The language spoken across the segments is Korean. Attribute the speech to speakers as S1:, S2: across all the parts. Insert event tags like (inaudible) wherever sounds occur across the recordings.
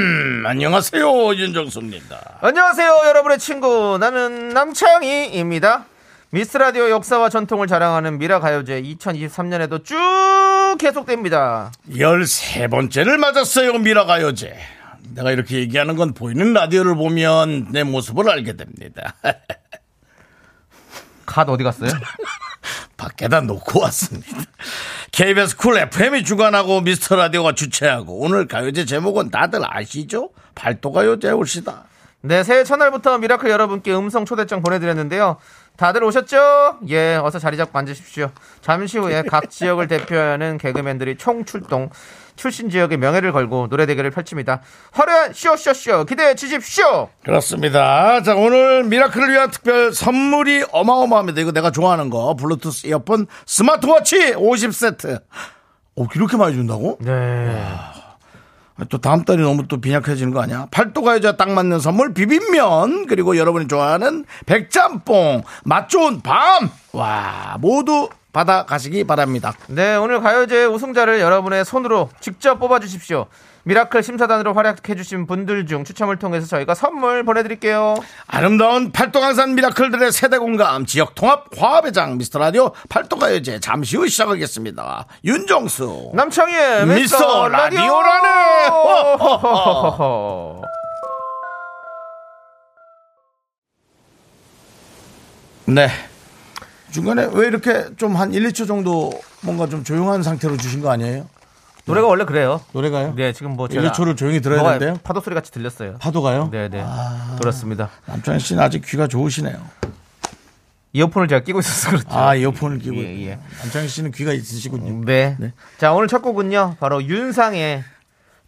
S1: 음, 안녕하세요 윤정수입니다.
S2: 안녕하세요, 여러분의 친구. 나는 남창희입니다. 미스라디오 역사와 전통을 자랑하는 미라 가요제 2023년에도 쭉 계속됩니다.
S1: 13번째를 맞았어요 미라가요제. 내가 이렇게 얘기하는 건 보이는 라디오를 보면 내 모습을 알게 됩니다. (laughs)
S2: 갓 어디 갔어요?
S1: 밖에다 놓고 왔습니다. KBS 쿨 FM이 주관하고 미스터 라디오가 주최하고 오늘 가요제 제목은 다들 아시죠? 발도가요제 올시다.
S2: 네, 새해 첫날부터 미라클 여러분께 음성 초대장 보내드렸는데요. 다들 오셨죠? 예, 어서 자리 잡고 앉으십시오. 잠시 후에 각 지역을 대표하는 개그맨들이 총출동, 출신 지역의 명예를 걸고 노래 대결을 펼칩니다. 화려한 쇼쇼쇼 기대해 주십시오!
S1: 그렇습니다. 자, 오늘 미라클을 위한 특별 선물이 어마어마합니다. 이거 내가 좋아하는 거. 블루투스 이어폰 스마트워치 50세트. 오, 이렇게 많이 준다고? 아,
S2: 네.
S1: 또 다음 달이 너무 또 빈약해지는 거 아니야? 팔도가 여자 딱 맞는 선물 비빔면 그리고 여러분이 좋아하는 백짬뽕 맛 좋은 밤 와 모두 받아 가시기 바랍니다.
S2: 네, 오늘 가요제 우승자를 여러분의 손으로 직접 뽑아주십시오. 미라클 심사단으로 활약해주신 분들 중 추첨을 통해서 저희가 선물 보내드릴게요.
S1: 아름다운 팔도강산 미라클들의 세대 공감 지역 통합 화합의 장 미스터 라디오 팔도가요제 잠시 후 시작하겠습니다. 윤정수
S2: 남창희의
S1: 미스터
S2: 미스터
S1: 라디오라네. (laughs)
S2: 라디오!
S1: 네 중간에 왜 이렇게 좀 한 1, 2초 정도 뭔가 좀 조용한 상태로 주신 거 아니에요?
S2: 노래가 원래 그래요.
S1: 노래가요?
S2: 네, 지금 뭐
S1: 1, 2초를 조용히 들어야
S2: 뭐가
S1: 되는데요?
S2: 파도 소리 같이 들렸어요.
S1: 파도가요? 아.
S2: 네, 네. 그렇습니다.
S1: 남창희 씨는 아직 귀가 좋으시네요.
S2: 이어폰을 제가 끼고 있어서 그렇죠.
S1: 아 이어폰을 끼고
S2: 예,
S1: 있
S2: 예.
S1: 남창희 씨는 귀가 있으시군요.
S2: 네.
S1: 네.
S2: 자, 오늘 첫 곡은요. 바로 윤상의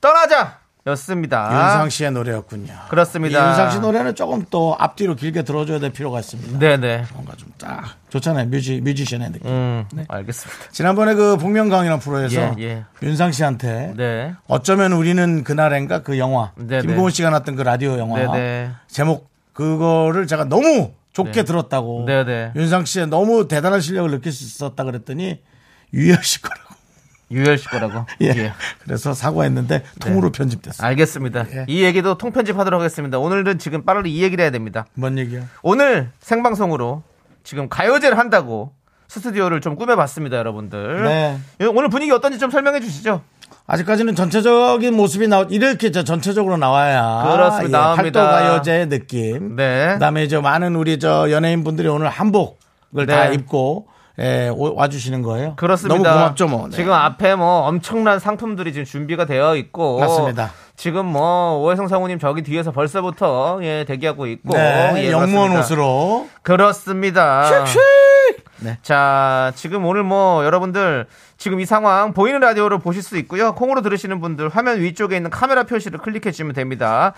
S2: 떠나자! 였습니다.
S1: 윤상 씨의 노래였군요.
S2: 아.
S1: 이
S2: 그렇습니다.
S1: 윤상 씨 노래는 조금 또 앞뒤로 길게 들어줘야 될 필요가 있습니다.
S2: 네네.
S1: 뭔가 좀 딱 좋잖아요. 뮤지 뮤지션의 느낌. 네.
S2: 음, 알겠습니다.
S1: 지난번에 그 복면가왕이라는 프로에서
S2: 예, 예.
S1: 윤상 씨한테
S2: 네.
S1: 어쩌면 우리는 그날엔가 그 영화
S2: 네,
S1: 김고은
S2: 네.
S1: 씨가 났던 그 라디오 영화
S2: 네, 네.
S1: 제목 그거를 제가 너무 좋게 들었다고
S2: 네, 네.
S1: 윤상 씨의 너무 대단한 실력을 느낄 수 있었다 그랬더니 유열 씨 거라고.
S2: 유열 씨 거라고. 네.
S1: 예.
S2: 예.
S1: (laughs) 그래서 사과했는데 통으로 편집됐어요.
S2: 알겠습니다.
S1: 예.
S2: 이 얘기도 통편집하도록 하겠습니다. 오늘은 지금 빠르게 이 얘기를 해야 됩니다.
S1: 뭔 얘기야?
S2: 오늘 생방송으로 지금 가요제를 한다고 스튜디오를 좀 꾸며봤습니다, 여러분들.
S1: 네.
S2: 예, 오늘 분위기 어떤지 좀 설명해 주시죠.
S1: 아직까지는 전체적인 모습이 나오 이렇게 저 전체적으로 나와야
S2: 그렇습니다.
S1: 팔도
S2: 나옵니다.
S1: 가요제의 느낌.
S2: 네.
S1: 그다음에 저 많은 우리 저 연예인 분들이 오늘 한복을
S2: 네.
S1: 다 입고 예, 오- 와주시는 거예요.
S2: 그렇습니다.
S1: 너무 고맙죠 뭐. 네.
S2: 지금 앞에 뭐 엄청난 상품들이 지금 준비가 되어 있고.
S1: 맞습니다.
S2: 지금 뭐 오해성 사모님 저기 뒤에서 벌써부터 예, 대기하고 있고.
S1: 네,
S2: 예,
S1: 영무원
S2: 그렇습니다.
S1: 옷으로
S2: 그렇습니다.
S1: 네.
S2: 자, 지금 오늘 뭐 여러분들 지금 이 상황 보이는 라디오로 보실 수 있고요. 콩으로 들으시는 분들 화면 위쪽에 있는 카메라 표시를 클릭해 주시면 됩니다.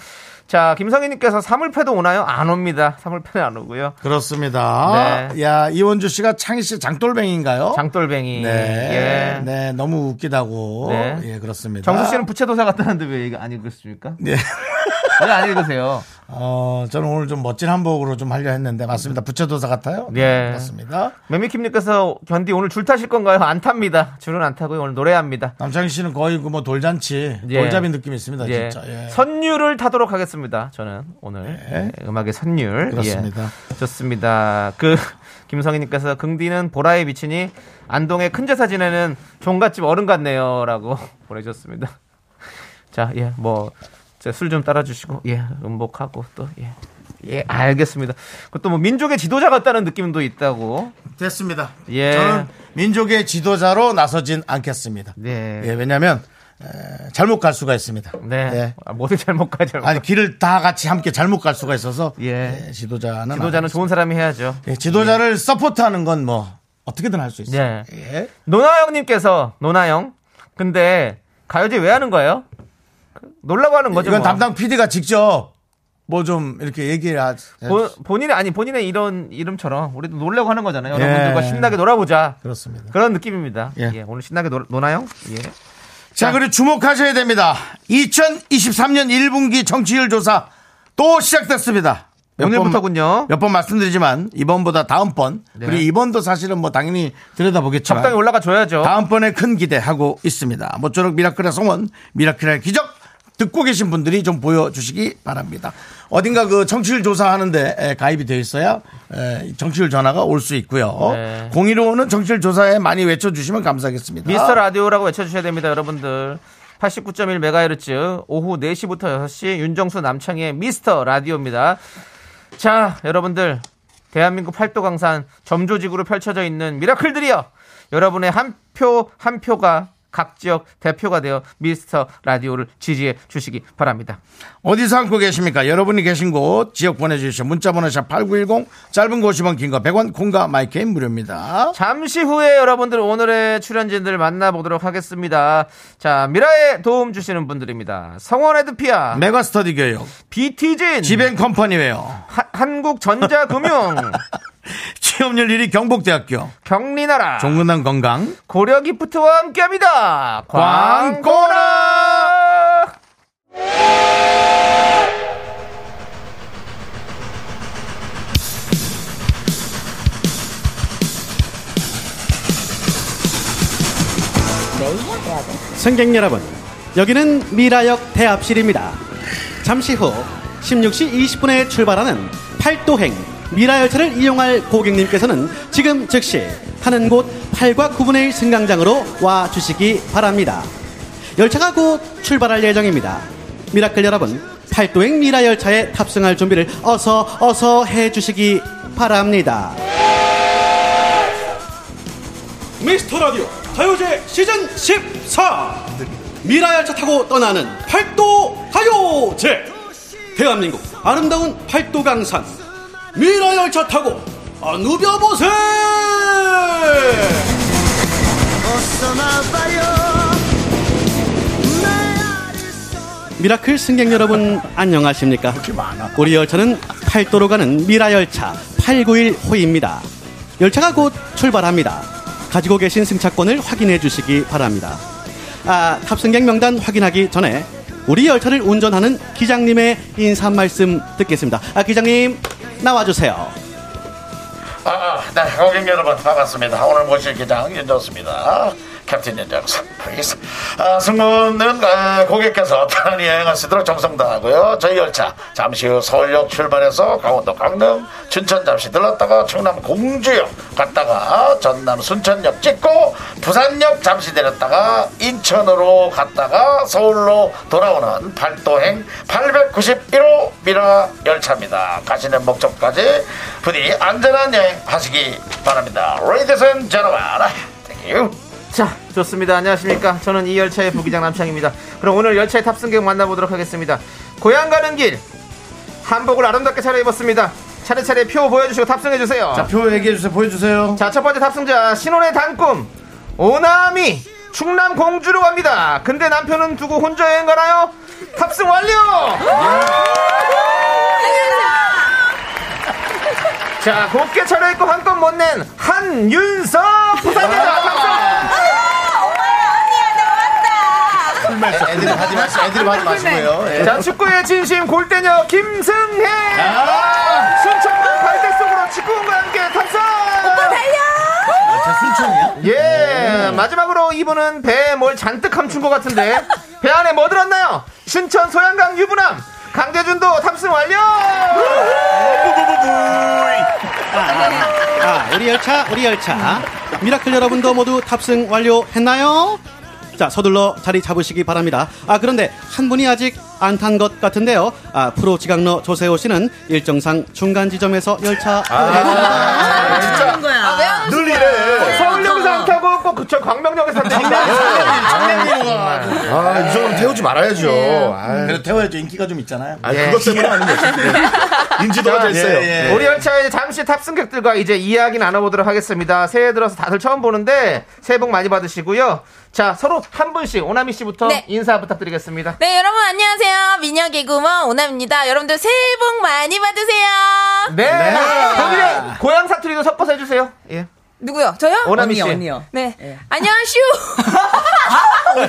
S2: 자, 김성희님께서 사물패도 오나요? 안 옵니다. 사물패는 안 오고요. 네.
S1: 그렇습니다. 야 이원주 씨가 창희 씨 장돌뱅인가요?
S2: 장돌뱅이.
S1: 네,
S2: 예.
S1: 네, 너무 웃기다고.
S2: 네.
S1: 예, 그렇습니다.
S2: 정수 씨는 부채도사 같다는데 왜 이거 안 읽으십니까?
S1: 예.
S2: (laughs) 왜 안 읽으세요?
S1: 어, 저는 오늘 좀 멋진 한복으로 좀 하려 했는데 맞습니다. 부채도사 같아요. 네,
S2: 예.
S1: 맞습니다.
S2: 매미킴님께서 견디 오늘 줄 타실 건가요? 안 탑니다. 줄은 안 타고요. 오늘 노래합니다.
S1: 남창희 씨는 거의 그 뭐 돌잔치,
S2: 예.
S1: 돌잡이 느낌이 있습니다,
S2: 예.
S1: 진짜. 예. 네.
S2: 선율을 타도록 하겠습니다. 저는 오늘 예, 음악의 선율.
S1: 그렇습니다.
S2: 예. 좋습니다. 그 (laughs) 김성희님께서 긍디는 보라에 비치니 안동의 큰 제사 지내는 종갓집 어른 같네요라고 (laughs) 보내셨습니다. 자, 예, 뭐술 좀 따라주시고 예, 음복하고 또 예. 예, 알겠습니다. 그것도 뭐 민족의 지도자 같다는 느낌도 있다고.
S1: 됐습니다.
S2: 예.
S1: 저는 민족의 지도자로 나서진 않겠습니다.
S2: 네.
S1: 예, 왜냐면, 에, 잘못 갈 수가 있습니다.
S2: 네.
S1: 예.
S2: 아, 뭐든 잘못 가지 말고.
S1: 아니, 길을 다 같이 함께 잘못 갈 수가 있어서,
S2: 예.
S1: 예, 지도자는.
S2: 지도자는 좋은 사람이 해야죠.
S1: 안- 예, 지도자를 서포트하는 건 뭐, 어떻게든 할 수 있어요.
S2: 예.
S1: 예.
S2: 노나영님께서 노나영 근데 가요제 왜 하는 거예요? 그- 놀라고 하는 거죠.
S1: 이건
S2: 뭐.
S1: 담당 PD가 직접 뭐 좀 이렇게 얘기를 하.
S2: 본, 본인의 아니 본인의 이런 이름처럼 우리도 놀려고 하는 거잖아요.
S1: 예.
S2: 네, 여러분들과 신나게 놀아보자.
S1: 그렇습니다.
S2: 그런 느낌입니다.
S1: 예.
S2: 예. 오늘 신나게 놀, 노나요? 예.
S1: 자, 그리고 주목하셔야 됩니다. 2023년 1분기 정치율 조사 또 시작됐습니다. 몇 번-
S2: 오늘부터군요.
S1: 몇 번 말씀드리지만 이번보다 다음번
S2: 네.
S1: 우리 이번도 사실은 뭐 당연히 들여다보겠지만
S2: 적당히 올라가 줘야죠.
S1: 다음번에 큰 기대하고 있습니다. 모쪼록 미라클의 성원, 미라클의 기적 듣고 계신 분들이 좀 보여주시기 바랍니다. 어딘가 그 정치율 조사하는데 에, 가입이 되어 있어야 에, 정치율 전화가 올 수 있고요.
S2: 네.
S1: 공의로는 정치율 조사에 많이 외쳐주시면 감사하겠습니다.
S2: 미스터 라디오라고 외쳐주셔야 됩니다, 여러분들. 89.1MHz 오후 4시부터 6시 윤정수 남창의 미스터 라디오입니다. 자, 여러분들. 대한민국 팔도 강산 점조지구로 펼쳐져 있는 미라클들이여! 여러분의 한 표, 한 표가 각 지역 대표가 되어 미스터 라디오를 지지해 주시기 바랍니다.
S1: 어디서 안고 계십니까? 여러분이 계신 곳 지역 보내주시오. 문자번호 샵 8910 짧은 거 50원 긴 거 100원 콩과 마이크인 무료입니다.
S2: 잠시 후에 여러분들 오늘의 출연진들 만나보도록 하겠습니다. 자, 미라에 도움 주시는 분들입니다. 성원 에드피아,
S1: 메가스터디 교육
S2: 비티진,
S1: 지벤컴퍼니웨어
S2: 하- 한국전자금융,
S1: (laughs) 취업률 1위 경북대학교
S2: 경리나라,
S1: 종근당 건강
S2: 고려기프트와 함께합니다. 광고.
S1: 광고라
S3: 승객 여러분, 여기는 미라역 대합실입니다. 잠시 후 16시 20분에 출발하는 팔도행 미라열차를 이용할 고객님께서는 지금 즉시 타는 곳 8과 9분의 승강장으로 와 주시기 바랍니다. 열차가 곧 출발할 예정입니다. 미라클 여러분, 팔도행 미라열차에 탑승할 준비를 어서 어서 해 주시기 바랍니다. 미스터 라디오 가요제 시즌 14 미라열차 타고 떠나는 팔도 가요제 대한민국 아름다운 팔도 강산 미라열차 타고 아, 누벼보세요 미라클 승객 여러분 안녕하십니까? 우리 열차는 팔도로 가는 미라열차 891 호입니다. 열차가 곧 출발합니다. 가지고 계신 승차권을 확인해 주시기 바랍니다. 아, 탑승객 명단 확인하기 전에 우리 열차를 운전하는 기장님의 인사 말씀 듣겠습니다. 아, 기장님 나와주세요.
S4: 아, 네, 고객 여러분 반갑습니다. 오늘 모실 기장 윤정수입니다. 캡틴 윤정수. 알겠습니다. 아, 승무원은 아, 고객께서 편안히 여행하시도록 정성 다하고요. 저희 열차 잠시 후 서울역 출발해서 강원도 강릉, 춘천 잠시 들렀다가 충남 공주역 갔다가 아, 전남 순천역 찍고 부산역 잠시 내렸다가 인천으로 갔다가 서울로 돌아오는 팔도행 891호 미라 열차입니다. 가시는 목적까지 부디 안전한 여행 하시기 바랍니다. Ladies and gentlemen, thank you.
S2: 자, 좋습니다. 안녕하십니까? 저는 이 열차의 부기장 남창입니다. 그럼 오늘 열차의 탑승객 만나보도록 하겠습니다. 고향 가는 길 한복을 아름답게 차려입었습니다. 차례차례 표 보여주시고 탑승해주세요.
S1: 자, 표 얘기해주세요. 보여주세요.
S2: 자, 첫 번째 탑승자 신혼의 단꿈 오나미 충남 공주로 갑니다. 근데 남편은 두고 혼자 여행 가나요? 탑승 완료. 자, 곱게 차려입고 한껏 못낸 한윤서 부산여자 탑승.
S1: 아, 애들이 하지 마시, 애들이 하지 마시고요. 예.
S2: 자, 축구의 진심 골대녀 김승혜.
S1: 아!
S2: 순천군 발대 속으로 축구공과 함께 탑승.
S1: 자, 아, 순천이요?
S2: 예 마지막으로 이분은 배에 뭘 잔뜩 감춘 것
S1: (laughs)
S2: 같은데 배 안에 뭐 들었나요? 신천 소양강 유부남 강재준도 탑승 완료
S3: 아, 우리 열차, 우리 열차. 미라클 여러분도 모두 탑승 완료했나요? 자, 서둘러 자리 잡으시기 바랍니다. 아, 그런데 한 분이 아직 안 탄 것 같은데요. 아, 프로 지각러 조세호 씨는 일정상 중간 지점에서 열차.
S1: 아,
S5: 아,
S1: 늘 이래.
S2: 서울역에서 안 타고 꼭 그쵸 광명역에서 안 타고
S1: 아, 이 정도면 태우지 하지 말아야죠.
S6: 네.
S1: 아유.
S5: 예. 그래도 태워야죠. 인기가 좀 있잖아요.
S1: 아,
S2: 예.
S1: 그것 때문에
S5: (laughs)
S1: 하는 거죠. 인지도가 돼 있어요.
S5: 예,
S2: 우리 열차에 이제 잠시 탑승객들과 이제 이야기 나눠보도록 하겠습니다. 새해 들어서 다들 처음 보는데 새해 복 많이 받으시고요. 자, 서로 한 분씩 오나미 씨부터
S6: 네. (laughs)
S2: 인사 부탁드리겠습니다.
S6: 네, 여러분 안녕하세요. 미녀 개구먼 오남입니다. 여러분들 새해 복 많이 받으세요.
S2: 네. 거기에 고향 사투리도 섞어서 해주세요. 예.
S6: 누구요? 저요?
S2: 오나미 씨. 예.
S6: 네. 안녕하슈.
S2: 아,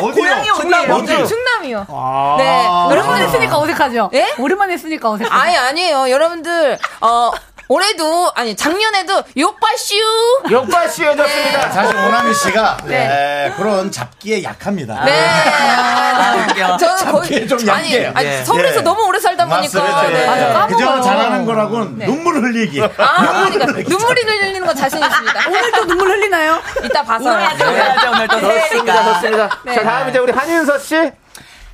S5: 어디요?
S6: 충남, 충남이요. 네.
S7: 오랜만에
S2: 아.
S6: 여러분들
S7: 했으니까 어색하죠?
S6: 예?
S7: 오랜만에 했으니까 어색하죠?
S6: 아니 아니에요. 여러분들 어 올해도 아니 작년에도 요빠슈.
S2: 역발 씨 해줬습니다.
S5: 네. 사실 오나미 씨가
S6: 네.
S5: 예, 그런 잡기에 약합니다.
S6: 네. 아, 저는 거의
S5: 참기에 좀
S6: 아니,
S5: 약해요.
S6: 아니
S2: 예.
S6: 서울에서
S5: 예.
S6: 너무 오래 살다 보니까 네.
S5: 맞습니다. 예.
S7: 맞아, 까먹어요.
S5: 그저 잘하는 거라고는 눈물 흘리기.
S6: 아, 그러니까 눈물이 흘리는 건 자신 있습니다.
S7: (laughs) 오늘 또 눈물 흘리나요?
S6: 이따 봐서.
S5: 네.
S6: 네.
S2: 오늘 또 좋습니다.
S7: 네.
S2: 좋습니다. 자, 다음 이제 우리 한윤서 씨.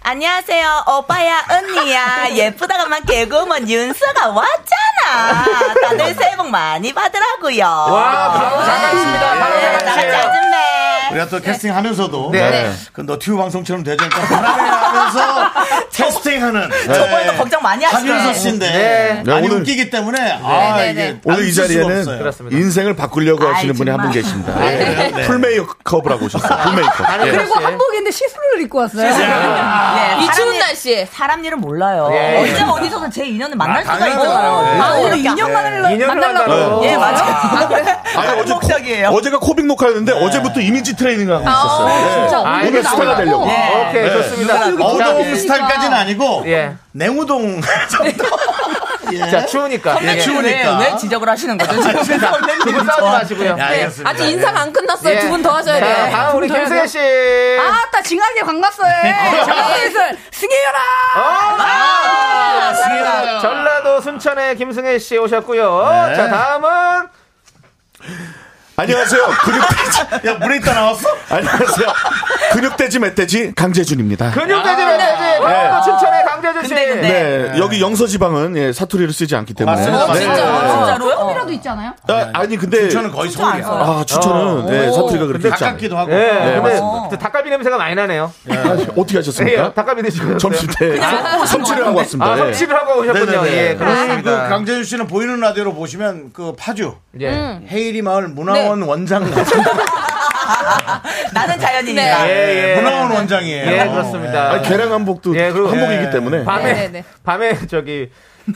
S8: 안녕하세요, 오빠야, 언니야. 예쁘다가만 개구먼 윤서가 왔잖아. 다들 새해 복 많이 받으라고요.
S2: 네. 와, 바로 잘하십니다. 바로
S8: 네,
S2: 잘하시
S8: 나랑 짜증내.
S5: 우리가 또 캐스팅 하면서도
S2: 네.
S5: 그 너튜브 방송처럼 되니까 불안해하면서 캐스팅하는
S8: 저번에도 (laughs) 걱정 많이 하시네.
S5: 한윤서 씨인데
S2: 네.
S5: 많이
S1: 오늘-
S5: 웃기기 때문에 아
S6: 네, 네,
S5: 이게
S6: 네.
S5: 안
S1: 오늘 이
S5: 웃을 수가
S1: 자리에는
S5: 없어요.
S2: 그렇습니다.
S1: 인생을 바꾸려고
S8: 아이,
S1: 하시는 분이 한 분
S8: 정말.
S1: 계십니다. 예. 풀메이크업을 하고 오셨어요. 풀메이크업. 예.
S7: 그리고 한복인데 시술을 입고 왔어요. 네.
S8: 예,
S6: 이 추운
S8: 사람 일-
S6: 날씨에
S8: 사람 일은 몰라요.
S2: 예.
S8: 언제 어디서든 제 인연을 만날 수가
S5: 아, 당연하죠. 네.
S8: 있잖아요.
S7: 아,
S8: 아,
S7: 오늘
S8: 이렇게
S7: 2년 만을
S2: 네. 인연을
S7: 만나려고.
S2: 만나러.
S8: 예, 맞아요.
S1: 아, 네. 아니, 어제,
S8: 목적이에요.
S1: 코, 어제가 코빅 녹화였는데 어제부터 이미지 트레이닝을
S8: 아,
S1: 하고
S9: 아,
S5: 네.
S1: 있었어요.
S7: 진짜
S2: 아,
S1: 예.
S7: 오늘
S1: 오늘 스타가
S7: 나오라고.
S1: 되려고. 네.
S2: 오케이, 좋습니다.
S5: 어동 스타일까지는 아니고
S2: 예.
S5: 냉우동 정도.
S2: 자, 추우니까. 예.
S5: 네, 추우니까. 아,
S8: 왜, 왜 지적을 하시는 거죠? 지금
S2: 두분 싸우지 마시고요.
S5: 네, 알겠습니다.
S6: 아직 인사가 안 끝났어요.
S2: 예.
S6: 두 분 더 하셔야
S2: 자,
S6: 돼요.
S2: 다음 우리
S7: 두분더
S2: 김승혜
S7: 해야
S2: 씨.
S7: 아, 따 징하게 광갔어요. 장소에서 승혜열아!
S2: 아!
S5: 승혜라.
S2: 전라도 순천의 김승혜 씨 오셨고요.
S9: 네.
S2: 자, 다음은
S9: 안녕하세요. 근육돼지.
S5: 야 물에 있다 나왔어?
S9: 안녕하세요. 근육돼지 멧돼지 강재준입니다.
S2: 근육돼지
S1: 네,
S2: 멧돼지
S5: 아,
S2: 전라도
S8: 어,
S2: 순천의 강재준 씨.
S8: 근데, 근데.
S9: 네, 여기 영서지방은 예, 사투리를 쓰지 않기 때문에.
S5: 맞습니다.
S9: 네.
S2: 아,
S5: 맞습니다.
S10: 어.
S8: 진짜로요?
S7: 이라도 있지 않아요?
S9: 아, 아니 근데
S5: 저는 거의 서울이야.
S9: 아 추천은 네, 사투리가 그렇게 있지 않아요. 네,
S5: 가깝기도 하고.
S2: 예, 어. 근데 그
S8: 맞습니다.
S2: 닭갈비 냄새가 많이 나네요.
S9: 아, 어떻게
S2: 예,
S9: 하셨습니까?
S2: 닭갈비 드시고
S9: 점심 때 섬치를 하고 왔습니다. 예.
S2: 아, 섭취를 하고
S5: 네.
S2: 오셨군요.
S5: 네네네.
S2: 예,
S5: 우리 그
S2: 그렇습니다.
S5: 강재준 씨는 보이는 라디오로 보시면 그 파주
S2: 예.
S5: 헤이리 마을 문화원 원장 같은 네.
S8: 나는 자연인이다.
S2: 예, 예.
S5: 문화원 원장이에요.
S2: 예, 그렇습니다.
S9: 아니, 계량 한복도
S2: 예, 그리고-
S9: 한복이기
S5: 네. 예.
S9: 때문에
S2: 밤에
S6: 네, 네.
S2: 밤에 저기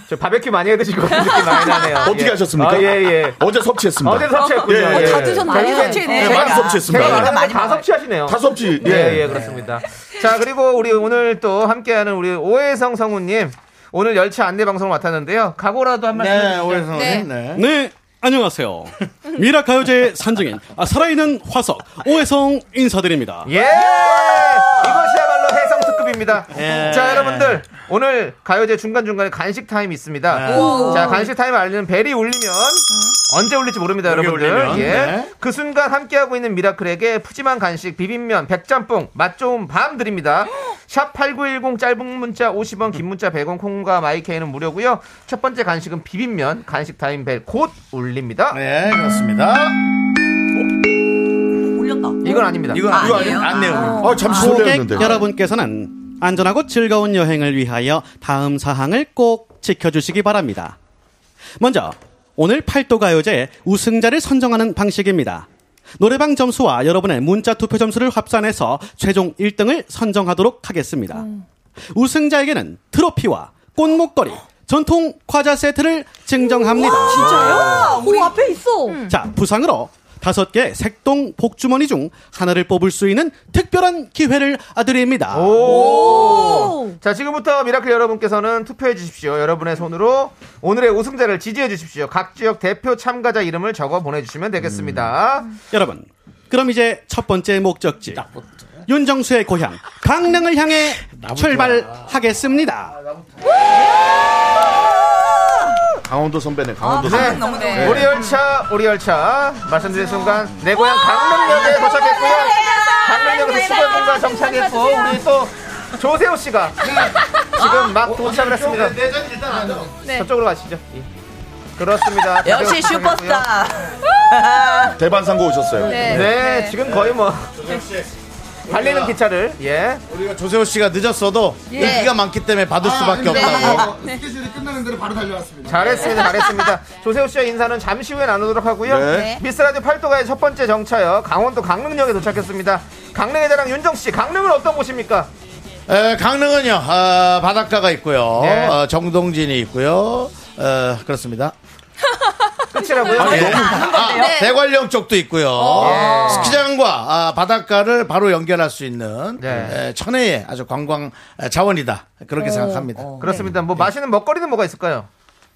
S2: 저 바베큐 많이 해 드시고 느낌 많이 나네요.
S9: (laughs) 어떻게
S2: 예.
S9: 하셨습니까?
S2: 아, 예, 예.
S9: 어제 섭취했습니다.
S2: 어제 섭취했군요.
S9: 예, 예.
S2: 다
S6: 드셨나요?
S9: 네,
S8: 제가-
S9: 많이 섭취했습니다.
S2: 제가 말하는
S8: 많이
S2: 거다
S8: 먹어요.
S2: 섭취하시네요.
S9: 다 섭취. 예.
S2: 예, 예, 그렇습니다. 자, 그리고 우리 오늘 또 함께하는 우리 오해성 성우님. 오늘 열차 안내 방송을 맡았는데요. 각오라도 한 말씀.
S5: 네, 오해성 네. 네.
S3: 네, 안녕하세요. 미라 가요제 산증인 아, 살아있는 화석 오해성 인사드립니다.
S2: 예! 이것이야말로 해성 특급입니다.
S5: 네.
S2: 자, 여러분들. 오늘 가요제 중간중간에 간식 타임이 있습니다.
S5: 네.
S2: 자, 간식 타임 알리는 벨이 울리면 언제 울릴지 모릅니다, 여러분들.
S5: 울리면,
S2: 예.
S5: 네.
S2: 그 순간 함께하고 있는 미라클에게 푸짐한 간식, 비빔면, 백짬뽕, 맛 좋은 밤 드립니다. 샵8910 짧은 문자 50원, 긴 문자 100원, 콩과 마이케이는 무료고요. 첫 번째 간식은 비빔면, 간식 타임 벨 곧 울립니다.
S5: 네, 그렇습니다.
S8: 올렸다.
S2: 이건 아닙니다.
S5: 이건
S8: 아,
S5: 이거
S8: 아니에요?
S5: 안 내용이에요.
S9: 아 잠시
S3: 어, 고객
S9: 놀랐는데.
S3: 여러분께서는 안전하고 즐거운 여행을 위하여 다음 사항을 꼭 지켜주시기 바랍니다. 먼저 오늘 팔도 가요제 우승자를 선정하는 방식입니다. 노래방 점수와 여러분의 문자 투표 점수를 합산해서 최종 1등을 선정하도록 하겠습니다.
S8: 음.
S3: 우승자에게는 트로피와 꽃목걸이, 전통 과자 세트를 증정합니다.
S7: 아, 우리 앞에 있어.
S8: 음.
S3: 자, 부상으로 다섯 개 색동 복주머니 중 하나를 뽑을 수 있는 특별한 기회를 드립니다.
S2: 오! 자, 지금부터 미라클 여러분께서는 투표해 주십시오. 여러분의 손으로 오늘의 우승자를 지지해 주십시오. 각 지역 대표 참가자 이름을 적어 보내주시면 되겠습니다.
S3: 음. 여러분, 그럼 이제 첫 번째 목적지 윤정수의 고향 강릉을 향해 출발하겠습니다.
S9: 강원도 선배네. 강원도 선배.
S2: 네.
S8: 아, 너무 네. 좋아요.
S2: 우리 열차, 우리 열차. 말씀드린 순간 내 고향 강릉역에 도착했고요.
S8: 네.
S2: 강릉역에서 수건님과 정착했고 우리 또 조세호 씨가 지금
S9: 어,
S2: 막 도착을 했습니다.
S9: 네,
S2: 저쪽으로 가시죠. 예. 그렇습니다.
S8: 네. 역시
S2: 도착했고요.
S8: 슈퍼스타.
S11: 아,
S9: 예. 대반상고 오셨어요.
S2: 네, 지금 거의 뭐. 달리는 기차를 예.
S1: 우리가 조세호 씨가 늦었어도
S2: 예.
S1: 인기가 많기 때문에 아, 받을
S2: 아,
S12: 아,
S1: 수밖에
S12: 네. (laughs)
S1: 없다고.
S9: 스케줄이 끝나는 대로 바로 달려왔습니다.
S2: 잘했습니다, 잘했습니다. 조세호 씨와 인사는 잠시 후에 나누도록 하고요.
S9: 네. 네.
S2: 미스라디오 팔도가의 첫 번째 정차역 강원도 강릉역에 도착했습니다. 강릉의 자랑 윤정 씨, 강릉은 어떤 곳입니까?
S1: 에, 강릉은요 어, 바닷가가 있고요,
S2: 네.
S1: 어, 정동진이 있고요, 어, 그렇습니다.
S2: 끝이라고요?
S1: 아,
S2: 예.
S1: 너무- 아,
S2: 네.
S1: 대관령 쪽도 있고요.
S2: 예.
S1: 스키장과 아, 바닷가를 바로 연결할 수 있는
S2: 네.
S1: 에, 천혜의 네, 아주 관광 에, 자원이다. 그렇게 생각합니다.
S2: 어.
S1: 네.
S2: 그렇습니다. 뭐 맛있는 먹거리는 뭐가 있을까요?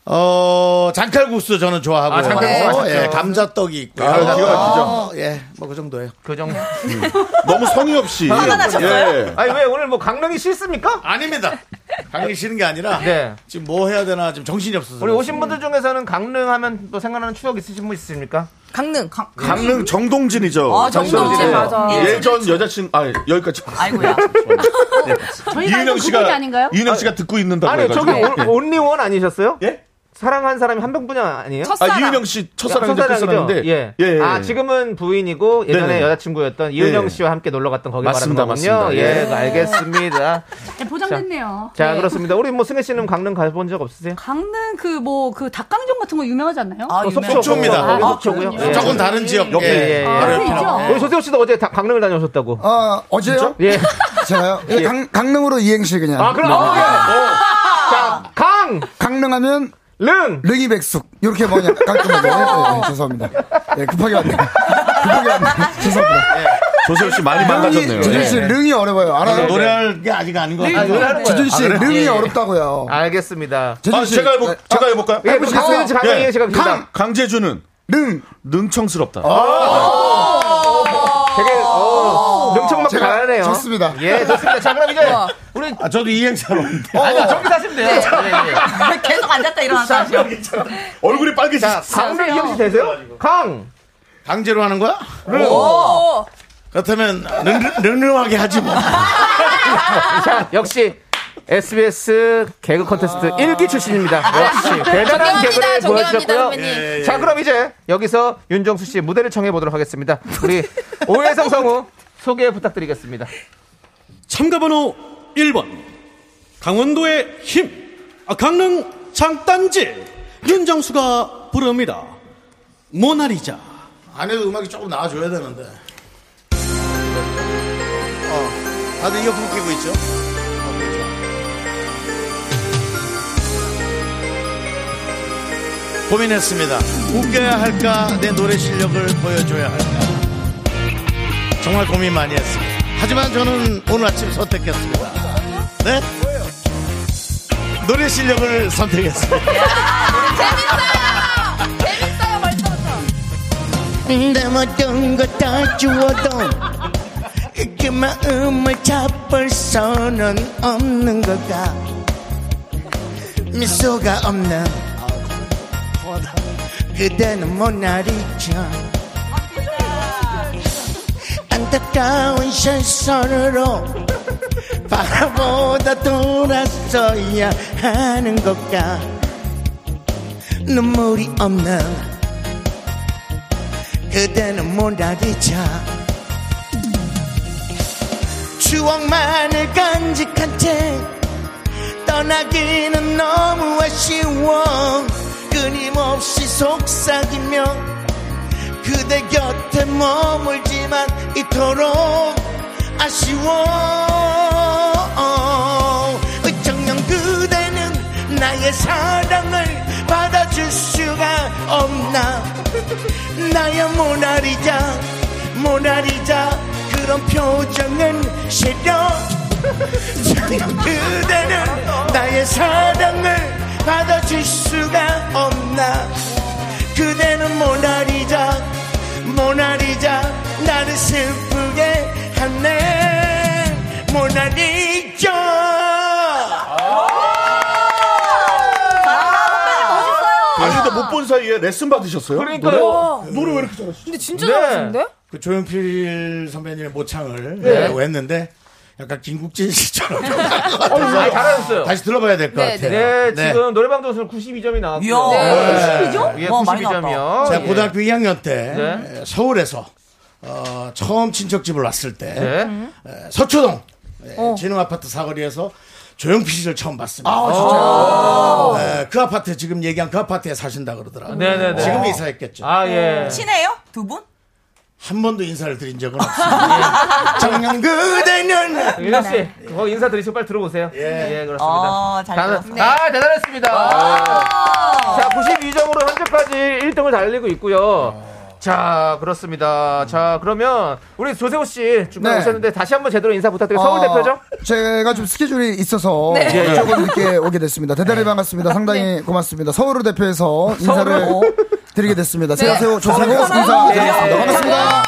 S1: 어, 장칼국수 저는 좋아하고.
S2: 아, 장칼국수 맛있죠.
S1: 예, 감자떡이 있고.
S9: 아, 기가 막히죠.
S1: 예, 뭐 그 정도예요.
S2: 그 정도.
S9: (laughs) 너무 성의 없이. 예.
S2: 화가
S12: 예.
S9: 나셨어요?
S2: 아니 왜 오늘 뭐 강릉이 싫습니까?
S1: 아닙니다. 강릉 쉬는 게 아니라
S2: 네.
S1: 지금 뭐 해야 되나 지금 정신이 없어서.
S2: 우리 오신 분들 중에서는 강릉 하면 또 생각나는 추억 있으신 분 있으십니까?
S8: 강릉 강
S9: 예. 강릉 정동진이죠.
S8: 아, 정동진,
S9: 네.
S8: 맞아.
S9: 예전 여자친 아 여기까지.
S8: 아이고야.
S7: 저희가 알고 그 분이 아닌가요?
S9: 이은영 씨가 듣고 있는다고
S2: 아니
S9: 해가지고.
S2: 저기 올- 온리원 아니셨어요?
S9: 예?
S2: 사랑한 사람이 한 명뿐이 아니에요?
S9: 아 이은영 씨 첫사랑인데
S2: 첫사랑이죠?
S9: 끝사랑인데.
S2: 예.
S9: 예, 예.
S2: 아 지금은 부인이고 예전에
S9: 네네.
S2: 여자친구였던 이은영
S9: 예.
S2: 씨와 함께 놀러 갔던 거기
S9: 맞습니다,
S2: 말하는 거군요.
S9: 맞습니다.
S2: 예,
S9: 예.
S7: (laughs)
S2: 알겠습니다.
S7: 네, 보장됐네요.
S2: 자 그렇습니다. 우리 뭐 승혜 씨는 강릉 가본 적 없으세요?
S7: 강릉 그 뭐 그 닭강정 같은 거 유명하지 않나요?
S8: 아,
S2: 어,
S8: 유명해.
S1: 속초입니다.
S2: 거기
S8: 아,
S2: 속초고요.
S8: 그렇군요.
S2: 예.
S1: 조금 다른 지역.
S2: 옆에 예, 예.
S7: 아,
S2: 바로
S7: 옆에 있죠.
S2: 우리 조세호 씨도 어제 다- (laughs) 강릉을 다녀오셨다고.
S12: 어, 어제요?
S2: 예.
S12: (laughs) 제가요? 예, 강, 강릉으로 이행시 그냥. 네.
S2: 아 그럼 어, 예. 자 강.
S12: 강릉하면
S2: 릉!
S12: 릉이백숙. 이렇게 뭐냐. 깔끔하게. 예, 예, 죄송합니다. 예, 급하게 왔네요. (laughs) 급하게 왔네요. 죄송합니다.
S9: 조세호 씨 많이
S12: 릉이,
S9: 망가졌네요.
S12: 주준 씨, 릉이 어려워요. 알아요?
S1: 노래할 게 아직 아닌 것
S2: 아,
S1: 같아요. 아,
S2: 노래하는 거예요.
S12: 주준 씨, 릉이
S2: 예, 예.
S12: 어렵다고요.
S2: 알겠습니다.
S12: 제준
S9: 아,
S12: 씨,
S9: 제가 해볼
S12: 네,
S9: 제가 해볼까요?
S2: 예, 무슨 강릉 있는지 강릉 이행 씨가 갑니다.
S9: 강재준은
S12: 릉.
S9: 능청스럽다.
S2: 되게 어, 능청 맞고
S12: 제가
S2: 잘하네요.
S12: 좋습니다.
S2: 예, 좋습니다. 자, 그럼 이제 어. 우리
S6: 어.
S1: 아, 저도 이행사로 왔는데.
S2: 아니, 저기 사시면
S6: 네.
S2: 돼요.
S5: 네,
S2: 예, 예.
S8: (laughs) 계속 앉았다 일어나서 하시오.
S9: 얼굴이 빨개지.
S2: 자, 강릉 기억씨 되세요? 강. 네.
S1: 강제로 하는 거야? 그렇다면 른- 른름하게 하지 뭐.
S2: 자, 역시 SBS 개그 컨테스트
S6: 아.
S2: 일 1기 출신입니다. 역시 대단한 개그를
S6: 네. 존경합니다, 존경합니다,
S2: 보여주셨고요.
S1: 예,
S6: 선배님.
S2: 자, 그럼 이제 여기서 윤정수 씨의 무대를 청해 보도록 하겠습니다.
S6: (laughs)
S2: 우리 오해성 성우 소개 부탁드리겠습니다.
S3: 참가번호 1번 강원도의 힘 아, 강릉 장단지 윤정수가 부릅니다 모나리자
S1: 안에도 음악이 조금 나와줘야 되는데. 어, 다들 이어폰 끼고 있죠? 고민했습니다. 웃겨야 할까, 내 노래 실력을 보여줘야 할까. 정말 고민 많이 했습니다. 하지만 저는 오늘 아침 선택했습니다. 네? 노래 실력을 선택했습니다.
S2: 네.
S6: 재밌어요 벌써부터.
S13: 모든 것다 주워도 그 마음을 잡을 수는 없는 거다 미소가 없는 그대는 모나리자 안타까운 실선으로 바라보다 돌았어야 하는 것과 눈물이 없는 그대는 모나리자 추억만을 간직한 채 떠나기는 너무 아쉬워 끊임없이 속삭이며 그대 곁에 머물지만 이토록 아쉬워 정녕 그대는 나의 사랑을 받아줄 수가 없나 나야 모나리자 모나리자 그런 표정은 싫어 그대는 나의 사랑을 받아줄 수가 없나 그대는 모나리자 모나리자 나를 슬프게 하네 모나리자
S9: 아니, 근데 못본 사이에 레슨 받으셨어요?
S2: 그러니까요.
S9: 노래 왜 이렇게 잘하시죠?
S6: 근데 진짜
S2: 네.
S6: 잘하시는데?
S1: 그 조용필 선배님의 모창을
S2: 네.
S1: 예, 했는데 약간 김국진 씨처럼 좀
S2: 아, 잘하셨어요.
S1: 다시 들어봐야 될 것
S6: 네,
S1: 같아요.
S2: 네,
S1: 네.
S2: 지금 노래방 점수는 92점이 나왔고요.
S8: 이야.
S2: 예,
S8: 와, 많이 나왔다.
S2: 92점이요. 예.
S1: 제가 고등학교 2학년 때
S2: 네.
S1: 서울에서 어, 처음 친척집을 왔을 때
S5: 네.
S1: 음. 에, 서초동 예,
S5: 어.
S1: 진흥 아파트 사거리에서 조용필 씨를 처음 봤습니다.
S5: 아, 진짜요?
S1: 오. 예, 그 아파트 지금 얘기한 그 아파트에 사신다 그러더라고요.
S2: 어. 네네네.
S1: 지금
S2: 어.
S1: 이사했겠죠.
S2: 아, 예.
S8: 네. 친해요? 두 분?
S1: 한 번도 인사를 드린 적은
S2: 아,
S5: 아, 예.
S1: 없습니다. 작년
S8: 네.
S1: 그대는
S2: 윤아 씨, 그거 인사 드리시고 빨리 들어보세요. 어. 예, 그렇습니다.
S8: 어, 잘
S2: 다들-
S8: 들었네.
S2: 아, 대단했습니다. 자, 92점으로 현재까지 1등을 달리고 있고요.
S12: 어.
S2: 자, 그렇습니다. 자, 그러면 우리 조세호 씨 중간 에
S12: 네.
S2: 오셨는데 다시 한번 제대로 인사 부탁드리고 서울 대표죠?
S12: 어, 제가 좀 스케줄이
S8: (laughs)
S12: 있어서
S2: 네. 예, 예.
S12: 조금 늦게 오게 됐습니다.
S8: 네.
S12: 대단히 반갑습니다. 상당히 고맙습니다. 서울을 대표해서 인사를 드리게 됐습니다.
S8: 네.
S12: 안녕하세요. 조세호
S8: 서울
S12: 인사드리겠습니다.
S8: 사나요? 네.
S12: 반갑습니다.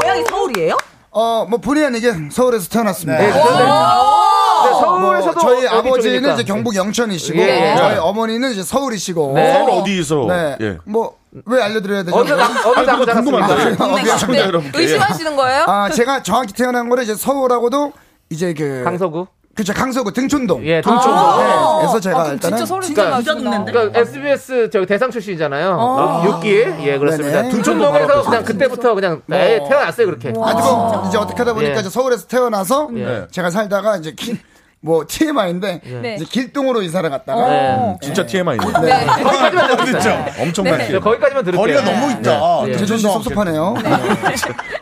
S8: 고향이 서울이에요?
S12: 어, 뭐 본의 아니게 서울에서 태어났습니다.
S8: 네, 그런데- 오! 네, 서울에서도
S12: 뭐 저희
S8: 여기
S12: 아버지는
S8: 쪽이니까. 네.
S12: 이제 경북 영천이시고
S8: 예.
S12: 저희 어머니는 이제 서울이시고
S9: 네. 서울 어디서?
S12: 네.
S9: 예.
S12: 뭐왜 알려드려야 되죠?
S9: 어디서 나- 어디서 아니, 그거 나고 궁금한데. 자랐습니까?
S12: 아,
S9: 궁금해요.
S12: 그래요?
S9: 여러분. 예. 의심하시는
S6: 거예요?
S12: 아, 제가 정확히 태어난 거를 이제 서울하고도 이제 그 강서구 그쵸 강서구 등촌동 예,
S2: 등촌동. 아.
S12: 그래서 제가
S2: 아, 그럼 진짜
S12: 일단은 어.
S2: 서울에서 그러니까- 그러니까 SBS 저기 대상 출신이잖아요. 어, 6기. 예, 그렇습니다.
S12: 네네.
S2: 등촌동에서
S12: 바로
S2: 그냥 그때부터 그냥
S12: 뭐.
S2: 아예 태어났어요, 그렇게.
S12: 아니 뭐 이제 어떻게 하다 보니까
S2: 예.
S12: 이제 서울에서 태어나서 네.
S2: 예.
S12: 제가 살다가 이제 길, 뭐 TMI인데
S2: 네.
S12: 이제 길동으로 이사를 갔다가
S2: 네.
S9: 진짜 어. TMI네. 아,
S12: 네.
S2: 거기까지만 들을게요.
S9: 진짜 엄청난
S2: 네.
S9: TMI.
S2: 거기까지만 들을게요. 예.
S9: 거리가 너무 있다.
S12: 네. 네. 제주도 섭섭하네요.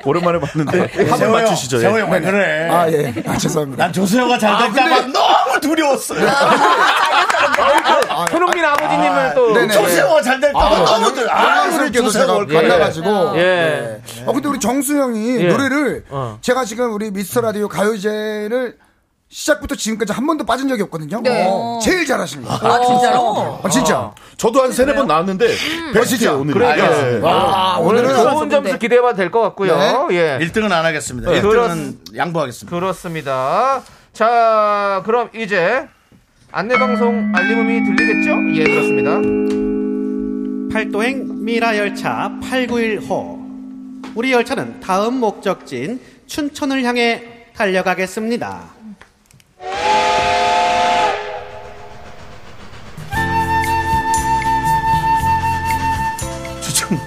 S9: 오랜만에 봤는데 한번
S1: 세호형,
S9: 맞추시죠. 예.
S1: 세호형 왜 그래?
S12: 아 예. 아 죄송합니다.
S1: 난 조세호가 잘
S9: 아,
S1: 될까봐
S9: 근데-
S1: 너무 두려웠어요.
S2: 손흥민 아버지님을 또
S12: 네네.
S1: 조세호가 잘 될까봐
S12: 아,
S1: 너무
S12: 네.
S1: 두려워. 아,
S12: 네.
S1: 우리
S12: 그래서
S1: 조세호가
S12: 제가
S1: 올까?
S12: 만나가지고.
S1: 예.
S12: 네. 아 근데 우리 정수 형이
S1: 예.
S12: 노래를
S1: 어.
S12: 제가 지금 우리 미스터 라디오 가요제를 시작부터 지금까지 한 번도 빠진 적이 없거든요.
S9: 네.
S12: 어. 제일 잘하시는 거예요.
S9: 아, 진짜로?
S12: 아,
S2: 어.
S12: 진짜.
S9: 저도 한 세네 번 나왔는데 베스트예요 오늘.
S2: 음. 그러니까. 와, 오늘은 좋은 점수 기대해봐도 될 것 같고요.
S12: 네.
S2: 예.
S1: 1등은 네. 안 하겠습니다.
S2: 네.
S1: 1등은 양보하겠습니다.
S2: 그렇습니다. 자, 그럼 이제 안내방송 알림음이 들리겠죠? 예, 그렇습니다.
S3: 팔도행 미라 열차 891호. 우리 열차는 다음 목적지인 춘천을 향해 달려가겠습니다.
S1: 추천.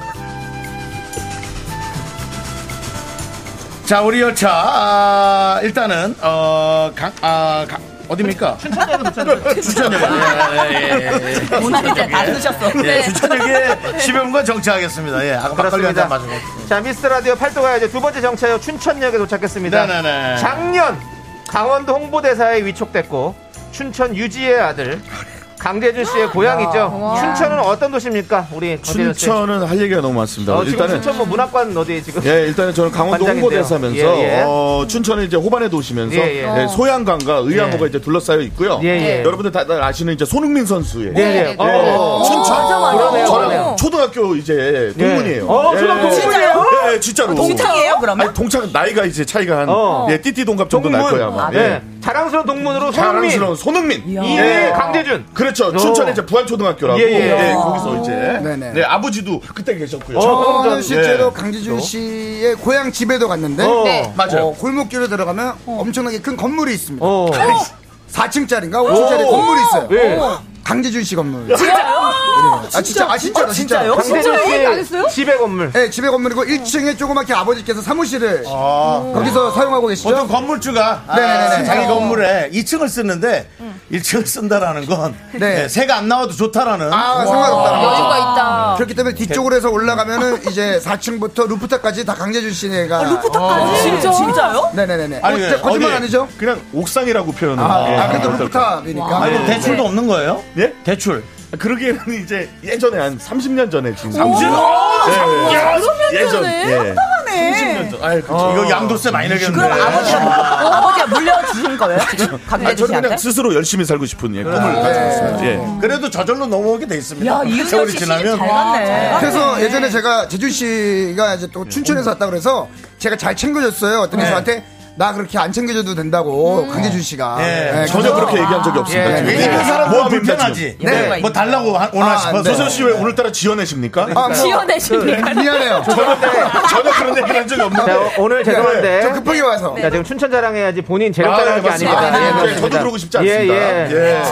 S1: 자, 우리 열차 아, 일단은 어, 강, 아, 강, 어디입니까? 춘천역은, 예, 예, 예.
S8: 모나리자 다 쓰셨어.
S1: 예,
S8: 네.
S1: 춘천역에 10여분간 정차하겠습니다. 예, 아까 막걸리 한잔 마시고.
S2: 자, 미스 라디오 팔도 가야죠. 두 번째 정차역 춘천역에 도착했습니다.
S1: 네네네.
S2: 작년 강원도 홍보대사에 위촉됐고 춘천 유지의 아들 강재준 씨의 고향이죠.
S9: 와.
S2: 춘천은 어떤 도시입니까? 우리 강재준 씨.
S9: 춘천은 할 얘기가 너무 많습니다.
S2: 어, 지금
S9: 일단은
S2: 춘천 뭐 문학관 어디 지금?
S9: 예, 일단은 저는 강원도
S2: 관장인데요.
S9: 홍보대사면서
S2: 예, 예.
S9: 어, 춘천은 이제 호반의 도시면서
S2: 예, 예.
S9: 예, 소양강과 의암호가
S2: 예.
S9: 이제 둘러싸여 있고요.
S2: 예, 예.
S9: 여러분들 다, 다 아시는 이제 손흥민 선수의
S2: 예, 예. 어, 어, 어.
S9: 춘천
S2: 맞아, 맞아. 그러네요,
S9: 저랑
S2: 그러네요.
S9: 초등학교 이제
S2: 예.
S9: 동문이에요.
S2: 어, 초등학교 동문이에요?
S9: 예, 예, 진짜로.
S2: 아, 동창이에요,
S9: 그러면? 아니, 동창은 나이가 이제 차이가 한
S2: 어.
S9: 예, 띠띠 동갑 정도 날 거야 아마. 예.
S2: 아, 네. 자랑스러운 동문으로 손흥민.
S9: 자랑스러운 손흥민.
S2: 이
S1: 예,
S12: 네.
S2: 강재준.
S9: 예. 그렇죠.
S2: 어.
S9: 춘천에 이제 부안초등학교라고.
S2: 예, 예.
S9: 예,
S1: 어.
S9: 거기서 이제.
S12: 네네.
S9: 네, 아버지도 그때 계셨고요.
S2: 네.
S12: 저는 실제로
S9: 예.
S12: 강지준 씨의 고향 집에도 갔는데
S9: 어, 네. 맞아요.
S12: 어, 골목길로 들어가면 엄청나게 큰 건물이 있습니다.
S2: 어.
S12: 4층짜리인가 5층짜리
S2: 오.
S12: 건물이 있어요.
S2: 예.
S12: 강지준 씨 건물. 네. 아 진짜 아 진짜로 진짜요?
S2: 아, 진짜요? 강재준 씨 집에 건물.
S12: 네, 집에 건물이고 1층에 조그맣게 아버지께서 사무실을 거기서 사용하고 계시죠?
S1: 보통 건물주가
S12: 네, 네, 네.
S1: 아,
S8: 어.
S1: 자기 건물에 2층을 쓰는데 1층을 쓴다라는 건 네, 새가 안 나와도 좋다라는
S12: 아, 상관없다.
S1: 와.
S12: 그렇기 때문에 뒤쪽으로 해서 올라가면은 이제 4층부터 루프탑까지 다 강재준 씨네가. 어.
S1: 루프탑까지? 진짜? 진짜요?
S12: 네네네네.
S1: 아니, 예.
S12: 어, 진짜 거짓말
S9: 거기
S12: 아니죠?
S9: 그냥 옥상이라고 표현을.
S1: 아,
S9: 예,
S1: 아, 그래도
S9: 하면 어떨까.
S12: 루프탑이니까.
S1: 아, 그럼 대출도 없는 거예요?
S9: 네. 예?
S1: 대출.
S9: 그러기에는 이제 예전에 한 30년 전에 지금.
S1: 30년? 오,
S9: 예,
S1: 30년
S9: 예.
S1: 전에?
S9: 예.
S8: 네.
S9: 30년 전. 아이, 그렇죠.
S1: 어. 이거 양도세 많이 내겠는데.
S8: 그럼 아버지가, 뭐,
S1: 아.
S8: 아버지가 물려주신 거예요? 지금?
S9: 아,
S8: 강대주
S9: 저는
S8: 씨한테?
S9: 그냥 스스로 열심히 살고 싶은 예, 꿈을
S1: 아,
S9: 가지고
S1: 네.
S9: 있습니다. 예.
S1: 그래도 저절로 넘어오게 돼 있습니다.
S8: 야, 이은경 씨 시집 아, 잘 갔네.
S12: 와, 아,
S1: 아,
S12: 그래서 예전에 제가 재준 씨가 이제 또 춘천에서 왔다 그래서 제가 잘 챙겨줬어요. 어떤 네. 저한테 나 그렇게 안 챙겨줘도 된다고 강재준 씨가
S1: 예,
S12: 네,
S9: 전혀
S12: 그래서-
S9: 그렇게 얘기한 적이 없습니다.
S12: 예.
S9: 지금.
S12: 왜냐면 사람
S9: 뭐
S12: 마음이
S9: 불편하지?
S12: 있죠. 네.
S9: 뭐 달라고
S12: 아,
S9: 오나
S12: 안
S9: 싶어서.
S12: 돼.
S9: 서선 씨왜 오늘따라 지어내십니까?
S12: 아, 뭐- 지어내십니까? 네, 미안해요.
S9: 전혀, 전혀 그런 얘기를 한 적이 없는데. 네.
S2: 자, 오늘 죄송한데.
S12: 와서.
S2: 자, 지금 춘천 자랑해야지 본인 재력
S9: 아,
S2: 자랑할 게
S9: 맞습니다.
S2: 아닙니다.
S9: 예,
S2: 그렇습니다.
S9: 저도 그러고 싶지
S2: 예,
S9: 않습니다.
S2: 예.
S9: 예.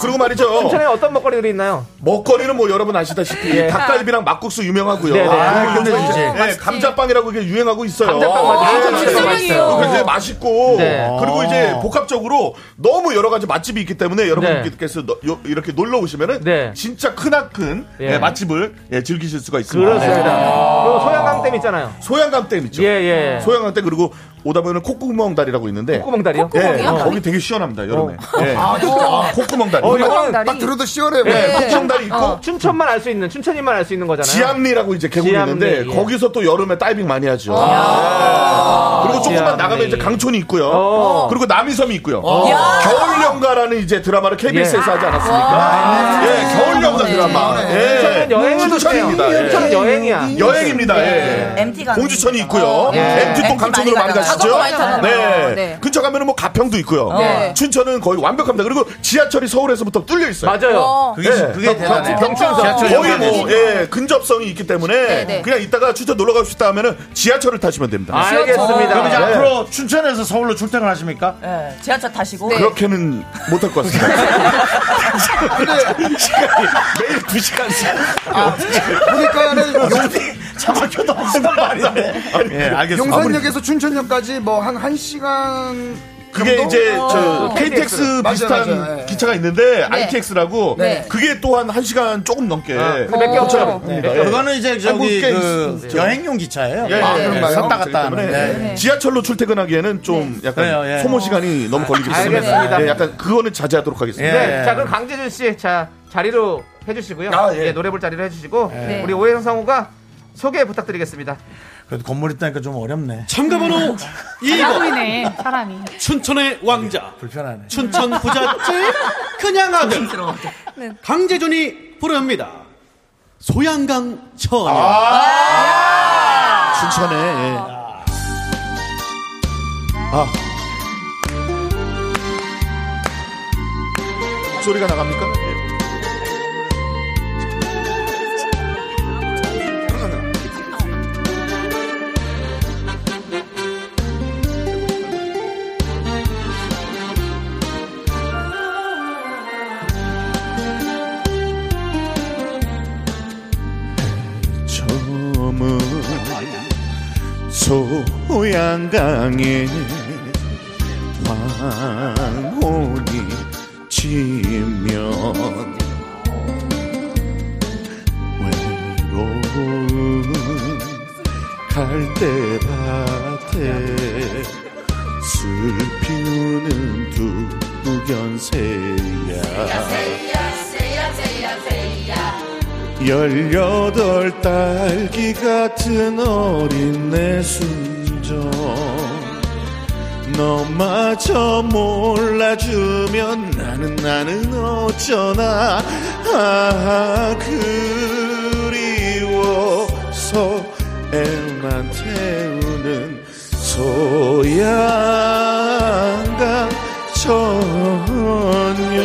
S9: 그리고 말이죠.
S2: 춘천에 어떤 먹거리들이 있나요?
S9: 먹거리는 뭐 여러분 아시다시피
S2: 예.
S9: 닭갈비랑 막국수 유명하고요.
S2: 네네.
S9: 아,
S2: 근데
S9: 그리고
S2: 이제-
S9: 예, 감자빵이라고 이게 유행하고 있어요.
S2: 감자빵 맞아요.
S9: 예,
S2: 감자빵
S9: 그래서
S2: 맛있어요.
S9: 그거 굉장히 맛있고
S2: 네.
S9: 그리고
S2: 아.
S9: 이제 복합적으로 너무 여러 가지 맛집이 있기 때문에
S2: 네.
S9: 여러분께서 너- 요- 이렇게 놀러 오시면은 진짜 크나큰
S2: 예.
S9: 예, 맛집을 예, 즐기실 수가 있습니다.
S2: 그렇습니다.
S9: 아.
S2: 그리고 소양강댐 있잖아요.
S9: 소양강댐 있죠.
S2: 예, 예.
S9: 소양강댐 그리고 오다 보면 콧구멍다리라고 있는데
S2: 콧구멍다리요?
S9: 예,
S2: 콧구멍이요?
S9: 거기 되게 시원합니다 여름에. 예.
S2: 아, 진짜?
S9: 콧구멍다리.
S2: 어, 이거는
S12: 딱 들어도 시원해요.
S9: 예, 콧구멍다리 있고
S2: 어, 춘천만 알 수 있는 춘천인만 알 수 있는 거잖아요.
S9: 지암리라고 이제 계곡이
S2: 지암리,
S9: 있는데
S2: 예.
S9: 거기서 또 여름에 다이빙 많이 하죠. 예. 그리고 조금만
S2: 아. 지암리.
S9: 나가면 이제 강촌이 있고요.
S2: 어.
S9: 그리고 남이섬이 있고요.
S2: 어. 야.
S9: 겨울연가라는 이제 드라마를 KBS에서
S2: 예.
S9: 하지 않았습니까?
S2: 와.
S9: 예, 겨울연가 드라마. 예.
S2: 춘천은 아. 여행을
S9: 춘천입니다.
S2: 해요.
S9: 예.
S2: 춘천은 여행이야.
S12: 네.
S9: 여행입니다. 예.
S8: MT 가는
S9: 공주천이 있고요.
S8: 예.
S9: MT 또
S8: MT
S9: 강촌으로 많이
S8: 많이 가죠.
S9: 가시죠.
S8: 가족 많이 타잖아요.
S9: 네.
S8: 네.
S9: 근처 가면은 뭐 가평도 있고요.
S8: 네.
S9: 춘천은 거의 완벽합니다. 그리고 지하철이 서울에서부터 뚫려 있어요. 네.
S2: 맞아요. 어.
S5: 그게- 그게 대단해요. 지하철
S9: 거의
S5: 연결돼
S9: 뭐
S5: 있어요.
S9: 예, 근접성이 있기 때문에
S5: 네, 네.
S9: 그냥 이따가 춘천 놀러 가고 싶다 하면은 지하철을 타시면 됩니다.
S8: 아,
S5: 아, 그럼 이제
S9: 네.
S5: 앞으로 춘천에서 서울로 출퇴근 하십니까?
S8: 네. 지하철 타시고.
S9: 그렇게는 못할 것 같습니다.
S8: 네.
S9: 시간이 매일 2시간씩.
S12: 아, 네.
S9: (laughs)
S12: 보니까는 뭐
S5: 차 막혀도 없는 말인데.
S9: 예, 알겠습니다.
S12: 네. 용산역에서 춘천역까지 뭐 한 1시간
S9: 그게
S12: 정도?
S9: 이제 저
S12: 어.
S9: KTX
S12: 맞아요,
S9: 비슷한
S12: 맞아요. 예.
S9: 기차가 있는데
S12: 네.
S9: ITX라고
S12: 네.
S9: 그게 또 한 1시간 조금 넘게
S5: 네.
S8: 어.
S9: 도착을
S5: 네.
S9: 합니다. 예.
S5: 그거는 이제 저기
S9: 한국계
S5: 그
S9: 있-
S5: 여행용 기차예요.
S9: 예,
S5: 아,
S9: 예, 예.
S5: 그런가요? 샀다
S9: 그렇기
S5: 갔다
S9: 때문에
S5: 하는. 네.
S9: 지하철로 출퇴근하기에는 좀 약간
S5: 그래요, 예.
S9: 소모 시간이 너무 걸리기 때문에
S2: 알겠습니다.
S9: 예, 약간 그거는 자제하도록 하겠습니다.
S2: 네. 자, 그럼 강재준 씨, 자, 자리로 해주시고요.
S9: 아,
S2: 예. 노래 볼 자리로 해주시고,
S5: 네.
S2: 우리 오해성 성우가 소개 부탁드리겠습니다.
S5: 그래도 건물 있다니까 좀 어렵네. 음.
S8: 음.
S3: 참가번호
S7: 사람이네, 사람이.
S3: 춘천의 왕자.
S5: 불편하네.
S3: 춘천 부잣집 그냥 아들 네. 강재준이 부릅니다. 소양강 처녀.
S5: 아!
S9: 춘천에 예. 아 아. 소리가 나갑니까?
S4: 처음은 소양강에 황혼이 지면 외로운 갈대밭에 술 피우는 두부견 새야 열여덟 딸기 같은 어린 내 순정 너마저 몰라주면 나는 나는 어쩌나 아 그리워서 애만 태우는 소양강 처녀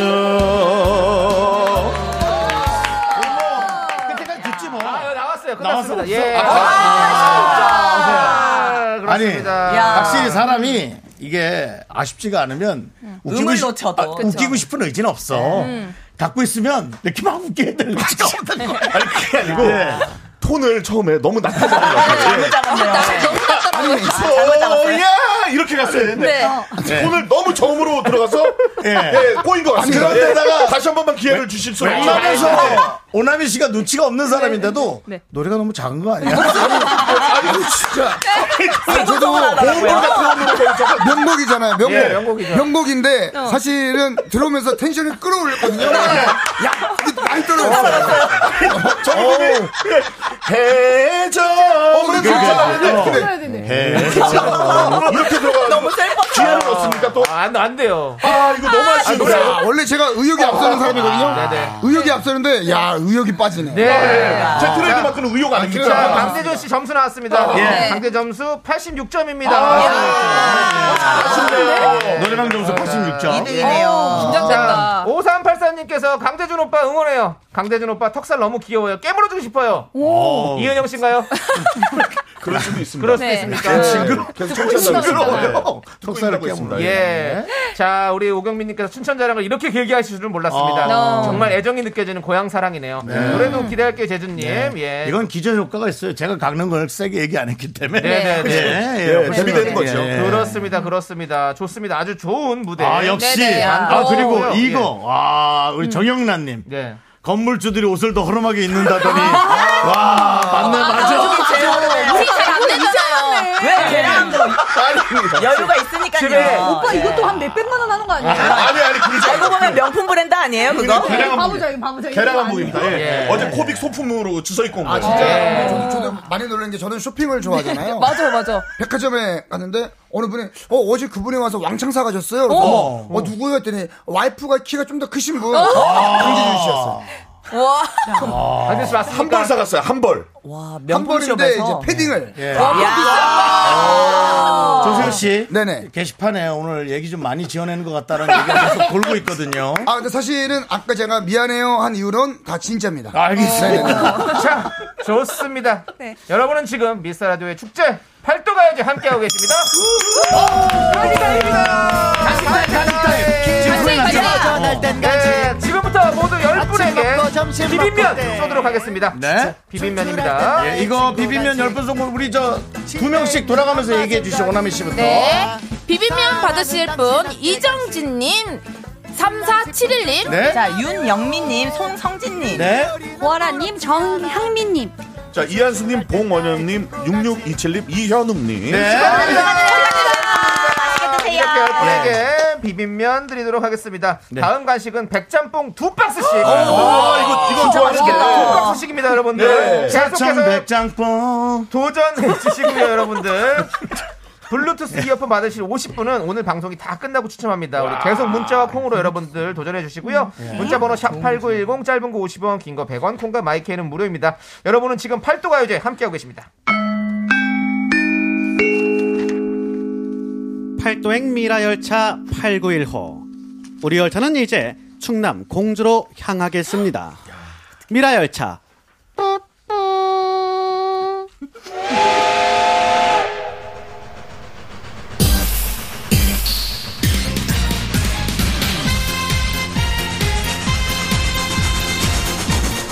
S5: 듣지 뭐.
S2: 나왔어요.
S5: 나왔어.
S2: 끝났습니다. 예.
S5: 아,
S2: 아,
S5: 아니,
S2: 그렇습니다.
S5: 확실히 사람이 이게 아쉽지가 않으면 웃기고,
S8: 음을
S5: 싶,
S8: 놓쳐도.
S5: 아, 웃기고 싶은 의지는 없어.
S8: 음.
S5: 갖고 있으면 이렇게 막 웃게 되는 거지.
S9: 아니 그게 아니고 톤을 처음에 너무 낮게 잡은 것
S8: 잘못
S9: 같아요.
S8: 잡았네요.
S9: 아니, 어, 소야 이렇게 갔어야 되는데
S8: 네.
S9: 네. 톤을 너무 저음으로
S5: (laughs)
S9: 들어가서 예. 꼬인 것 같습니다.
S5: 아니, 네. 그런데다가
S9: 예. 다시 한 번만 기회를 주실 수 없죠.
S5: 웬만해서
S9: 네.
S5: 오나미 씨가 눈치가
S2: 네.
S5: 없는 사람인데도 노래가 너무 작은 거 아니야? 아니, 진짜.
S2: 네.
S12: 저도 아, 명곡이잖아요. 명곡.
S5: 예, 명곡이죠. 어.
S12: 인데 사실은 들어오면서 텐션을 끌어올렸거든요. 야, 이게 많이 떨어졌어요. 어.
S9: 해적
S12: 근데 진짜
S9: 예.
S2: 네.
S9: 어, 이렇게 들어가 너무 셀 기회를 얻습니까 또?
S2: 안, 안 돼요. 아,
S9: 아, 이거 너무 아,
S12: 아,
S9: 아쉬운 거야.
S12: 자, 원래 제가 의욕이 앞서는 사람이거든요.
S9: 아, 네,
S12: 의욕이 앞서는데 야 의욕이 빠지네.
S2: 네. 아,
S9: 제 트레이드마크는 의욕 아닙니까?
S2: 자, 강대준 씨 점수 나왔습니다.
S9: 아, 예.
S2: 강대 점수 86점입니다. 네. 아,
S9: 네. 노래방
S5: 네.
S9: 점수 86점.
S2: 네.
S5: 어.
S9: 예.
S2: 긴장된다. 5384님께서 강대준 오빠 응원해요. 강대준 오빠 턱살 너무 귀여워요. 깨물어주고 싶어요.
S9: 오.
S2: 이은영 씨인가요?
S9: 그럴 수도 있습니다.
S2: 그럴 수도 네. 있습니까?
S9: 네.
S2: 징그러-
S9: 계속
S2: 듣고 있습니다.
S9: 징그러워요. 속살을 깨물어요.
S2: 예. 자, 우리 오경민님께서 춘천 자랑을 이렇게 길게 하실 줄은 몰랐습니다.
S1: 아.
S2: 정말 애정이 느껴지는 고향 사랑이네요.
S1: 네.
S2: 노래도 기대할게요, 재준님. 예.
S1: 이건 기저효과가 있어요. 제가 깎는 걸 세게 얘기 안 했기 때문에.
S2: 네네네.
S1: 그치? 예, 예,
S2: 네. 네. 그렇습니다, 그렇습니다. 좋습니다. 아주 좋은 무대. 네,
S1: 아, 역시. 아, 음. 그리고
S2: 예.
S1: 이거. 와, 우리 정영란님. 건물주들이 옷을 더 허름하게 입는다더니. 와, 맞네, 아. 맞아.
S8: 우리 네, 잘안 되잖아요. 왜 걔랑 여유가 있으니까요. 예.
S14: 오빠 이것도 한 몇백만 원 하는 거 아니에요?
S9: 아니, 아니, 그러지
S14: 알고 보면 명품 브랜드 아니에요, 그거?
S9: 그냥 계량한
S14: 바보적인, 바보적인.
S9: 계란 한 부입니다.
S12: 예.
S9: 어제 코빅 소품으로 주워 입고 온 거예요.
S12: 아 진짜 저도, 저도 많이 놀란 게 저는 쇼핑을 좋아하잖아요.
S14: 맞아 맞아.
S12: 백화점에 갔는데 어느 분이 어 어제 그분이 와서 왕창 사가셨어요. 그래서
S14: 어.
S12: 어, 누구요? 했더니 와이프가 키가 좀 더 크신 분.
S14: 어.
S12: 강지준 씨였어요.
S14: 와.
S9: 한 벌 사갔어요. 한 벌.
S14: 와,
S12: 한 벌인데 이제
S1: 아, 명품숍에서.
S12: 패딩을.
S1: 예.
S12: 와,
S1: 야. 어,
S12: 비싸다.
S1: 조세호 씨.
S12: 네네.
S1: 게시판에 오늘 얘기 좀 많이 지어내는 것 같다라는 얘기가 계속 돌고 있거든요.
S12: 아 근데 사실은 아까 제가 미안해요 한 이유는 다 진짜입니다.
S2: 자, 좋습니다. 여러분은 지금 미스터 라디오의 축제 팔도 가야지 함께하고 계십니다. 네, 지금부터 모두 10분에게 비빔면 (laughs) 쏘도록 하겠습니다.
S1: 네.
S2: 비빔면입니다.
S1: 예, 이거 비빔면 열분 송골 우리 저 두 명씩 돌아가면서 얘기해 주시죠. 오남희 씨부터.
S6: 네. 비빔면 받으실 분 이정진님, 3471님,
S1: 네.
S14: 자, 윤영민님, 송성진님,
S9: 네.
S14: 보아라님, 정향민님.
S9: 자, 이한수님, 봉원영님, 6627님, 이현웅님.
S2: 이렇게
S9: 네.
S2: 분에게 비빔면 드리도록 하겠습니다. 다음 간식은 백짬뽕 두 박스씩. 오,
S9: 아, 이거- 네. 이거
S2: 진짜 맛있겠다.
S9: 좋아하시겠다.
S2: 두 박스씩입니다, 여러분들.
S1: 네.
S2: 계속해서
S1: 사천 백장뽕.
S2: 도전해 주시고요, 여러분들. 블루투스 이어폰 받으실 50분은 오늘 방송이 다 끝나고 추첨합니다. 우리 계속 문자와 콩으로 여러분들 도전해 주시고요.
S9: 네.
S1: 예.
S2: 문자 번호 샵8910 짧은 거 50원, 긴 거 100원, 콩과 마이크는 무료입니다. 여러분은 지금 팔도 가요제 함께하고 계십니다.
S3: 팔도행 미라 열차 891호. 우리 열차는 이제 충남 공주로 향하겠습니다. 미라 열차.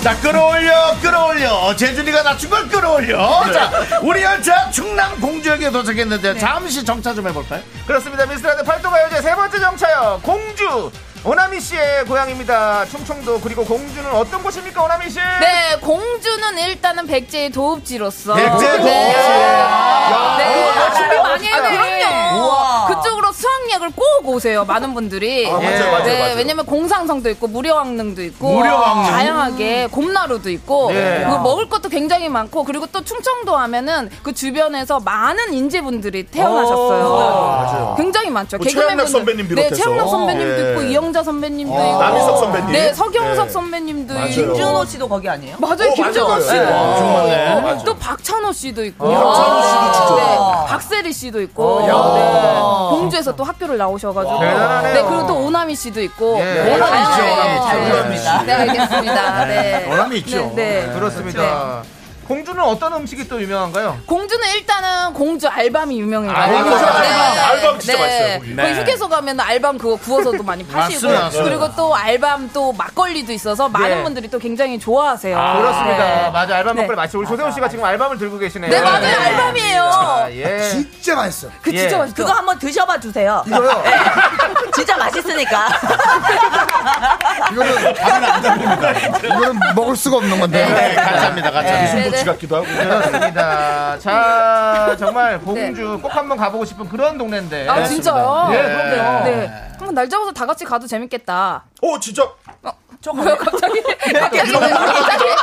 S1: 자 끌어올려 끌어올려 재준이가 낮춘 걸 끌어올려 자 우리 열차 충남 공주역에 도착했는데
S6: 네.
S1: 잠시 정차 좀 해볼까요?
S2: 그렇습니다. 미스라드 팔도가요제 세 번째 정차요. 공주. 오나미 씨의 고향입니다. 충청도 그리고 공주는 어떤 곳입니까, 오나미 씨?
S6: 네, 공주는 일단은 백제의 도읍지로서.
S2: 백제의
S6: 네.
S2: 도읍지. 야,
S6: 네.
S2: 아,
S6: 준비 많이 해요.
S2: 멋있다.
S6: 그럼요.
S2: 우와.
S6: 그쪽으로 수학여행을 꼭 오세요. 많은 분들이.
S2: 아, 맞아요, 맞아요,
S6: 네,
S2: 맞아요.
S6: 왜냐면 공상성도 있고 무료왕릉도 있고
S2: 무료왕릉.
S6: 다양하게 곰나루도 있고
S2: 네.
S6: 그리고 먹을 것도 굉장히 많고 그리고 또 충청도 하면은 그 주변에서 많은 인재분들이 태어나셨어요.
S9: 아, 맞아요.
S6: 굉장히 많죠.
S9: 뭐 최양락
S6: 네,
S9: 선배님 비롯해서.
S6: 최양락 선배님도
S9: 예.
S6: 있고 이영자 선배님도
S9: 아.
S6: 있고
S9: 남희석 선배님.
S6: 네, 서경석
S9: 예.
S6: 선배님도
S9: 맞아요.
S6: 있고
S9: 김준호
S14: 씨도 거기 아니에요?
S6: 맞아요,
S14: 어,
S6: 김준호
S14: 맞아요.
S6: 씨도.
S14: 예. 아, 정말네.
S6: 어,
S14: 맞아.
S6: 또 박찬호 씨도 있고.
S14: 아, 박찬호 씨도 진짜.
S6: 네, 박세리 씨도 있고.
S14: 야.
S6: 네, 공주에서 또 학교를 나오셔가지고.
S14: 대단하네요.
S6: 네, 그리고 또 오나미 씨도
S13: 예.
S6: 있고. 네,
S2: 오나미
S6: 다양하게
S2: 있죠, 오나미
S6: 잘
S2: 있죠.
S6: 있습니다. 네, 알겠습니다. 네.
S2: 오나미 있죠.
S6: 네, 네.
S2: 그렇습니다. 공주는 어떤 음식이 또 유명한가요?
S6: 공주는 일단은 공주 알밤이 유명해요.
S2: 아, 공주 알밤. 알밤 진짜
S6: 네.
S2: 맛있어요, 거기.
S6: 거기
S2: 네.
S6: 휴게소 가면 알밤 그거 구워서도
S2: (laughs)
S6: 많이 파시고
S2: 맞습니다, 맞습니다.
S6: 그리고 또 알밤 또 막걸리도 있어서 많은
S2: 네.
S6: 분들이 또 굉장히 좋아하세요.
S2: 아, 그렇습니다.
S6: 네.
S2: 맞아, 알밤 먹거리 마치 우리 조세호 씨가 지금 알밤을 들고 계시네요.
S6: 네, 맞아요. 알밤이에요.
S2: 자, 예.
S12: 아, 진짜 맛있어.
S14: 그 진짜 맛있어. 그거 한번 드셔봐 주세요.
S12: 이거요?
S14: 예. 진짜 맛있으니까.
S12: 이거는 이거는 먹을 수가 없는 건데.
S2: 네, 가짜입니다, 가짜.
S12: 네.
S2: 무슨 도치
S9: 같기도 하고.
S2: 그렇습니다. 자, 정말 공주 꼭 한번 가보고 싶은 그런 동네인데.
S6: 아 진짜요?
S2: 예, 그럼요. 어,
S6: 네. 한번 날 잡아서 다 같이 가도 재밌겠다. 어,
S9: 오 진짜.
S6: 저
S2: 네.
S6: 뭐야
S2: (laughs)
S6: 갑자기? 갑자기
S12: 이런 거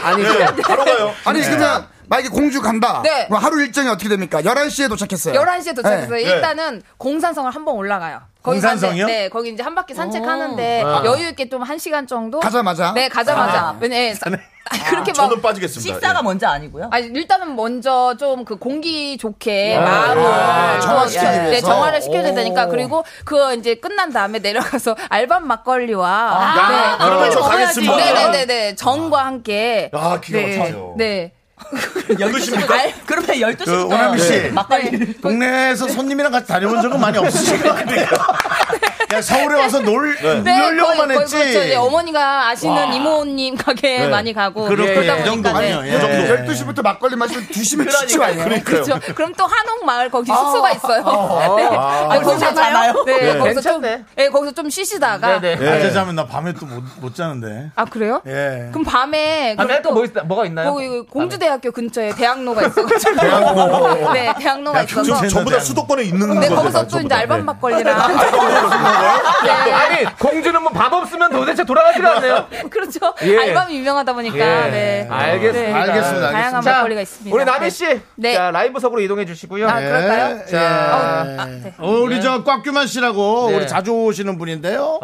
S2: 아니,
S9: 바로 가요.
S12: 아니 그냥 만약에 공주 간다.
S6: 네.
S2: 네.
S12: 그럼 하루 일정이 어떻게 됩니까? 11시에 도착했어요.
S6: 11시에 도착해서
S12: 네.
S6: 일단은 공산성을 한번 올라가요. 거기
S1: 공산성이요?
S6: 가는데, 네, 거기 이제 한 바퀴
S2: 어.
S6: 산책하는데
S1: 아.
S6: 여유 있게 좀 한 시간 정도
S1: 가자마자?
S6: 네 가자마자
S1: 아.
S6: 왜냐 예. 그렇게 막
S9: 아,
S1: 저는 빠지겠습니다. 식사가 예.
S6: 먼저 아니고요? 아니 일단은 먼저 좀 그 공기 좋게
S1: 아.
S6: 마음을
S1: 아,
S6: 좀,
S1: 정화시키기
S6: 예, 네
S1: 위해서?
S6: 정화를 시켜야 되니까
S1: 오.
S6: 그리고 그 이제 끝난 다음에 내려가서 (laughs) 알밤 막걸리와
S1: 아,
S6: 네,
S1: 야, 그러면 저 가겠습니다.
S6: 네네네네 정과 함께
S1: 아, 기가
S6: 네.
S1: 막히죠.
S6: 네.
S1: 그러십니까?
S6: 그러면 네, 12시
S1: 그, 오나미 씨. 동네에서 손님이랑 같이 다녀본 적은 많이 없으신 것 같아요. 그냥 서울에 와서 놀, 놀려고만
S6: 네. 거의- 거의
S1: 네. 했지.
S6: 그렇죠. 이제 어머니가 아시는
S1: 와.
S6: 이모님 가게에
S1: 네.
S6: 많이 가고
S1: 그렇- 예,
S6: 그러다 보니까
S1: 예. 그 정도군요. 예. 그 정도.
S12: 12시부터 막걸리 마시면 2시면 치지
S6: 그러니까요.
S12: 마요.
S6: 그렇죠. 그럼 또 한옥 마을 거기 숙소가 있어요. (laughs)
S12: 아.
S6: 네.
S12: 아.
S6: 아니, 거기서
S12: 괜찮아요?
S6: 네,
S1: 네.
S6: 거기서 좀, 네, 거기서 좀 쉬시다가.
S1: 낮에 자면 아, 나 밤에 또 못 자는데.
S6: 아 그래요?
S1: 예.
S6: 그럼 밤에
S1: 밤에
S6: 그럼
S1: 또뭐 있- 뭐가 있나요?
S6: 거기 공주대학교 근처에 대학로가 있어가지고
S9: 대학로.
S6: (laughs) 네 대학로가 있어서
S9: 전부 다 수도권에 있는
S6: 네,
S9: 거죠.
S6: 거기서 또 이제 알밤 막걸리랑
S2: 아,
S6: 네.
S2: 아니 공주는 뭐 밥 없으면 도대체 돌아가지가 않네요.
S6: (laughs) 그렇죠.
S2: 예.
S6: 알밤이 유명하다 보니까.
S2: 예.
S6: 네.
S2: 알겠습니다.
S6: 네.
S2: 알겠습니다.
S6: 다양한
S2: 알겠습니다.
S6: 막걸리가 있습니다.
S2: 우리 나미 씨,
S6: 네.
S2: 자 라이브석으로 이동해 주시고요.
S1: 아, 그럴까요?
S2: 자,
S1: 어, 우리 저 꽉규만 씨라고
S2: 네.
S1: 우리 자주 오시는 분인데요.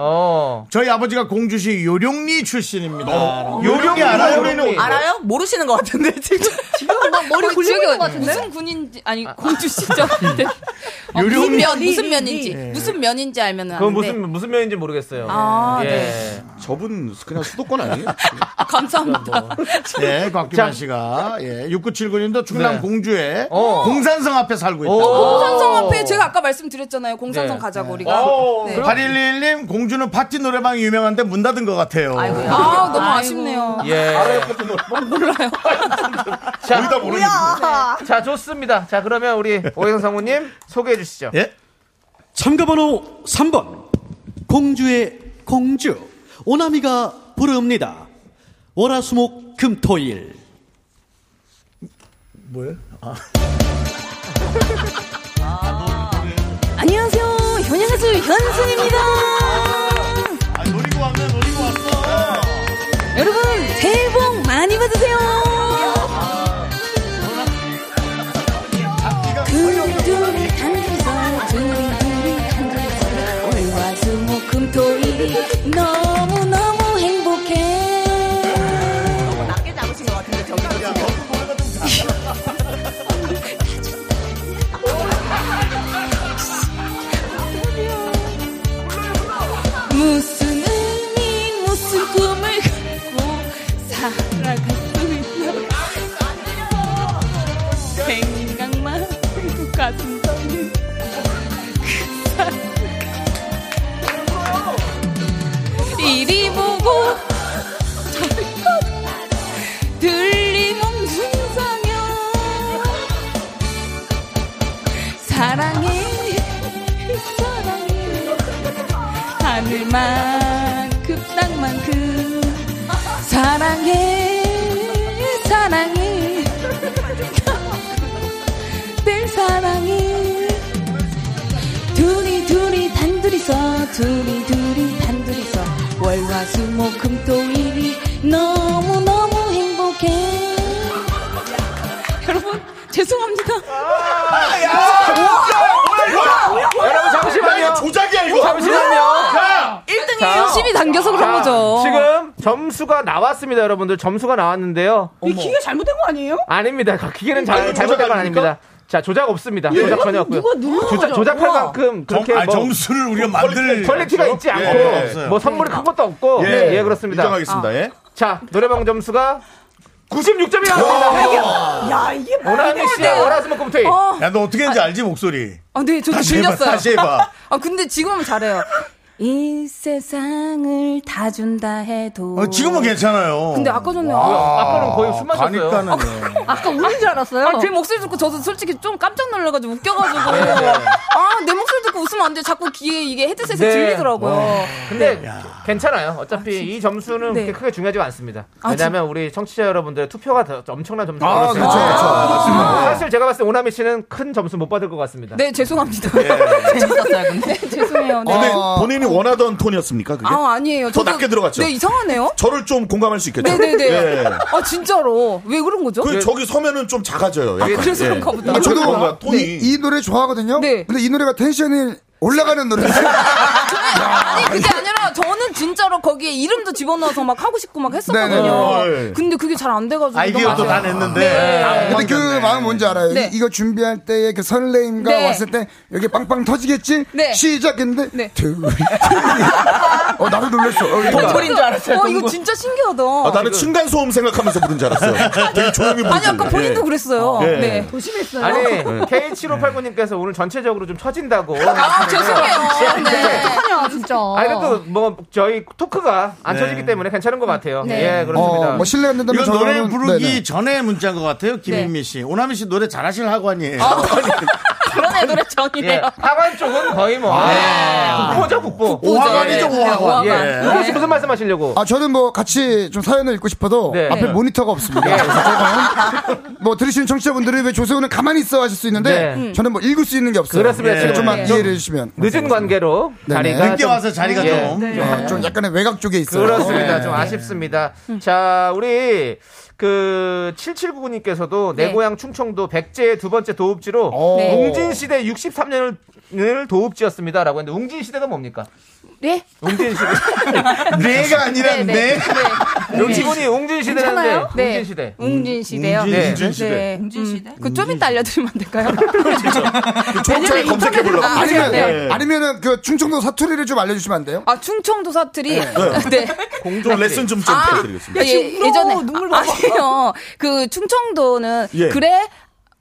S1: 저희 아버지가 공주시 요령리 출신입니다.
S2: 어.
S1: 요령리 알아요? 네. 요령리.
S8: 알아요? 모르시는 것 같은데 지금 지금 막 머리
S6: 거기
S8: 굴리고
S6: 지금
S8: 있는 것 같은데.
S6: 아, 무슨 군인지 아니 공주시죠. (laughs) 네. 어, 무슨
S2: 요령-
S6: 면 무슨 면인지
S2: 예.
S6: 무슨 면인지 알면
S2: 그건
S6: 아는데
S2: 무슨 무슨 면인지 모르겠어요.
S6: 아, 네.
S9: 저분 그냥 수도권 아니에요?
S6: 감사합니다.
S2: 뭐.
S6: (laughs)
S1: 예,
S2: 네. 자.
S1: 곽규만 씨가 예, 6979님도 충남
S2: 네.
S1: 공주에
S2: 어. 네.
S1: 공산성 앞에 살고 있다.
S6: 공산성 앞에 제가 아까 말씀드렸잖아요. 공산성
S1: 네.
S6: 가자고 우리가.
S1: 어,
S6: 네.
S1: 8111님 공주는 파티 노래방이 유명한데 문 닫은 것 같아요.
S11: 네.
S6: 아 너무 아쉽네요.
S2: 예.
S6: 몰라요.
S2: 자,
S6: 거의 다 모르겠는데. 뭐야?
S11: 네.
S2: 자, 좋습니다. 자, 그러면 우리 오해성 성우님 소개해 주시죠.
S1: 예?
S3: 참가번호 3번 공주의 공주 오나미가 부릅니다. 월화수목 금토일
S1: 뭐예요?
S11: 안녕하세요. 현양가수 현승입니다.
S1: 노리고 아, 왔네, 노리고 왔어. 예.
S11: 여러분, 새해 복 많이 받으세요. 그 금토일 한글자, 두리두리 한글자, 월화수목금토일이 너무너무 행복해.
S8: 너무 낮게 잡으신 것 같은데 저기
S11: 무슨 의미 무슨 꿈을 갖고 살아갈 수 있나 생각만 해도 가슴 떨리는 그 사람 이리 보고 저리 보고 들림없는 상영 사랑해 사랑해 하늘만큼 땅만큼 사랑해 사랑해 늘 사랑해 둘이 둘이 단둘이서 둘이 둘이 단둘이서 월화수목금토일이 너무 너무 행복해 여러분 죄송합니다 아,
S2: 여러분 잠시만요.
S11: 야, 이거
S9: 조작이야
S11: 이거.
S2: 잠시만요.
S11: 자, 1등이 에요. 욕심이 당겨서 어, 그런 거죠.
S2: 지금 점수가 나왔습니다, 여러분들. 점수가 나왔는데요.
S10: 이 기계 잘못된 거 아니에요?
S2: 아닙니다. 그 기계는
S10: 아니,
S2: 잘,
S10: 이거
S2: 잘못된
S10: 조작
S2: 건
S10: 아닙니까?
S2: 아닙니다. 자, 조작 없습니다.
S10: 예.
S2: 조작 전혀 없고요.
S10: 누가 누가
S2: 조작,
S10: 조작-
S2: 조작할
S10: 우와.
S2: 만큼 그렇게
S1: 정- 아니,
S2: 뭐
S1: 점수를 우리가 만들
S2: 퀄리티가
S1: 그렇죠?
S2: 있지 않고
S1: 예, 없어요.
S2: 뭐 선물이 큰 것도 없고
S1: 예.
S2: 예, 그렇습니다.
S9: 인정하겠습니다, 예.
S2: 자, 노래방 점수가 96점이
S10: 와.
S2: 나왔습니다.
S10: 야, 아, 이게
S2: 오나미 씨의 월화수목금토일.
S1: 야, 너 어떻게 했는지 알지, 목소리?
S6: 아, 네, 저도
S1: 다시 해봐,
S6: 들렸어요.
S1: 다시 해봐.
S6: (laughs) 아, 근데 지금은 잘해요. 이 세상을 다 준다 해도.
S1: 어, 지금은 괜찮아요.
S6: 근데 아까 전에 어.
S1: 와,
S6: 아까는 거의 숨 마셨어요.
S1: 가니까는.
S2: 예.
S6: 아까 우는 줄 알았어요. 제 목소리 듣고 저도 솔직히 좀 깜짝 놀라가지고 웃겨가지고.
S2: 네, 네.
S6: 아, 내 목소리 듣고 웃으면 안 돼. 자꾸 귀에 이게 헤드셋에 들리더라고요.
S2: 어. 근데 괜찮아요. 어차피 이 점수는
S6: 네.
S2: 그렇게 크게 중요하지 않습니다.
S6: 아,
S2: 왜냐하면 우리 청취자 여러분들의 투표가 더 엄청난 점수가
S1: 아,
S2: 나왔어요.
S1: 그렇죠, 그렇죠.
S6: 그렇습니다.
S2: 사실 제가 봤을 때 오나미 씨는 큰 점수 못 받을 것 같습니다.
S6: 아. 네, 죄송합니다. (laughs) 재밌었어요, 근데. 네, 죄송해요. 네.
S9: 아, 예. 근데 본인이 원하던 톤이었습니까? 그게?
S6: 아, 아니에요.
S9: 더
S6: 저도-
S9: 낮게 들어갔죠.
S6: 네, 이상하네요.
S9: 저를 좀 공감할 수 있겠죠.
S6: 네네네.
S9: 예.
S6: 아, 진짜로. 왜 그런 거죠?
S12: 예.
S9: 그 저기 서면은 좀 작아져요.
S6: 아, 그래서 그런가 보다. 네.
S12: 저도
S9: 뭔가
S12: 이,
S9: 톤이
S12: 이 노래 좋아하거든요. 근데 이 노래가 텐션을 올라가는 노래.
S6: 아니 그게 아니라 저는 진짜로 거기에 이름도 집어넣어서 막 하고 싶고 막 했었거든요.
S12: 네네.
S6: 근데 그게 잘 안 돼가지고
S12: 아이디어도
S6: 너무
S12: 다
S6: 아쉬워요.
S12: 냈는데.
S6: 네.
S12: 근데 그 마음 뭔지 알아요.
S6: 네.
S12: 이- 이거 준비할 때의 그 설레임과
S6: 네.
S12: 왔을 때 여기 빵빵 터지겠지? 시작했는데 둘이 둘이. 어 나도 놀랐어. 어, 이거.
S6: 어 이거 진짜 어. 신기하다.
S9: 아, 나는 층간소음 생각하면서 부른 줄 알았어요. 되게 조용히 부른
S6: 아니
S9: 줄
S6: 아까
S9: 알았어요.
S6: 본인도
S9: 예.
S6: 그랬어요.
S9: 예.
S6: 네. 조심했어요.
S2: 아니
S9: 네.
S2: K7589님께서 오늘 전체적으로 좀 처진다고.
S8: 네.
S6: 아, 죄송해요. 네.
S7: 어떡하냐, 진짜.
S2: 아니 그래도 뭐 저희 토크가 안
S1: 네.
S2: 처지기 때문에 괜찮은 것 같아요.
S1: 네.
S2: 예 그렇습니다.
S1: 이건 노래 부르기
S2: 뭐 네네.
S1: 전에 문자인 것 같아요, 김인미 씨. 오나미 씨 노래 잘하실 하관이에요.
S8: 그러네 노래
S2: 예,
S8: 전이네요.
S2: 하관 쪽은 거의 뭐 아, 국보죠 국보.
S12: 국보죠. 오화관이죠,
S6: 네.
S12: 뭐
S2: 예,
S12: 오화관.
S2: 예.
S12: 오화관.
S2: 유호
S12: 네.
S2: 씨 무슨 말씀하시려고?
S12: 아 저는 뭐 같이 좀 사연을 읽고 싶어도
S2: 네.
S12: 앞에
S2: 네.
S12: 모니터가 없습니다.
S2: 네.
S12: 그래서 저는 뭐 들으시는 청취자분들이 왜 조세호는 가만히 있어 하실 수 있는데
S2: 네. 음.
S12: 저는 뭐 읽을 수 있는 게 없어요. 예.
S2: 그렇습니다. 지금
S12: 좀만
S2: 네.
S12: 이해를 해주시면.
S2: 늦은 관계로
S12: 네네.
S2: 자리가
S12: 늦게
S2: 좀-
S12: 와서 자리가
S2: 예.
S12: 좀,
S6: 네.
S12: 어, 좀 약간의 외곽 쪽에 있어요.
S2: 그렇습니다.
S12: 네.
S2: 좀 아쉽습니다.
S6: 음.
S2: 자, 우리 그 7799님께서도 내
S1: 네.
S2: 고향 충청도 백제의 두 번째 도읍지로
S1: 네.
S2: 웅진 시대 63년을 도읍지였습니다라고 했는데 웅진 시대가 뭡니까?
S6: 네?
S2: 웅진
S6: (laughs)
S2: 시대.
S1: 내가 아니라 네, 네. 내.
S2: (laughs) 여기 직원이 웅진 시대라는데
S6: 네. 괜찮아요? 네.
S2: 웅진 시대.
S6: 웅진 시대요.
S2: 웅진,
S6: 네.
S2: 웅진 시대.
S6: 네. 웅진 시대. 그좀 이따 알려드리면 안 될까요?
S12: 청취자 그 검색해 보려고.
S6: 아,
S12: 아니면
S6: 네.
S12: 아니면은 그 충청도 사투리를 좀 알려주시면 안 돼요?
S6: 아 충청도 사투리. 네.
S9: 공조 레슨 좀 좀
S6: 아,
S9: 부탁드리겠습니다.
S6: 예, 예전에 눈물 아, 아니요. 그 충청도는
S9: 예.
S6: 그래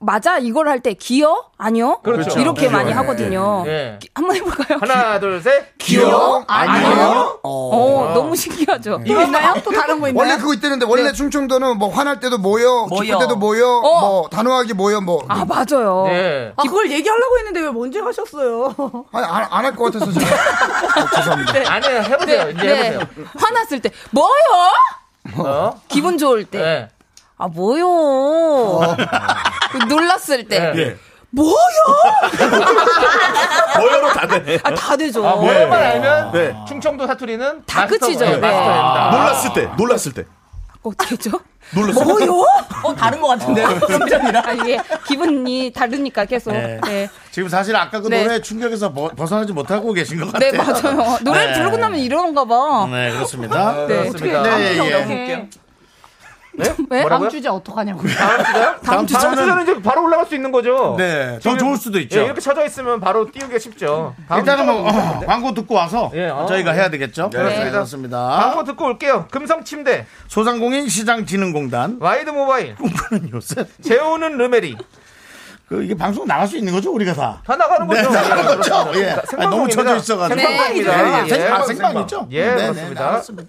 S6: 맞아 이걸 할 때 기어 아니요
S2: 그렇죠.
S6: 이렇게
S2: 네.
S6: 많이
S2: 네.
S6: 하거든요.
S2: 네.
S6: 기- 한번 해볼까요?
S2: 하나, 둘, 셋.
S12: 기억?
S6: 아니요. 어,
S12: 어.
S6: 너무 신기하죠.
S12: 또 있나요?
S6: 또 다른 거 있나요?
S12: 원래 그거 있다는데 원래
S6: 네.
S12: 충청도는 뭐 화날 때도 모여, 기쁠
S6: 모여.
S12: 때도 모여, 뭐 단호하게 모여 뭐.
S6: 어. 아 맞아요.
S2: 네.
S15: 아, 그걸 얘기하려고 했는데 왜 먼저 가셨어요?
S12: 아니 안할 것 같아서
S6: (laughs)
S12: 지금.
S2: 네, 아니에요. 해보세요. 이제 해보세요.
S6: 네. 화났을 때 뭐요?
S2: 어?
S6: 기분 좋을 때.
S2: 네.
S6: 아 뭐요? 그 놀랐을 때.
S2: 예.
S6: 네. 뭐요?
S9: 뭐여로 다 돼.
S6: 아, 다 되죠.
S2: 아, 뭐여만 알면
S9: 네.
S2: 충청도 사투리는
S6: 다
S2: 마스터-
S6: 끝이죠.
S2: 예,
S6: 네.
S2: 마스터입니다.
S9: 놀랐을 때, 놀랐을 때.
S6: 어떻게죠?
S9: 놀랐어요.
S6: 뭐요?
S8: 어 다른 것 같은데요.
S6: 아, 이게 기분이 다르니까 계속.
S1: 네.
S6: 네.
S1: 지금 사실 아까 그
S6: 네.
S1: 노래 충격에서 벗- 벗어나지 못하고 계신 것
S6: 네,
S1: 같아요.
S6: 맞아요. 노래를
S1: 네.
S6: 부르고 나면 이러는가 봐.
S11: 음.
S1: 네, 그렇습니다.
S6: 네, 어떻게 감기가
S1: 네, 예.
S6: 오나요?
S7: 왜? 다음
S2: 뭐라고요?
S7: 주제 어떡하냐고.
S2: 다음 주가요?
S1: 다음 주 저는-
S10: (laughs)
S2: 는 이제 바로 올라갈 수 있는 거죠.
S1: 네, 더
S2: 지금-
S1: 좋을 수도 있죠.
S2: 예, 이렇게 쳐져 있으면 바로 띄우기 쉽죠. 다음
S1: 일단은 뭐
S2: 주가
S1: 어, 광고 듣고 와서
S2: 어.
S1: 저희가 해야 되겠죠.
S2: 네. 그렇습니다.
S1: 네, 그렇습니다.
S2: 광고 듣고 올게요. 금성침대,
S1: 소상공인 시장진흥공단
S2: 와이드 모바일,
S1: 꿈꾸는 (laughs) 요새
S2: 재우는 르메리.
S1: 그 이게 방송 나갈 수 있는 거죠 우리가 다.
S13: 그렇죠.
S2: 다 나가는
S1: 네,
S2: 거죠.
S1: 나가는
S2: 예,
S1: 거죠.
S2: 그렇습니다.
S1: 예.
S2: 생방송입니다.
S1: 아니, 너무 쳐져 있어가지고.
S2: 생방송입니다.
S1: 예, 예. 아,
S2: 생방.
S1: 생방이죠?
S2: 예,
S1: 네, 네,
S2: 그렇습니다.
S1: 네,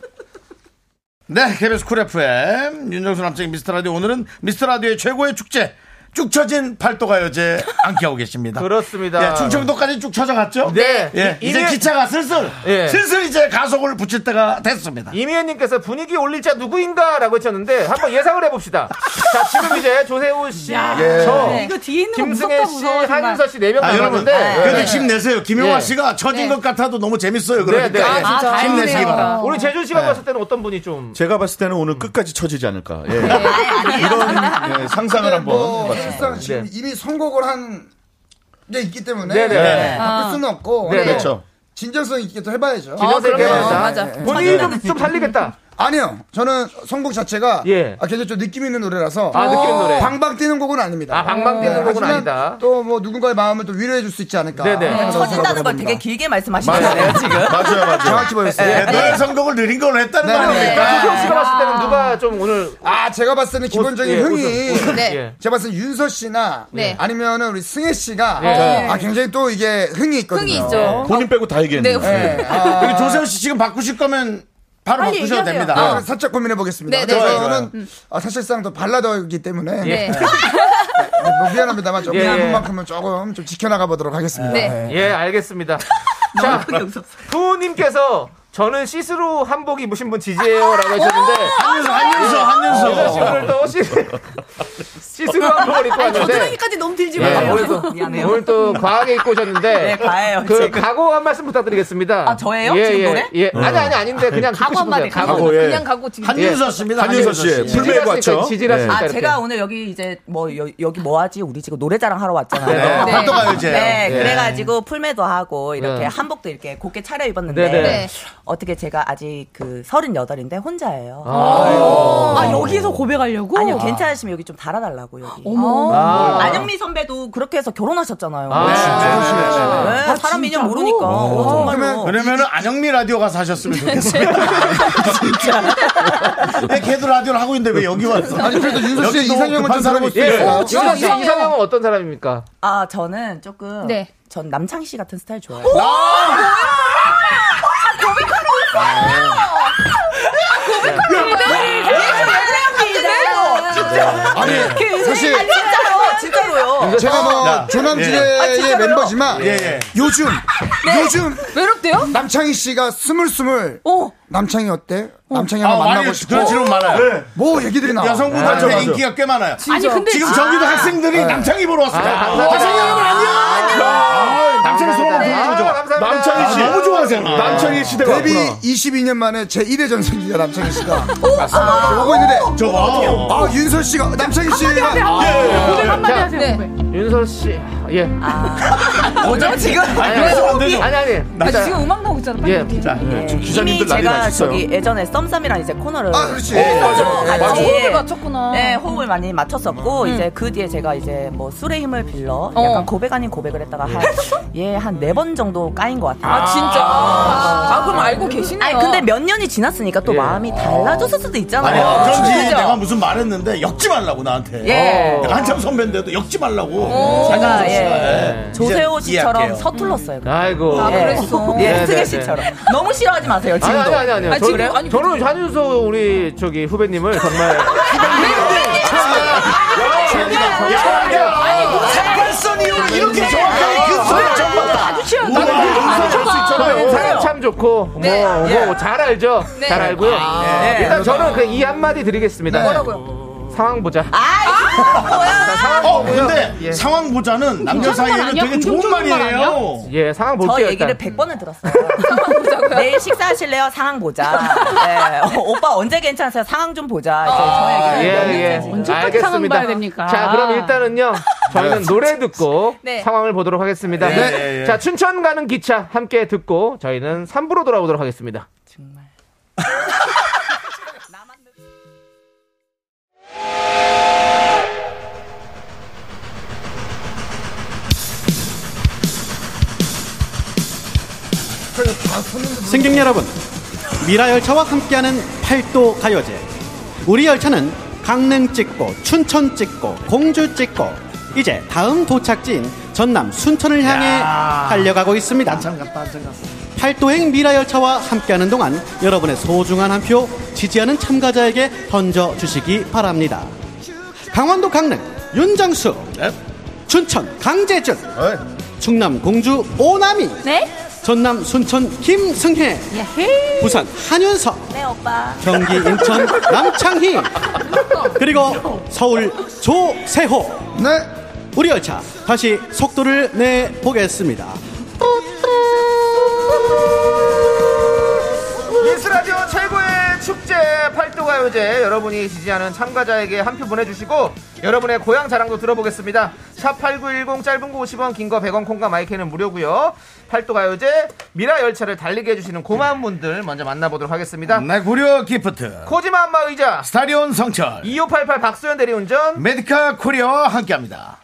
S1: 네, KBS 쿨 FM 윤정수 남창 미스터 라디오 오늘은 미스터 라디오의 최고의 축제 쭉 처진 팔도가요제 함께하고 계십니다.
S2: 그렇습니다.
S1: 예, 충청도까지 쭉 쳐져갔죠?
S2: 네.
S1: 예,
S2: 이-
S1: 이제
S2: 이면-
S1: 기차가 슬슬
S2: 예.
S1: 슬슬 (laughs) 이제 가속을 붙일 때가 됐습니다.
S2: 이미연님께서 분위기 올릴 자 누구인가라고 했었는데 한번
S1: (laughs)
S2: 예상을 해봅시다. 자 지금 이제 조세호 씨,
S1: 예.
S2: 저,
S1: 네,
S15: 이거 뒤에 있는 거
S2: 김승혜
S15: 무섭다
S2: 씨,
S15: 무서워. 정말.
S2: 한윤서 씨 네 명
S1: 아, 여러분,
S2: 남았는데
S1: 그래도
S2: 네.
S1: 힘내세요. 김용화
S2: 예.
S1: 씨가 처진
S2: 네.
S1: 것 같아도 너무 재밌어요.
S2: 네, 네.
S15: 아,
S1: 그러니까 예. 힘내시기 바랍니다.
S2: 우리 재준 씨가
S9: 네.
S2: 봤을 때는 어떤 분이 좀
S9: 제가 봤을 때는 오늘 끝까지 처지지 않을까.
S6: 네.
S9: 예.
S2: 네,
S9: 이런 예, 상상을
S12: 아. 근데
S9: 한번
S12: 뭐
S9: 해봤습니다.
S12: 사실상 지금 이미 선곡을 한 게 있기 때문에
S9: 네네. 네.
S8: 아.
S12: 바꿀 수는 없고
S9: 네.
S12: 네.
S9: 그렇죠.
S12: 진정성 있게 또 해봐야죠.
S2: 진정성
S12: 네.
S2: 있게 해야죠.
S12: 네.
S2: 아, 맞아.
S12: 네.
S2: 본인이 좀- 좀 살리겠다.
S12: 아니요, 저는 선곡 자체가
S2: 예.
S12: 아, 굉장히 좀 느낌 있는 노래라서
S2: 아, 느낌 있는 노래.
S12: 방방 뛰는 곡은 아닙니다. 네,
S2: 아, 방방 뛰는 곡은
S12: 하지만
S2: 아니다.
S12: 또 뭐 누군가의 마음을 또 위로해 줄 수 있지 않을까.
S2: 네네.
S12: 하는 생각을
S8: 처진다는 음, 걸
S12: 해봅니다.
S8: 되게 길게 말씀하시잖아요 지금.
S9: 맞아요, 맞아요.
S12: 정확히 보였어요.
S9: 예,
S12: 네.
S9: 노래 선곡을 느린 걸로 했다는
S12: 네.
S9: 거 아닙니까?
S2: 조세호 씨가 봤을 때는 누가 좀 오늘
S12: 아, 제가 봤을 때는 기본적인
S2: 예,
S12: 흥이
S2: 웃음, 웃음. 네. 예.
S12: 제가 봤을 때 윤서 씨나
S6: 네.
S12: 아니면은 우리 승혜 씨가
S9: 네.
S12: 아, 굉장히 또 이게 흥이 있거든요. 네.
S6: 흥이 있죠.
S9: 본인 빼고 다 얘기했네요.
S6: 네, 네.
S9: 예.
S1: (laughs)
S12: 아.
S1: 여기 조세호 씨 지금 바꾸실 거면 바로
S6: 빨리
S1: 바꾸셔도
S6: 얘기하세요.
S1: 됩니다.
S12: 아, 살짝 고민해 보겠습니다.
S6: 네, 네.
S12: 저는
S1: 좋아요,
S12: 아, 사실상 더 발라더이기 때문에
S2: 예.
S12: 네. 뭐 미안합니다만 조금
S2: 예, 예.
S12: 한분만큼은 조금
S15: 네.
S12: 네.
S1: 예,
S12: 좀 지켜나가 보도록 하겠습니다.
S6: 네.
S2: 예 알겠습니다. 자, 부우님께서 저는 시스루 한복이 무신 분
S7: 아,
S2: 지지해요라고 해주는데
S1: 한윤서, 한윤서, 한윤서.
S2: 여자친구들도 시- 시스루 한복을 입고
S7: 아니,
S2: 왔는데
S7: 겨드랑이까지 너무 들지
S2: 예,
S7: 마요.
S2: 오늘 또,
S7: 미안해요.
S2: 오늘 또 과하게 입고 오셨는데
S7: 네, 과해요,
S2: 그
S7: 지금.
S2: 각오 한 말씀 부탁드리겠습니다.
S7: 아, 저예요?
S2: 예,
S7: 지금
S2: 예,
S7: 노래?
S2: 예.
S7: 음.
S2: 아니 아니 아닌데 그냥
S7: 각오
S2: 듣고 예.
S7: 한 마디,
S2: 싶은데
S7: 각오. 그냥 각오 지금. 한윤서
S8: 씨입니다,
S9: 한윤서 씨.
S8: 한윤서 씨.
S2: 네,
S9: 불매고 왔죠.
S2: 지지라시니까
S8: 아,
S2: 이렇게.
S8: 제가 오늘 여기 이제 뭐 여, 여기 뭐 하지? 우리 지금 노래자랑 하러
S2: 네,
S8: 왔잖아요.
S2: 네. 활동 가요제예요.
S8: 네,
S2: 네.
S8: 그래가지고 풀매도 하고 이렇게
S2: 네.
S8: 한복도 이렇게 곱게 차려 입었는데
S2: 네, 네.
S8: 어떻게 제가 아직 그 서른여덟인데 혼자예요.
S7: 아이고. 아, 여기서
S8: 고백하려고? 아니요, 괜찮으시면 여기 좀 달아달라고 여기.
S7: 어머.
S8: 아.
S7: 아.
S8: 안영미 선배도 그렇게 해서 결혼하셨잖아요.
S1: 아, 진짜요? 진짜요?
S8: 네,
S1: 아,
S8: 사람 인연
S1: 진짜로?
S8: 모르니까. 어, 정말로.
S1: 그러면, 그러면은 안영미 라디오 가서 하셨으면 좋겠어요. (laughs) 진짜. 야, 걔도 라디오를 하고 있는데 왜 여기 왔어?
S2: 아니, 그래도 윤서 씨의 이상형은 좀
S1: 예.
S2: 예.
S1: 어, 진짜
S2: 진짜 이상형. 이상형은 어떤 사람입니까?
S8: 아, 저는 조금 전 남창희 씨 같은 스타일 좋아해요.
S7: 오!
S12: 아니, 사실
S8: 아니, 진짜로,
S11: 그러니까
S8: 진짜로요.
S12: 제가
S11: 어.
S12: 뭐
S1: 예.
S8: 아,
S12: 조남지대의
S8: 진짜로요?
S12: 멤버지만
S8: 예, 예.
S12: 요즘 요즘 외롭대요? 남창희 씨가 스물스물 남창희 어때? 남창희 한번
S1: 아,
S12: 만나고
S1: 많이
S12: 싶고
S1: 그런 질문 많아요. 네.
S12: 뭐 얘기들이 나와
S1: 여성분한테 아, 인기가 꽤 많아요.
S12: 아니, 근데
S1: 지금
S12: 진짜-
S1: 저기도 학생들이
S12: 네.
S1: 남창희 보러 왔습니다.
S12: 아,
S1: 학생 여러분 안녕. 아, 남창희 소감
S8: 네.
S1: 너무 좋아. 남창희 씨 너무 좋아하세요.
S12: 남창희 시대 데뷔 22년 만에 제 1회 전성기가 남창희 씨가 하고 있는데
S2: 저거.
S12: 아 윤서 씨가 남창희
S2: 한마디
S12: 씨가
S2: 하세요, 네,
S1: 예,
S2: 한마디.
S12: 아,
S2: 고백 한마디
S12: 자,
S2: 하세요, 고백. 윤서 씨, 예.
S13: 아.
S8: 뭐죠, 지금?
S2: 아니,
S8: 그래서
S2: 아니,
S8: 안 되죠.
S2: 아니, 아니.
S8: 아니,
S2: 자,
S8: 지금 음악 나오고 있잖아. 빨리
S2: 예.
S8: 어떻게.
S2: 자,
S8: 예.
S2: 지금 기자님들
S8: 이미
S2: 난리
S8: 제가
S2: 났었어요.
S8: 저기 예전에 썸썸이랑 이제 코너를
S2: 아, 그렇지.
S8: 네,
S2: 맞아.
S8: 같이
S2: 맞아.
S7: 호흡을 맞췄구나.
S8: 네, 호흡을 많이 맞췄었고 이제 그 뒤에 제가 이제 뭐 술의 힘을 빌러 약간 고백 아닌 고백을 했다가 한예한 네 번 정도 까인 것 같아요.
S7: 아, 진짜? 아, 그럼 알고 계시네요.
S8: 아니, 근데 몇 년이 지났으니까
S2: 예.
S8: 또 마음이 달라졌을 수도
S1: 아니,
S8: 있잖아요.
S1: 그런지
S8: 그죠?
S1: 내가 무슨 말했는데 엮지 말라고 나한테.
S8: 예.
S1: 내가 한참 선배인데도 엮지 말라고.
S8: 오.
S1: 장윤서
S8: 제가,
S1: 씨가,
S8: 예.
S1: 예.
S8: 조세호
S1: 이제
S8: 씨처럼
S1: 이해할게요.
S8: 서툴렀어요.
S2: 아이고.
S8: 예. 예, 스게 씨처럼. 너무 싫어하지 마세요,
S2: 아니,
S8: 지금도.
S2: 아니, 아니, 아니요.
S8: 아니,
S2: 저는,
S8: 지금- 아니,
S2: 저는 한윤서 우리 저기 후배님을 정말.
S8: 네. 아,
S1: 작가선 이유를
S8: 네.
S1: 이렇게
S8: 아,
S1: 정확하게 그 소리 적었다. 아주
S2: 나는
S8: 네.
S2: 그 사람 참 좋고
S1: 네.
S2: 뭐,
S1: 예.
S2: 뭐, 잘 알죠.
S1: 네.
S2: 잘 알고요.
S1: 아,
S2: 예.
S1: 네.
S2: 일단 저는
S1: 그러다.
S2: 그 이 한마디 드리겠습니다.
S1: 네.
S2: 상황 보자.
S1: 어, 근데 상황 보자는 남녀 사이에는 되게 좋은 말이에요.
S2: 예, 상황
S8: 저
S2: 볼게요.
S8: 얘기를 100번을 들었어요. (laughs) 내일 식사하실래요? 상황 보자. (laughs) 예. 어, 오빠 언제 괜찮으세요? 상황 좀 보자. 이제 아, 저 얘기를 네. 몇 년째
S2: 예,
S8: 지금.
S2: 예. 알겠습니다. 자, 그럼
S12: 아.
S2: 일단은요. 저희는 노래 듣고
S8: 네.
S2: 상황을 보도록 하겠습니다.
S8: 네. 네.
S2: 자, 춘천 가는 기차 함께 듣고 저희는 3부로 돌아오도록 하겠습니다.
S3: 승객 여러분, 미라 열차와 함께하는 팔도 가요제. 우리 열차는 강릉 찍고 춘천 찍고 공주 찍고 이제 다음 도착지인 전남 순천을 향해 달려가고 있습니다. 팔도행 미라 열차와 함께하는 동안 여러분의 소중한 한 표 지지하는 참가자에게 던져 주시기 바랍니다. 강원도 강릉 윤정수, 춘천 강재준, 충남 공주 오남이, 전남 순천 김승혜,
S7: 야헤.
S3: 부산 한윤석,
S8: 네, 오빠.
S3: 경기
S11: (laughs)
S3: 인천 남창희 그리고 서울 조세호 네 우리 열차 다시 속도를 내 보겠습니다
S2: 예스라디오 최고의 축제 팔도가요제 여러분이 지지하는 참가자에게 한 표 보내주시고 여러분의 고향 자랑도 들어보겠습니다 샵8910 짧은 거 50원 긴 거 100원 콩과 마이크는 무료고요 팔도가요제 미라 열차를 달리게 해주시는 고마운 분들 먼저 만나보도록 하겠습니다
S1: 네, 구려 기프트.
S2: 코지마 안마 의자
S1: 스타리온 성철.
S2: 2588 박수현 대리운전
S1: 메디카 코리아와 함께합니다.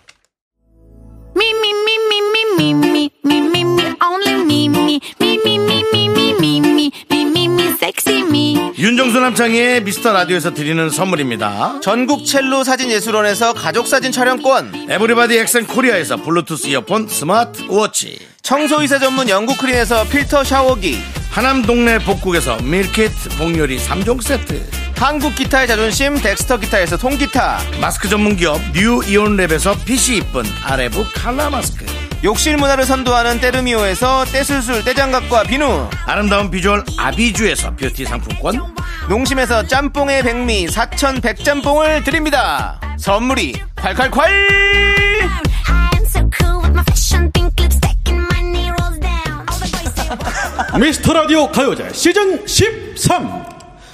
S11: Me, me, me, me, me, me, me, me, me, me, only me, me, me, me, me, me, me, me, me, me, me, me, sexy me.
S1: 윤정수 남창희의 미스터 라디오에서 드리는 선물입니다.
S16: 전국 첼로 사진 예술원에서 가족 사진 촬영권.
S1: 에브리바디 엑센 코리아에서 블루투스 이어폰 스마트 워치.
S16: 청소이사 전문 영국 크린에서 필터 샤워기.
S1: 하남 동네 복국에서 밀키트 복요리 3종 세트.
S16: 한국 기타의 자존심 덱스터 기타에서 통기타.
S1: 마스크 전문 기업 뉴 이온랩에서 핏이 이쁜 아레브 칼라 마스크.
S16: 욕실 문화를 선도하는 때르미오에서 떼술술 떼장갑과 비누 아름다운 비주얼 아비주에서 뷰티 상품권 농심에서 짬뽕의 백미 사천 백짬뽕을 드립니다 선물이 콸콸콸
S3: 미스터 라디오 가요제 시즌 13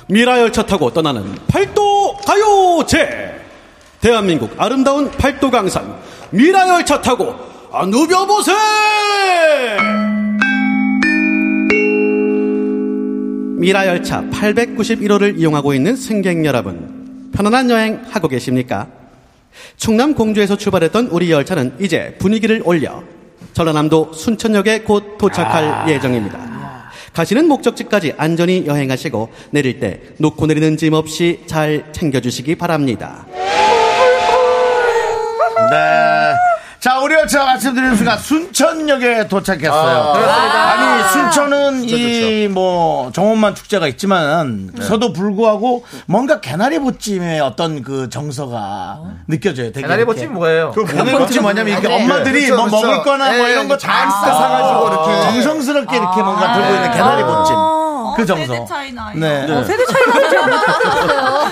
S3: 미라 열차 타고 떠나는 팔도 가요제 대한민국 아름다운 팔도 강산 미라 열차 타고 아, 누벼 보세 미라 열차 891호를 이용하고 있는 승객 여러분 편안한 여행 하고 계십니까? 충남 공주에서 출발했던 우리 열차는 이제 분위기를 올려 전라남도 순천역에 곧 도착할 예정입니다. 가시는 목적지까지 안전히 여행하시고 내릴 때 놓고 내리는 짐 없이 잘 챙겨주시기 바랍니다.
S1: 네. 자, 우리 열차 말씀드리는 순간 순천역에 도착했어요.
S5: 아, 그렇습니다.
S1: 니
S5: 아,
S1: 순천은
S5: 진짜
S1: 이 뭐 정원만 축제가 있지만 서도 불구하고 뭔가 개나리 보찜의 어떤 그 정서가 느껴져요. 되게
S2: 개나리
S1: 이렇게.
S2: 보찜 뭐예요?
S1: 그 개나리
S9: 그렇죠.
S1: 보찜 뭐냐면 이렇게
S2: 아, 네.
S1: 엄마들이
S2: 그렇죠,
S1: 뭐
S2: 그렇죠.
S1: 먹을 거나 뭐
S2: 네,
S1: 이런 거 다
S2: 잔
S1: 싸가지고 이렇게 정성스럽게 이렇게 뭔가 들고 있는 개나리 보찜. 그 정서.
S14: 세대 차이
S13: 예.
S14: 나요.
S1: 네.
S14: 어,
S1: 세대 차이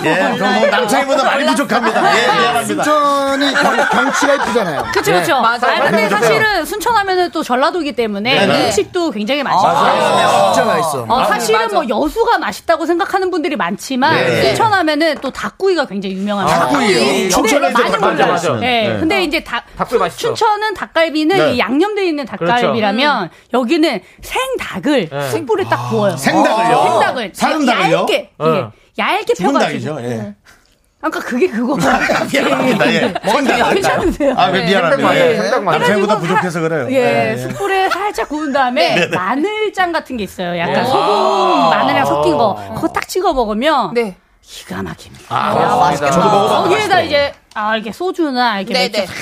S1: 예, 그럼
S13: 네.
S1: 뭐 남창이보다 많이 부족합니다. 예, 미안합니다.
S12: 순천이 경- 경치가 이쁘잖아요.
S10: (laughs) 그쵸 그쵸.
S12: 네,
S10: 아 근데
S12: 그죠?
S10: 사실은 순천하면은 또 전라도이기 때문에
S12: 네, 네.
S10: 음식도 굉장히
S12: 맞아요.
S10: 맛있어요.
S12: 진짜 맛있어.
S10: 어,
S12: 아,
S10: 사실은
S12: 맞아.
S10: 뭐 여수가 맛있다고 생각하는 분들이 많지만
S12: 네.
S10: 순천하면은 또 닭구이가 굉장히 유명합니다.
S2: 아, 닭구이요?
S10: 네,
S2: 춘천에서
S10: 많은
S2: 닭갈비
S10: 분들
S2: 맞아.
S10: 알죠. 네.
S2: 네.
S10: 근데 이제 닭
S2: 닭도 맛있어.
S10: 춘천은 닭갈비는
S2: 네. 음.
S10: 이 양념돼 있는 닭갈비라면 여기는 생닭을
S2: 네.
S10: 숯불에 딱 구워요. 어,
S2: 생닭을요?
S10: 생닭을
S2: 사는 닭을요?
S10: 얇게
S2: 네.
S10: 예, 얇게
S1: 죽은
S10: 펴가지고.
S1: 닭이죠. 예.
S10: 아까 그게 그거.
S2: (laughs)
S12: 음.
S1: 미안합니다. 예.
S10: 먹은 닭 아닐까요? 괜찮으세요?
S1: 아, 왜
S10: 네.
S1: 미안합니다.
S10: 생각만 해요,
S1: 예.
S10: 생각만 해요.
S1: 남편보다 부족해서 그래요.
S10: 예, 숯불에 살짝 구운 다음에
S1: 네, 네.
S10: 마늘장 같은 게 있어요.
S1: 네.
S10: 약간 소금
S12: 아.
S1: 아.
S10: 마늘이랑 섞인 거 그거 딱 찍어 먹으면
S9: 네.
S10: 기가 막힙니다.
S11: 아, 어,
S10: 거기에다 이제 아 이렇게 소주나 이렇게
S9: 네,
S10: 맥주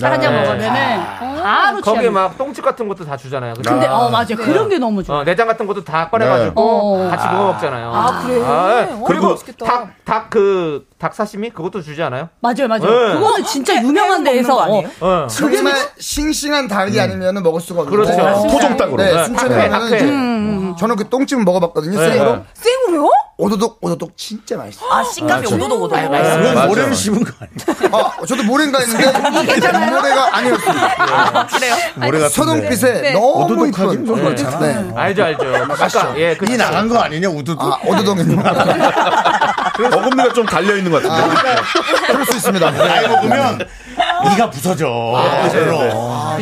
S10: 딱 한 잔
S2: 네.
S10: 먹으면은
S9: 아.
S10: 바로
S2: 거기에
S10: 취합니다.
S2: 막 똥집 같은 것도 다 주잖아요. 그죠?
S10: 근데 어 맞아 요 그런 게 너무 좋아.
S2: 어, 내장 같은 것도 다 꺼내가지고
S10: 네. 어.
S2: 같이 먹어 먹잖아요. 네.
S10: 아, 그래요? 어,
S2: 그리고
S10: 맛있겠다.
S2: 닭 닭 그 닭 사시미 그것도 주지 않아요?
S10: 맞아요, 맞아요.
S2: 네.
S10: 그거는 진짜 유명한 데에서 어,
S2: 어.
S12: 정말 싱싱한 닭이 아니면 먹을 수가 없는
S2: 그렇죠.
S12: 거예요.
S2: 토종닭으로.
S12: 네,
S2: 네.
S12: 순천에
S2: 닭회,
S12: 가면
S2: 닭회.
S10: 음,
S12: 이제 저는 그 똥집 먹어봤거든요.
S2: 네.
S12: 생으로
S10: 생으로요?
S12: 오도독 오도독 진짜 맛있어.
S8: 아, 식감이 오도독 오도독. 아,
S12: 맛있어요.
S1: 그건
S12: 맞아요.
S1: 모래를 씹은 거
S12: 아, 저도 모래인가 했는데 그 모래가 아니었습니다. 그래요? 모래가 소동빛에
S1: 네.
S12: 너무
S1: 오도독하긴
S12: 이쁜.
S1: 좀 그렇잖아.
S2: 알죠, 알죠.
S12: 맛있죠.
S2: 예,
S12: 이 나간 거 아니냐 우두둑? 네. 아,
S1: (laughs)
S12: 오두둑이요.
S1: 네.
S9: (laughs) 어금니가 좀 달려 있는 것 같은데.
S1: 아,
S12: 그럴 수 있습니다.
S1: 나이
S12: 네,
S1: 먹으면 이가 부서져.
S9: 아,
S1: 별로.
S9: 네.
S10: 아,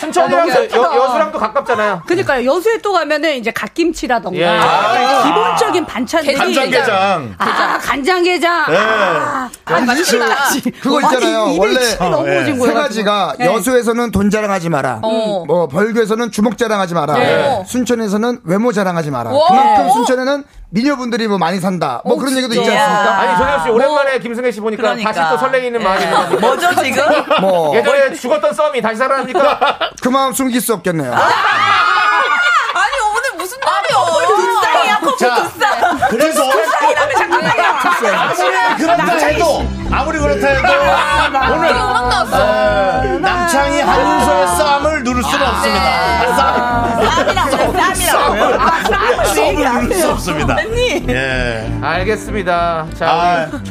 S2: 순천이랑
S10: 너무
S2: 여,
S10: 예쁘다.
S2: 여- 여수랑도 가깝잖아요.
S10: 그러니까요. 여수에 또 가면은 이제 갓김치라던가
S2: 예.
S10: 약간
S2: 아.
S10: 기본적인 반찬들이
S9: 간장게장.
S10: 아, 간장게장.
S12: 네.
S10: 아, 아,
S12: 간장게장. 그거 있잖아요. 원래 예, 세 가지가 여수에서는 돈 자랑하지 마라.
S10: 어.
S12: 뭐 벌교에서는 주먹 자랑하지 마라. 예.
S10: 네.
S12: 순천에서는 외모 자랑하지 마라.
S2: 와.
S12: 그만큼
S2: 어.
S12: 순천에는 미녀분들이 뭐 많이 산다. 뭐 그런 얘기도 있지 않습니까?
S2: 아니 전현 씨 오랜만에 김승혜 씨 보니까 다시 또 설레이는 마음이 들어요.
S12: 뭐죠, 지금? (laughs) 뭐.
S2: 예전에 죽었던 썸이 다시 살아납니까?
S12: (laughs) 그 마음 숨길 수 없겠네요.
S14: 아니 오늘 무슨 날이야?
S2: 뭐,
S8: 불쌍이야, 커플
S14: 자,
S8: 불쌍.
S1: 그래서
S8: 불쌍이라며 장난이야.
S1: 아무리 그렇다 해도 아무리 아, 그렇다 해도 오늘
S14: 음악 나왔어.
S1: 네, 남창이 한윤서의 싸움을 누를 수는 없습니다. 네.
S8: 쌈이라고, 쌈이라고. 아, 쌈을 얘기 안
S1: 싸움을 누를 수
S8: 해요.
S10: 어,
S1: 없습니다.
S8: 언니.
S1: 예.
S2: 알겠습니다. 자, 우리
S1: 아니,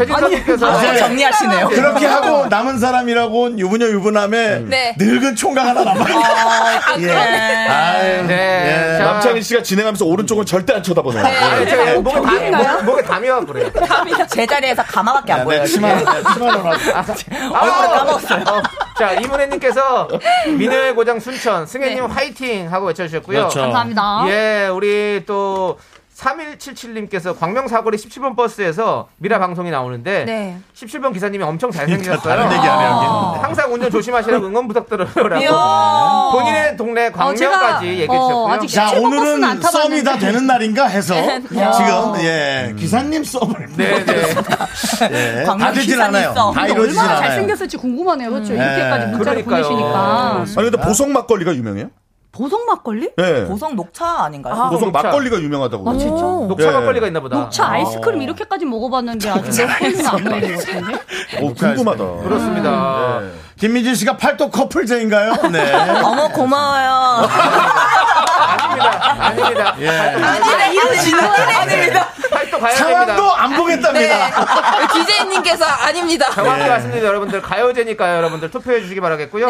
S2: 최진선님께서
S1: 이제 그렇게 하고 남은 사람이라곤 유부녀 유부남에
S2: 네.
S1: 늙은 총각 하나 남아.
S2: 아, 그러네.
S1: 아, 아유,
S2: 네.
S9: 예.
S2: 자.
S9: 남창희 씨가 진행하면서 오른쪽은 절대 안 쳐다보네요.
S2: 네. 아니, 제가
S9: 예.
S2: 목에 담이 목- 목에 담이 와 그래요.
S8: (laughs) 제자리에서 가마밖에 안 보여요.
S2: 심한-
S8: 네,
S1: 심한
S8: 얼굴을 까먹었어요.
S2: 어, 아, 자 이문혜님께서 민호의 고장 순천 승혜님 화이팅 하고 외쳐주셨고요.
S10: 그렇죠. 감사합니다.
S2: 예, 우리 또 3177님께서 광명 사거리 17번 버스에서 미라 방송이 나오는데
S10: 네.
S2: 17번 기사님이 엄청 잘생겼어요.
S1: 그러니까 다른 얘기 안 해요,
S2: 아. 항상 운전 조심하시라고 응원 부탁드려요라고
S1: 이야. 어,
S2: 본인의 동네 광명까지 얘기해 주셨고요.
S1: 자, 오늘은 썸이 다 되는 날인가 (laughs) 해서
S2: 네.
S1: 지금 예 기사님 썸을
S2: 네, 네.
S8: (laughs)
S1: 예, 다
S10: 광명
S1: 되질
S10: 기사님
S1: 않아요.
S10: 썸.
S1: 다
S10: 근데
S1: 이루어지진
S10: 얼마나
S1: 않아요.
S10: 잘생겼을지 궁금하네요. 그렇죠.
S1: 네. 아,
S10: 이렇게까지 문자를
S1: 그러니까요.
S2: 아.
S10: 보내시니까.
S9: 아니 근데 보석 막걸리가 유명해요?
S8: 보성 막걸리?
S9: 네.
S8: 보성 녹차 아닌가요?
S9: 보성 막걸리가 유명하다고. 예.
S8: 아, 진짜?
S9: 녹차 막걸리가
S2: 있나 보다.
S10: 녹차 아이스크림 이렇게까지 먹어봤는 게 아주 몇 개는 안 먹는 것
S9: 네.
S10: 같은데.
S9: 오, 어, 궁금하다.
S2: 어, 그렇습니다.
S1: 어, 네. 김민진 씨가 팔도
S2: (laughs)
S1: 커플제인가요? 네.
S8: 어머 고마워요.
S2: 아닙니다.
S1: 예.
S8: 아니다. 이런 진짜 아닙니다.
S2: 팔도 가야
S1: 상황도
S2: 됩니다.
S1: 안 보겠답니다. 네.
S6: DJ님께서 네. 아닙니다.
S9: 네.
S2: 정확히 맞습니다, 여러분들. 가요제니까요, 여러분들. 투표해 주시기 바라겠고요.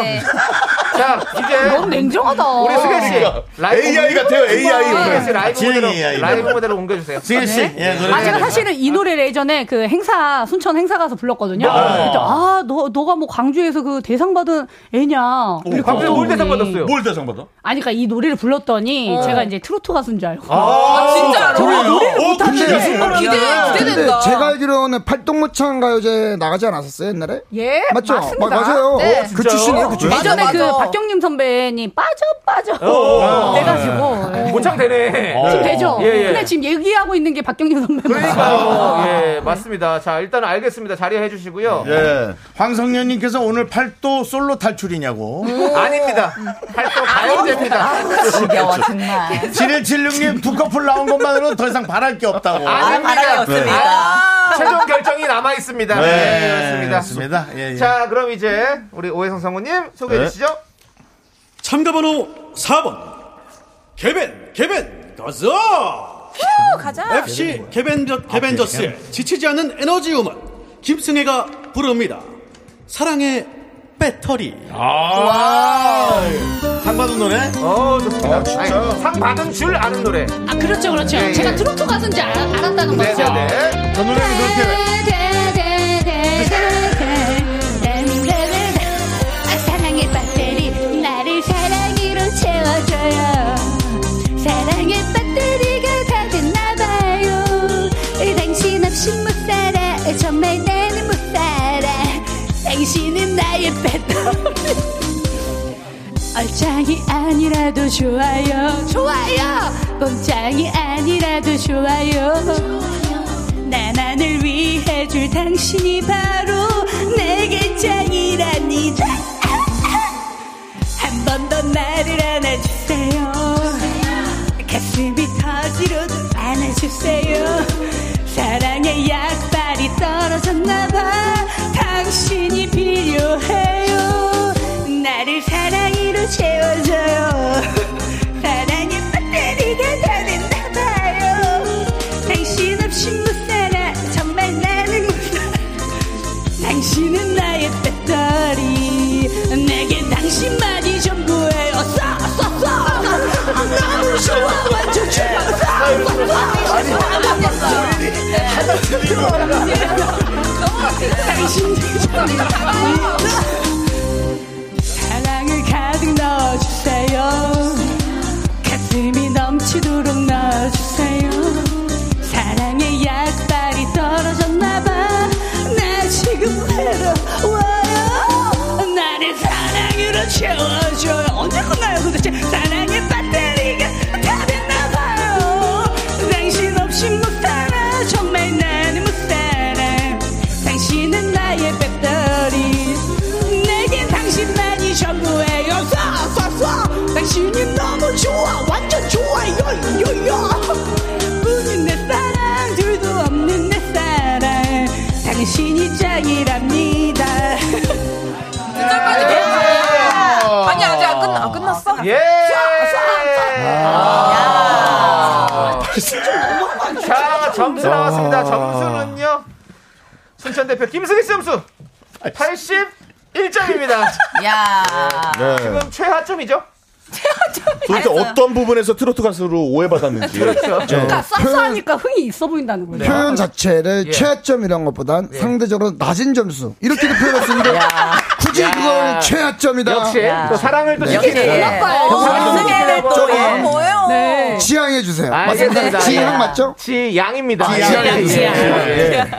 S2: 자, 이제.
S10: 넌 냉정하다.
S2: 우리 승혜 씨.
S9: 그러니까.
S2: 라이브
S9: AI
S2: 모델-
S9: 같아요, AI.
S2: 승혜 씨 라이브
S9: 진행이
S2: 모델로,
S9: AI.
S2: 라이브 모델로 옮겨주세요.
S9: 승혜 씨, 네. 예, 노래
S10: 아, 제가 사실은 이 노래를 예전에 그 행사, 순천 행사 가서 불렀거든요.
S2: 네.
S10: 그때 아, 너, 너가 뭐 광주에서 그 대상 받은 애냐. 이렇게
S9: 광주에
S10: 어떤
S9: 뭘 대상
S10: 분이.
S9: 받았어요? 뭘 대상 받아?
S10: 아니, 그니까 이 노래를 불렀더니
S9: 어.
S10: 제가 이제 트로트 가수인 줄 알고.
S9: 아, 아, 진짜로?
S10: 저는 노래를
S12: 어,
S10: 못하는데.
S12: 근데 무슨 말이야. 근데 제가
S10: 제가
S12: 알기로는 팔동무창 가요제 나가지 않았었어요 옛날에?
S10: 예,
S12: 맞죠?
S10: 맞습니다.
S12: 마- 맞아요.
S10: 네.
S12: 어, 그 출신이에요, 그 출신.
S10: 예전에
S12: 맞아,
S10: 그
S12: 맞아.
S10: 박경림 선배님 빠져 빠져
S2: 어.
S10: 돼가지고 예.
S2: 모창 되네.
S9: 어.
S10: 지금 되죠.
S2: 예, 예.
S10: 근데 지금 얘기하고 있는 게 박경림 선배님.
S2: 그러니까요. 예, 맞습니다. 자, 일단 은 알겠습니다. 자리해 주시고요.
S1: 예. 황성현님께서 오늘 팔도 솔로 탈출이냐고.
S2: 음. 아닙니다. 팔도 가요제입니다.
S8: 지겨워, 정말.
S1: 7176님 그렇죠. 두 커플 나온 것만으로는 더 이상 바랄 게 없다고.
S2: 아닙니다. 아, 최종 결정이 남아 있습니다.
S1: 네,
S2: 네, 그렇습니다.
S1: 그렇습니다. 예, 예.
S2: 자, 그럼 이제 우리 오해성 성우님 소개해
S1: 네.
S2: 주시죠.
S3: 참가번호 4번 개벤 개벤 가자
S6: 휴, 가자.
S3: FC 개벤저, 개벤저스의 지치지 않는 에너지 우먼 김승혜가 부릅니다 사랑의 배터리
S2: 와.
S3: 아. 상 받은 노래
S2: 어 좋습니다 아니, 상 받은 줄 아는 노래
S10: 아 그렇죠 그렇죠.
S2: 예, 예.
S10: 제가 트로트 가수인지 알, 알았다는
S2: 네,
S10: 거죠.
S2: 네, 네.
S1: 저 노래는 그렇게
S11: 사랑의 배터리 나를 사랑으로 채워줘요 사랑의 배터리가 다 됐나봐요 당신 없이 못 살아 정말 나는 못 살아 당신은 나의 배터리 얼짱이 아니라도 좋아요 좋아요 꼼짝이 아니라도 좋아요 난 하늘 위해 줄 당신이 바로 내게 짱이랍니다 한 번 더 나를 안아주세요 가슴이 터지도록 안아주세요 사랑의 약발이 떨어졌나봐 당신이 필요해요 나를 사랑으로 채워줘요 사랑의 배터리가 다 됐나봐요 당신 없이 못 살아 정말 나는 못 살아 당신은 나의 배터리 내게 당신만이 전부예요 쏴쏴쏴 너무 좋아 완전 좋아 사랑을 가득 넣어주세요 가슴이 넘치도록 넣어주세요 사랑의 약발이 떨어졌나봐 나 지금 외로워요 나를 사랑으로 채워줘요 언제 끝나요 도대체 사랑의 배터리가 다 됐나봐요 당신 없이 못 살아 정말 나는 못 살아 당신은 나의 배터리 내겐 당신만이 전부예요 쏴쏴쏴 당신이 너무 좋아 완전 좋아요 요요 뿐인 내 사랑 둘도 없는 내 사랑 당신이 짱이랍니다
S6: 아니 아직 안 끝나 안 끝났어?
S2: 예. 어, (laughs) 자, 점수
S1: 아.
S2: 나왔습니다. 점수는요. 순천 대표 김승희 씨 점수 81점입니다.
S8: 야.
S2: 아,
S9: 네.
S2: 지금 최하점이죠?
S9: 도대체 어떤 부분에서 트로트 가수로 오해받았는지. 네.
S10: 그러니까 쌉싸하니까 흥이 있어 보인다는
S2: 네.
S10: 거죠.
S12: 표현 자체를
S10: 예.
S12: 최하점이란 것보단
S2: 예.
S12: 상대적으로 낮은 점수 이렇게도 표현했는데 굳이 그걸 최하점이다.
S2: 역시 또 사랑을 또
S12: 네.
S2: 시키는
S12: 예.
S2: 또 사랑을 또 시키는
S12: 저
S2: 거. 예.
S12: 뭐예요?
S2: 네.
S12: 지향해 주세요.
S2: 알겠습니다. 예.
S12: 지향 맞죠?
S2: 지양입니다.
S12: 지양. 지양.
S9: 지양.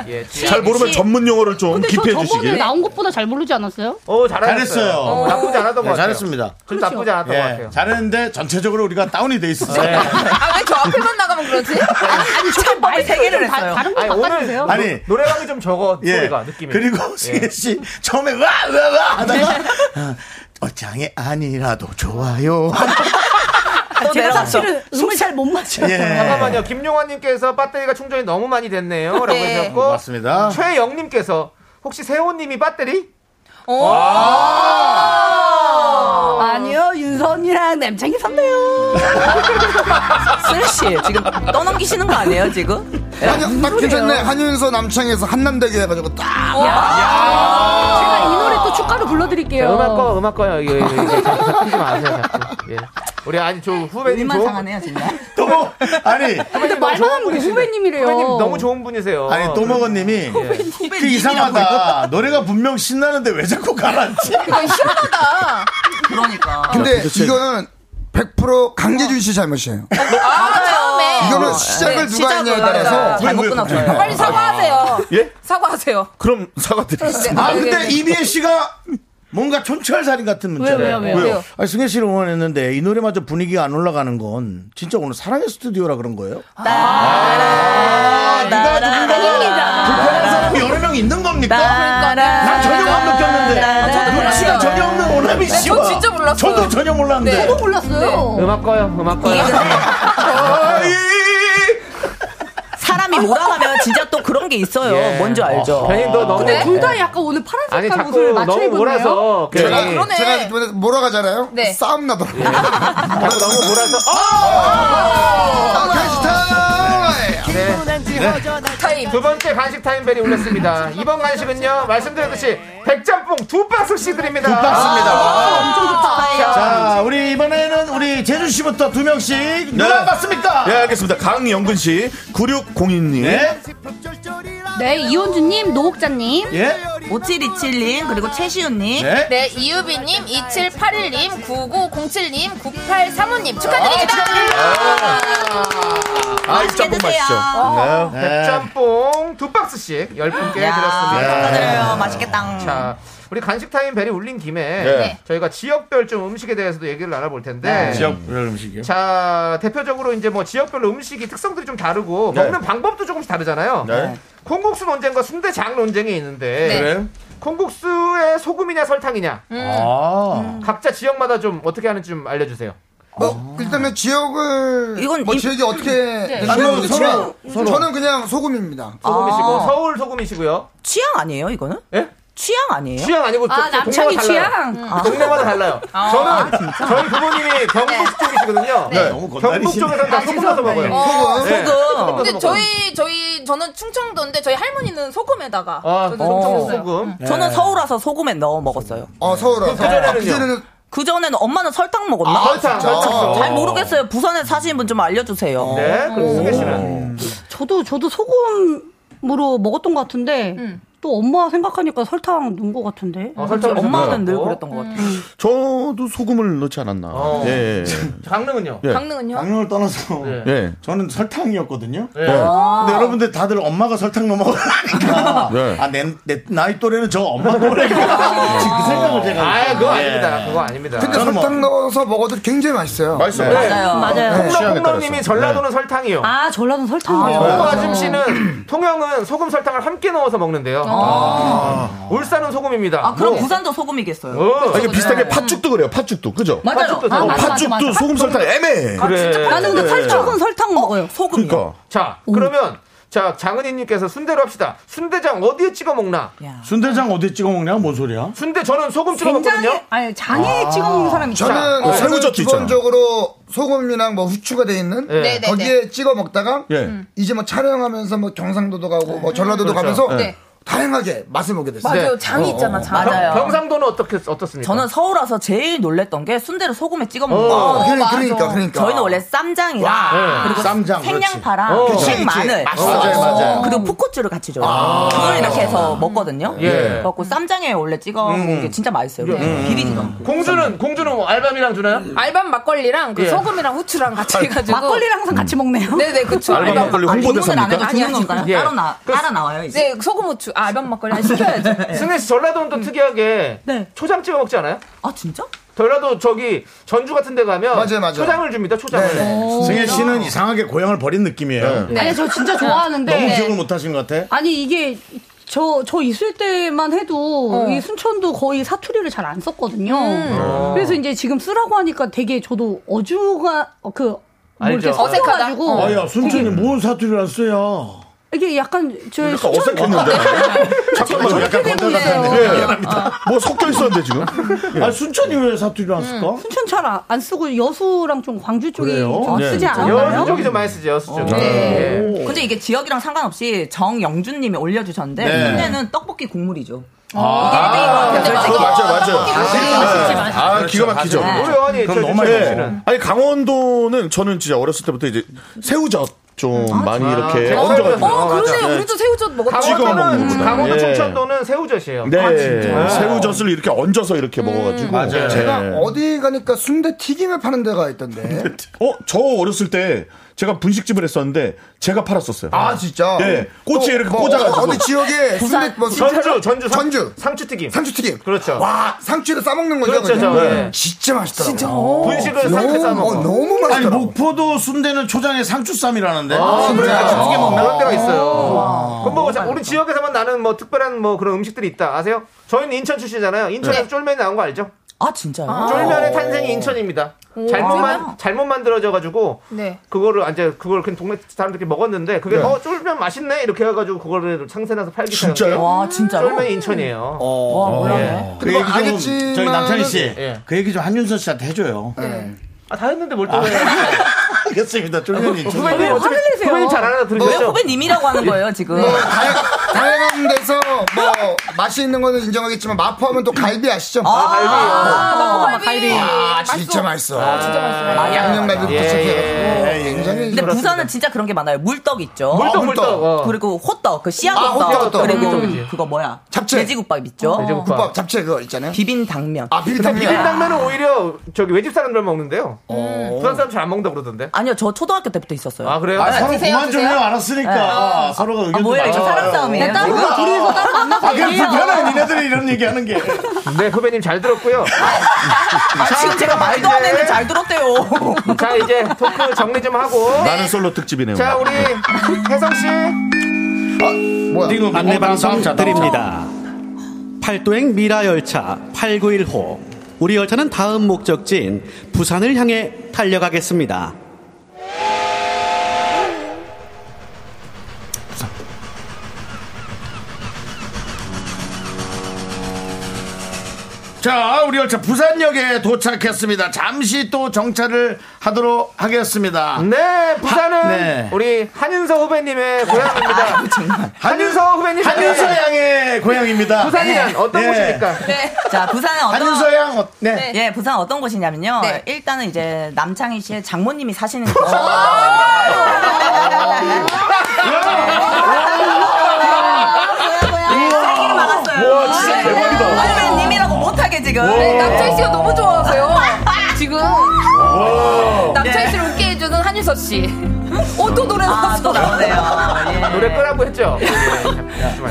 S2: 예.
S9: 잘 모르면
S10: 지-
S9: 전문 용어를 좀
S10: 근데 저
S9: 기피해
S10: 저번에
S9: 주시길.
S10: 나온 것보다 잘 모르지 않았어요?
S2: 오,
S1: 잘했어요. 어.
S2: 나쁘지 않았던 것 같아요.
S1: 잘했습니다.
S2: 좀
S10: 그렇죠.
S2: 나쁘지 않았던
S1: 예,
S2: 것 같아요. 네.
S1: 잘했는데 전체적으로 우리가 다운이 돼 있었어요.
S6: 아왜저 앞에만 나가면 그러지?
S10: 아니 저게 말이
S8: 세 개를 했어요.
S10: 다른 거
S2: 아니,
S10: 바꿔주세요.
S1: 아니
S2: 노래방이 좀 적어 소리가 느낌이.
S1: 그리고 승혜 씨 처음에
S8: 네,
S1: 와와와 하다가 예. 어, 장애 아니라도 좋아요.
S8: 또
S2: 제가
S8: 내려갔어.
S2: 사실은
S10: 음을 잘 못 맞춰요.
S2: 잠깐만요. 김용환님께서 배터리가 충전이 너무 많이 됐네요. 라고
S8: 네.
S2: 해주셨고.
S1: 맞습니다.
S2: 최영님께서 혹시 세호님이 배터리? 아!
S10: 아. 아니요, 윤선이랑 남창희 선배요.
S8: (laughs) 쓰레쉬 지금 떠넘기시는 거 아니에요 지금?
S12: 한여- 딱 괜찮네. 한윤서 남창에서 한남대교 해가지고 딱.
S2: 아.
S10: 제가 이 노래 또 축가로 불러드릴게요.
S2: 자, 음악 꺼, 음악 꺼요. 이거, 이거, 이거. 자꾸 섞이지 마세요, 자꾸. 예. 우리 아니, 저 후배님.
S10: 일만
S2: 좋은-
S10: 상하네요,
S8: 정말.
S1: 또, 뭐, 아니.
S10: 근데 말만 하면 우리 후배님이래요.
S2: 후배님 너무 좋은 분이세요.
S1: 아니 또먹어님이 뭐, 그 이상하다 노래가 분명 신나는데 왜 자꾸 가라앉지?
S7: 그건 희한하다.
S8: 그러니까.
S12: 근데
S1: 도대체-
S12: 이거는 100% 강재준 씨 잘못이에요.
S7: 아, 처음에. 네,
S12: 이거는 시작을 누가 했냐에 따라서 네.
S7: 잘못 끊었어요. 빨리 사과하세요.
S1: 예?
S7: 사과하세요.
S1: 그럼 사과드리겠습니다.
S7: 네,
S1: 아
S7: 네,
S1: 근데
S7: 네.
S1: 이미혜 씨가 뭔가 촌철살인 같은 문자.
S7: 왜요, 왜요, 왜요? 왜요?
S1: 아니 승혜 씨를 응원했는데 이 노래마저 분위기가 안 올라가는 건 진짜 오늘 사랑의 스튜디오라 그런 거예요?
S8: 누가 누군가
S1: 불편한 사람이 여러 명 있는 겁니까? 난 전혀 안
S2: 아,
S1: 느꼈는데 아, 눈치가 전혀 없는 오나미
S7: 네,
S1: 씨와
S7: 저 진짜 몰랐어요.
S1: 저도 전혀 몰랐는데
S7: 네. 저도 몰랐어요.
S2: 음악 꺼요, 네. 음악 꺼요.
S11: 네.
S8: 사람이 몰아가면 진짜 또 그런 게 있어요.
S2: 예.
S8: 뭔지 알죠?
S2: 어, 괜히 너 너무- 예.
S10: 근데 둘 다 약간 오늘 파란색
S2: 아니,
S10: 깔
S2: 자꾸
S10: 옷을 맞춰
S2: 너무
S10: 입었네요. 네.
S2: 몰아서. 괜히 예.
S12: 제가, 제가 이번에 몰아가잖아요. 싸움 나더라고요.
S2: 자꾸 너무 몰아서. 어!
S1: 네.
S7: 타임.
S2: 네. 두 번째 간식 타임벨이 울렸습니다. 이번 간식은요, 말씀드렸듯이 백짬뽕 두 박스씩 드립니다.
S1: 두 박스입니다.
S2: 아, 엄청 좋다.
S1: 자 우리 이번에는 우리 제주 씨부터 두 명씩 누가 봤습니까?
S9: 네, 알겠습니다. 강영근 씨, 9602님.
S12: 예?
S1: 네.
S10: 네, 이원주님, 노옥자님.
S1: 예?
S8: 5727님, 그리고 최시훈님.
S10: 네.
S6: 네, 이유빈님, 2781님, 9907님, 9835님 네, 축하드립니다.
S9: 아, 이 짬뽕
S2: 어,
S9: 맛있죠. 네.
S2: 백짬뽕 두 박스씩 열 분께 드렸습니다. 네.
S8: 축하드려요. 맛있겠다.
S2: 자, 우리 간식 타임 벨이 울린 김에
S1: 네.
S2: 저희가 지역별 좀 음식에 대해서도 얘기를 나눠볼 텐데.
S1: 지역별 음식이요.
S2: 네. 자, 대표적으로 이제 뭐 지역별로 음식이 특성들이 좀 다르고
S1: 네.
S2: 먹는 방법도 조금씩 다르잖아요.
S1: 네.
S2: 콩국수 논쟁과 순대장 논쟁이 있는데
S1: 네. 그래요?
S2: 콩국수에 소금이냐 설탕이냐
S1: 아.
S2: 각자 지역마다 좀 어떻게 하는지 좀 알려주세요.
S12: 어! 일단은 지역을
S2: 이건
S12: 뭐
S2: 이-
S12: 지역이 어떻게
S2: 네.
S12: 되는지
S2: 서로,
S12: 모르겠지만
S2: 서로, 서로.
S12: 저는 그냥 소금입니다.
S2: 소금이시고 서울 소금이시고요.
S8: 아. 취향 아니에요, 이거는?
S2: 예?
S8: 취향 아니에요?
S2: 취향 아니고 저- 저 동네마다 달라요. 동네마다 달라요.
S8: 아.
S2: 저는
S8: 아, 진짜?
S2: 저희
S10: 네.
S2: 부모님이 경북 쪽이시거든요.
S8: 네.
S1: 너무
S2: 경북 쪽에서는 다
S8: 아,
S2: 소금 넣어서 먹어요.
S8: 어, 소금.
S2: 네.
S8: 소금.
S6: 근데 저희 저희 저는 충청도인데 저희 할머니는 소금에다가
S8: 아,
S6: 저도 좀 적었어요.
S2: 소금.
S8: 저는
S6: 네.
S8: 서울 와서 소금에 넣어 먹었어요. 네.
S12: 어, 서울 와서.
S8: 그전에는요?
S12: 아, 그전에는-
S8: 그전에는 엄마는 설탕 먹었나?
S12: 아, 설탕, 진짜? 설탕.
S8: 잘 모르겠어요. 부산에 사시는 분 좀 알려주세요.
S2: 네, 그럼 승혜 씨는?
S10: 저도 저도 소금으로 먹었던 것 같은데 또 엄마 생각하니까 어, 설탕 넣은 것 같은데.
S9: 아,
S8: 엄마는 늘 그랬던 것 같아요.
S9: 저도 소금을 넣지 않았나.
S2: 어.
S9: 예.
S2: 강릉은요?
S9: 예.
S6: 강릉은요?
S1: 강릉을 떠나서
S9: 예.
S1: 저는 설탕이었거든요.
S9: 예.
S10: 아.
S1: 근데 여러분들 다들 엄마가 설탕 넣어 먹으라니까.
S9: 예.
S1: 아, 내, 내 나이 또래는 저 엄마 또래가. 지금 그 생각을 제가.
S2: 아, 그거
S1: 예.
S2: 아닙니다. 그거 아닙니다.
S12: 근데
S1: 저는 뭐-
S12: 설탕 넣어서 먹어도 굉장히 맛있어요.
S1: 맛있어요.
S2: 네.
S10: 맞아요.
S2: 홍콩님이
S12: 네.
S2: 전라도는 설탕이요.
S10: 아 전라도 설탕이요.
S2: 홍어 아줌씨는 통영은 소금 설탕을 함께 넣어서 먹는데요. 아. 울산은 소금입니다.
S8: 아, 그럼
S2: 뭐.
S8: 부산도 소금이겠어요.
S9: 아, 이게 비슷하게 팥죽도 그래요. 팥죽도 그죠?
S8: 맞아요.
S9: 팥죽도,
S8: 아,
S9: 어,
S8: 맞아,
S9: 팥죽도
S8: 맞아, 맞아.
S9: 소금 설탕 애매해.
S10: 나는 근데
S9: 예.
S10: 설탕은 설탕 먹어요.
S8: 소금.
S9: 그러니까.
S2: 자, 그러면 자 장은희님께서 순대로 합시다. 순대장 어디에 찍어 먹나?
S1: 순대장 어디 찍어 먹냐? 뭔 소리야?
S2: 순대 저는 소금 찍어 먹거든요.
S10: 아니 장에
S2: 아.
S10: 찍어 먹는 사람이 있어요.
S12: 저는
S2: 어,
S12: 저는
S2: 새우젓도 있잖아.
S12: 기본적으로 소금이랑 뭐 후추가 돼 있는
S2: 예. 네, 네,
S12: 거기에 찍어 먹다가
S9: 예.
S12: 음. 이제 뭐 촬영하면서 뭐 경상도도 가고 뭐 전라도도
S2: 그렇죠.
S12: 가면서
S2: 네.
S12: 다양하게 맛을 보게 됐어요.
S8: 맞아요. 장이 있잖아, 장.
S12: 맞아요.
S8: 맞아요.
S2: 경상도는 어떻게 어떻습니까?
S8: 저는 서울 와서 제일 놀랬던 게 순대를 소금에 찍어
S2: 어,
S8: 먹는 거.
S2: 그래,
S8: 맞아.
S2: 그러니까, 그러니까.
S8: 저희는 원래 쌈장이랑
S2: 와, 네.
S8: 그리고
S2: 쌈장,
S8: 생양파랑
S2: 그렇지. 어. 그치, 그치.
S8: 생마늘 어.
S2: 맞아, 맞아요, 맞아요.
S8: 그리고 풋고추를 같이 줘요.
S2: 아.
S8: 그걸 이렇게 해서 먹거든요.
S2: 예.
S8: 그래갖고 쌈장에 원래 찍어 먹는 게 진짜 맛있어요.
S2: 음.
S8: 비린도 안
S2: 공주는 공주는 뭐 알밤이랑 주나요?
S6: 알밤 막걸리랑 그
S2: 예.
S6: 소금이랑 후추랑 같이
S2: 알-
S6: 해가지고
S2: 막걸리랑
S10: 항상 같이 먹네요.
S6: 네네 그쵸.
S2: 알밤 막걸리
S6: 아,
S2: 홍보대사입니까?
S6: 주문을 안 해도
S8: 아니,
S6: 되는
S8: 아니,
S6: 건가요?
S8: 예. 따로 나- 따로 나와요, 이제.
S6: 네 소금 후추 아, 알밤 막걸리 안 시켜야죠.
S2: 승혜 씨 전라도는 또 특이하게 초장 찍어 먹지 않아요?
S8: 아 진짜?
S2: 전라도 저기 전주 같은 데 가면
S1: 맞아요, 맞아요.
S2: 초장을 줍니다. 초장을.
S1: 승혜 씨는
S10: 네.
S1: 이상하게 고향을 버린 느낌이에요.
S10: 아니 저 진짜 좋아하는데
S1: 너무 기억을 못 하신 것 같아.
S10: 아니 이게 저, 저 있을 때만 해도
S7: 어.
S10: 이 순천도 거의 사투리를 잘 안 썼거든요.
S7: 음. 어.
S10: 그래서 이제 지금 쓰라고 하니까 되게 저도 어주가, 어, 그, 뭐 이렇게
S1: 어.
S10: 섞여가지고
S5: 아야
S2: 어.
S5: 순천이
S10: 되게
S5: 뭔 사투리를 안 써요?
S10: 이게 약간 저의
S5: 약간
S10: 순천-
S1: (laughs)
S5: 어색했는데.
S9: 잠깐만 약간 건달 같았는데. 예. 뭐 섞여 있었는데 지금.
S5: 아 순천이 왜 사투리를 안 쓸까?
S10: 순천 잘 안 쓰고 여수랑 좀 광주 쪽이
S5: 그래요?
S10: 좀
S5: 네.
S10: 쓰지 않아요?
S2: 여수 쪽이 좀 많이 쓰죠. 여수 쪽.
S8: 어. 네.
S2: 예.
S8: 근데 이게 지역이랑 상관없이 정영준님이 올려주셨는데
S2: 네.
S8: 순대는 떡볶이 국물이죠.
S9: 아,
S8: 이게 1등인 것 같아요.
S9: 그거 맞아요, 맞아요.
S8: 아,
S9: 네. 아, 기가 막히죠.
S8: 맞아요. 우리 어머니, 저
S9: 너무
S8: 진짜
S9: 예.
S8: 싫어요.
S9: 아니 강원도는 저는 진짜 어렸을 때부터 이제 새우젓 좀 아, 많이
S2: 아,
S9: 이렇게
S2: 새우젓.
S9: 얹어가지고.
S2: 어, 그러네요.
S9: 예.
S2: 우리도
S6: 새우젓
S9: 찍어 먹는
S2: 강원도는
S9: 거구나.
S2: 강원도
S9: 예.
S2: 충청도는 (laughs) 새우젓이에요.
S9: 네,
S2: 네.
S9: 새우젓을 이렇게 얹어서 이렇게 먹어가지고.
S2: 음. 맞아요.
S12: 음.
S2: 네.
S12: 제가
S9: 예.
S12: 어디 가니까 순대 튀김을 파는 데가 있던데.
S9: 어, 저 어렸을 때 제가 분식집을 했었는데 제가 팔았었어요.
S12: 아, 진짜?
S2: 예.
S9: 네.
S12: 또
S9: 꼬치에 이렇게
S12: 뭐
S9: 꽂아가지고.
S12: 어디 지역에 순대 뭐
S9: 전주, 전주, 상-
S12: 전주.
S2: 상추튀김.
S12: 상추튀김.
S2: 그렇죠.
S12: 와, 상추를 싸 먹는 거죠.
S5: 그렇죠,
S12: 그냥?
S5: 저,
S1: 네.
S5: 예.
S12: 진짜 어. 맛있더라고.
S5: 진짜.
S12: 너무- 어, 너무 맛있더라고.
S5: 아니 목포도 순대는 초장에
S1: 네?
S5: 상추쌈이라는데.
S1: 아,
S2: 두
S5: 두개 먹나?
S2: 아,
S5: 아.
S2: 그런 데가 있어요.
S8: 아.
S5: 와.
S2: 그럼 뭐 자, 우리 지역에서만 나는 뭐 특별한 뭐 그런 음식들이 있다 아세요? 저희는 인천 출신이잖아요. 인천에서 쫄면이 나온 거 알죠?
S8: 네. 아 진짜요?
S2: 쫄면의 탄생이 인천입니다.
S8: 오.
S2: 잘못만 잘못 만들어져 가지고
S8: 네.
S2: 그거를 이제 그걸 그냥 동네 사람들끼리 먹었는데 그게
S8: 네.
S2: 어 쫄면 맛있네 이렇게 해가지고 그거를 상세나서 팔기 시작한
S5: 진짜요?
S2: 게
S5: 와, 진짜로?
S2: 쫄면 인천이에요.
S8: 어.
S5: 와, 몰랐네. 그
S12: 뭐
S5: 얘기 좀
S2: 알겠지만은-
S5: 저희 남창희 씨,
S2: 예.
S5: 그 얘기 좀 한윤선 씨한테 해줘요.
S12: 네.
S2: 아다 했는데 뭘 또 해?
S5: (laughs) 알겠습니다. 쫄면이.
S2: 후배님 어차피 후배님 잘 알아 들으셨죠?
S8: 왜 후배님이라고 하는 거예요 지금?
S12: 뭐, 다양- 다양한 데서 뭐 맛이 있는 거는 인정하겠지만 마포하면 또 갈비 아시죠?
S8: 아, 갈비. 아,
S12: 아,
S8: 마포 갈비.
S12: 아, 진짜 맛있어.
S8: 맛있어. 아, 진짜 맛있어요.
S12: 아, 양념갈비부터
S8: 예,
S12: 시작해가지고
S8: 예, 예.
S12: 아, 굉장히
S8: 근데 부산은 진짜 그런 게 많아요. 물떡 있죠.
S12: 물떡, 아, 물떡. 물떡. 어.
S8: 그리고 호떡, 그 씨앗
S12: 아,
S8: 호떡.
S12: 호떡, 호떡.
S8: 그리고
S12: 음.
S8: 그거 뭐야?
S12: 잡채.
S8: 돼지국밥 있죠.
S12: 돼지국밥. 국밥, 잡채 그거 있잖아요.
S8: 비빔 당면.
S12: 아,
S2: 근데 비빔당면은 오히려 저기 외집 사람들만 먹는데요. 그
S8: 음.
S2: 부산 어. 사람 잘 안 먹는다 그러던데.
S8: 아니요, 저 초등학교 때부터 있었어요.
S2: 아 그래요? 어,
S8: 아, 서로 드세요, 그만 좀 드세요. 해요. 알았으니까. 네. 서로가 의견 아, 좀 뭐야, 이거 맞춰봐요. 사람 싸움이에요? 나 따로
S5: 몰라.
S8: 둘이서 따로 만나서
S5: 아, 그냥
S8: 얘기해요.
S5: 불편해, 니네들이 이런 얘기 하는 게.
S2: 네 후배님 잘 들었고요.
S8: 아, 지금 제가 말도 안 했는데 잘 들었대요.
S2: (laughs) 자 이제 토크 정리 좀 하고.
S9: 나는 솔로 특집이네요.
S2: 자 우리 혜성 씨.
S5: 어,
S3: 뭐야? 안내 방송 드립니다. 팔도행 미라 열차 891호. 우리 열차는 다음 목적지인 부산을 향해 달려가겠습니다.
S5: 자, 우리 열차 부산역에 도착했습니다. 잠시 또 정차를 하도록 하겠습니다.
S2: 네, 부산은
S5: 네. 아,
S2: 우리 한윤서 후배님의 고향입니다. 한윤서 후배님.
S5: 한윤서 양의 고향입니다. 네.
S2: 부산이란 어떤 곳입니까?
S8: 네. 자, 부산은 어떤
S5: 한윤서 양 어- 네.
S8: 예, 부산 어떤 곳이냐면요. 일단은 이제 남창희 씨의 장모님이 사시는 곳.
S9: 와, 진짜 대박이다.
S8: 님이라고 못하게 지금.
S9: 네, 남창희
S6: 씨가 너무 좋아하세요. 지금 남창희
S2: 어,
S8: 네.
S6: 씨를 웃게 해주는 한유섭 씨. 어, 또 노래
S8: 아,
S6: 나왔어.
S8: 또 나오네요.
S2: 노래 끄라고 했죠.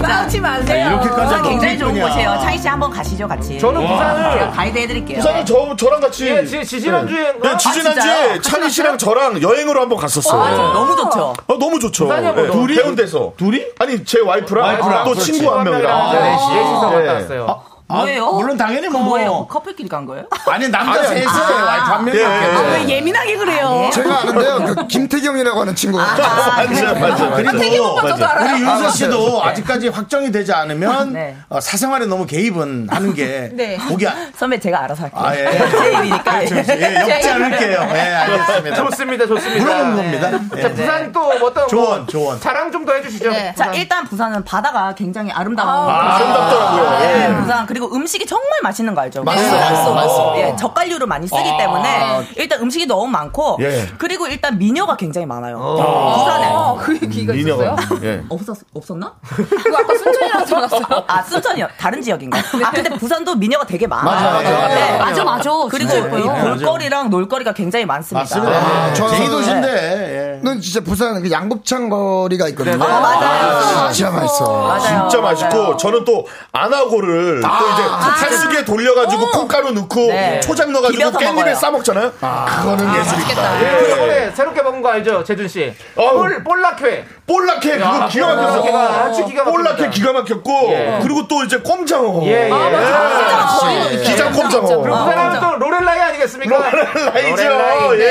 S11: 아,
S8: 싸우지 마세요.
S2: 야, 이렇게까지 하면
S8: 네. 아, 굉장히
S2: 어떡하냐.
S8: 좋은 곳이에요. 창희 씨 한번 가시죠, 같이.
S2: 저는 부산을-
S8: 제가 가이드 해드릴게요. 네.
S9: 부산은 저, 저랑 같이.
S2: 예, 지- 지지난주에
S9: 네,
S2: 아,
S9: 지지난주에
S2: 진짜요?
S9: 찬희 씨랑 저랑 여행으로 한번 갔었어요.
S2: 아, 맞아요. 너무
S8: 좋죠.
S9: 아, 너무 좋죠.
S2: 부산이야, 뭐 너무
S9: 둘이? 해운대에서. 둘이? 아니, 제 와이프랑,
S2: 와이프랑,
S9: 또
S2: 그렇지.
S9: 친구 한 명이랑.
S2: 네, 넷이- 넷이서
S9: 네.
S2: 갔다 왔어요.
S8: 뭐예요?
S5: 물론 당연히 뭐.
S8: 뭐예요? 그 커플끼리 간 거예요?
S5: 아니, 남자
S12: 아니,
S5: 셋에
S12: 아.
S5: 와이프 한 명이
S12: 예,
S5: 없겠죠.
S12: 예, 예. 아, 왜
S8: 예민하게 그래요?
S12: 제가 아는데요. 그 김태경이라고 하는 친구가.
S5: 맞아, 맞아, 맞아. 그리고 우리 윤서 씨도 아직까지 확정이 되지 않으면
S8: 네.
S5: 어, 사생활에 너무 개입은 하는 게
S8: (laughs) 네.
S5: 보기 아-
S8: 선배 제가 알아서 할게요.
S5: 아, 예.
S8: 제 일이니까.
S5: 그렇죠, 그렇죠. 예, 엮지 않을게요. 예, 알겠습니다.
S2: 좋습니다, 좋습니다.
S5: 물어본
S8: 네.
S5: 겁니다.
S2: 자,
S5: 예.
S2: 부산 또 어떤
S5: 조언,
S2: 뭐
S5: 조언.
S2: 자랑 좀 더 해주시죠.
S8: 네. 자,
S2: 부산.
S8: 일단 부산은 바다가 굉장히 아름다워.
S2: 아, 아름답더라고요.
S8: 네,
S2: 예.
S8: 부산 그리고 음식이 정말 맛있는 거 알죠?
S2: 맛있어요,
S8: 네.
S2: 맛있어, 맛있어.
S8: 예, 젓갈류를 많이 쓰기
S2: 아.
S8: 때문에 일단 음식이 너무 많고
S9: 예.
S8: 그리고 일단 미녀가 굉장히 많아요.
S9: 아.
S8: 부산에.
S9: 그 얘기가 미녀가 있었어요? 예.
S8: 없었 없었나? 그거 아까 순천이라고 적었어요. 아, 순천이요. 다른 지역인가?
S2: 네.
S8: 아, 근데 부산도 미녀가 되게 많아.
S12: 맞아, 맞아.
S8: 네.
S10: 맞아, 맞아.
S8: 그리고
S10: 진짜
S8: 이
S10: 예뻐요.
S8: 볼거리랑 놀거리가 굉장히 많습니다. 네.
S12: 아, 저는- 예. 넌 진짜 부산 그 양곱창 거리가 있거든요.
S8: 네, 네. 아, 맞아요.
S12: 진짜 맛있어.
S8: 맞아요.
S9: 진짜 맛있고, 저는 또, 안하고를 또 이제 살수기에 돌려가지고 콩가루 넣고
S2: 네.
S9: 초장 넣어가지고
S2: 비벼서
S9: 깻잎에
S2: 먹어요.
S9: 싸 먹잖아요. 그거는 예술이다. 예.
S2: 그거에 네, 새롭게 먹은 거 알죠, 재준 씨? 볼 볼락회.
S9: 볼락회 그거 기가
S2: 볼락회가 아주 기가
S9: 막혔어. 볼락회 기가 막혔고
S2: 예.
S9: 그리고 또 이제 꼼장어.
S2: 예, 예. 아, 맞아. 예. 꼼장어.
S9: 기장 꼼장어.
S2: 그리고 그 사람은 또 로렐라이 아니겠습니까?
S9: 예. 아, 로렐라이죠.
S2: 그러니까 로렐라이, 네.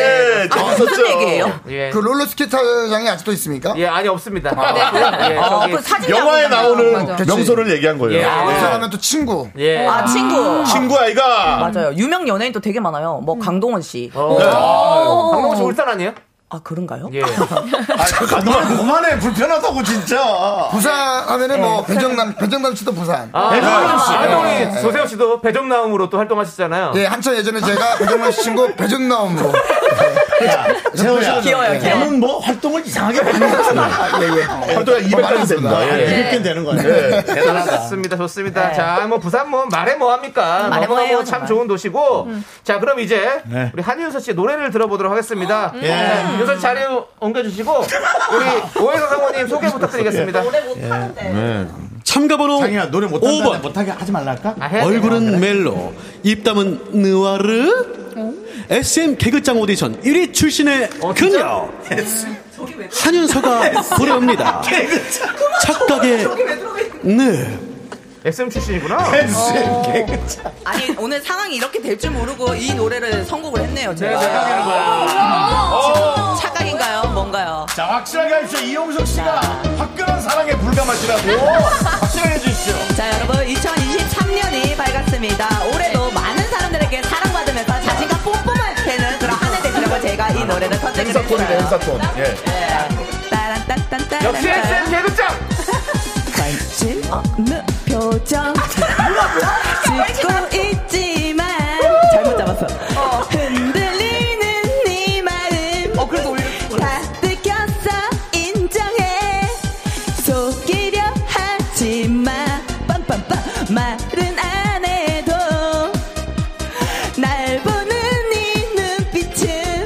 S12: 예, 재밌었죠.
S2: 예.
S12: 그 롤러 스케이트장이 아직도 있습니까?
S2: 예, 아니 예, 없습니다.
S12: 네. 아, 그 사진
S9: 영화에
S12: 나오잖아요.
S9: 나오는
S12: 맞아.
S9: 명소를 얘기한 거예요.
S12: 예. 아, 그 사람은
S8: 또
S12: 친구.
S2: 예.
S8: 아, 친구.
S9: 친구 아이가.
S8: 맞아요. 유명 연예인 또 되게 많아요. 뭐 강동원 씨.
S9: 네.
S2: 아, 강동원 씨 울산 아니에요?
S8: 아 그런가요?
S2: 예.
S12: 그만, 그만해. 불편하다고, 진짜. 부산 하면은 뭐,
S2: 예.
S12: 배정남, 배정남 씨도 부산.
S2: 아, 배정남 씨.
S12: 예.
S2: 아니, 우리 조세호 씨도 배정남으로 또 활동하셨잖아요.
S12: 예, 한참 예전에 제가 배정남 씨 친구 배정남으로.
S5: 세호
S9: 네,
S5: 씨는
S2: 귀여워요,
S5: 예.
S2: 귀여워.
S5: 저는 뭐 활동을 이상하게 많이 했습니다. 예, 예.
S9: 아, 활동량 200개는 됩니다.
S5: 예. 200개는 되는 거예요. 네.
S2: 좋습니다, 좋습니다. 자, 뭐 부산 뭐 말해 뭐 합니까?
S5: 음, 말해
S2: 너무너무
S5: 뭐해요, 정말. 음.
S2: 참
S5: 네.
S2: 좋은 도시고. 자, 그럼 이제 우리 한윤서 씨의 노래를 들어보도록 하겠습니다.
S5: 예.
S2: 자, 윤서 씨 자리
S5: (laughs)
S2: 옮겨주시고 우리 오해성 사모님 소개
S5: 예.
S2: 부탁드리겠습니다.
S5: 뭐-
S3: 참가번호
S5: 네. 장이야 노래
S3: 오
S5: 못한다
S3: 번.
S5: 못하게 하지 말랄까?
S2: 아,
S3: 얼굴은 멜로, 입담은 느와르. SM 개그장 오디션 1위 출신의
S2: 어,
S3: 그녀
S2: 네. (laughs)
S3: 한윤서가 부릅니다. 착각의 늪.
S2: SM 출신이구나.
S8: 어. 아니 오늘 상황이 이렇게 될 줄 모르고 이 노래를 선곡을 했네요 제가
S2: 네, 착각이라는 거야.
S8: 아, 착각인가요? 뭔가요?
S9: 자 확실하게 해주세요. 이용석 씨가 화끈한 사랑에 불감하시라고 확실하게 해주십시오.
S8: 자 여러분 2023년이 밝았습니다 올해도 많은 사람들에게 사랑받으면서 자신감 뿜뿜할 되는 그런 한 해 되시라고 제가 이 노래를 선택을
S9: 행사톤이네
S8: 했어요
S9: 행사톤. 예.
S8: 역시
S2: SM
S8: (laughs)
S2: 개그장
S8: 관심 없는 표정
S11: 아,
S8: 짓고 있지만 잘못 잡았어 흔들리는 네 마음 어 그래도 다 뜯겼어 인정해 속이려 하지마 빰빰빰 말은 안 해도 날 보는 네 눈빛은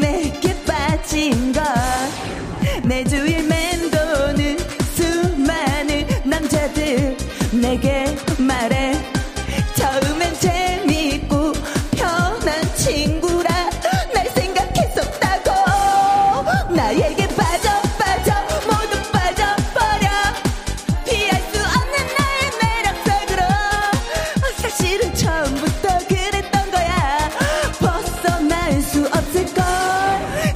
S8: 내게 빠진 걸 내 주위를 맴도는 수많은 남자들 내게 말해 처음엔 재밌고 편한 친구라 날 생각했었다고 나에게 빠져 빠져 모두 빠져버려 피할 수 없는 나의 매력적으로 사실은 처음부터 그랬던 거야 벗어날 수 없을걸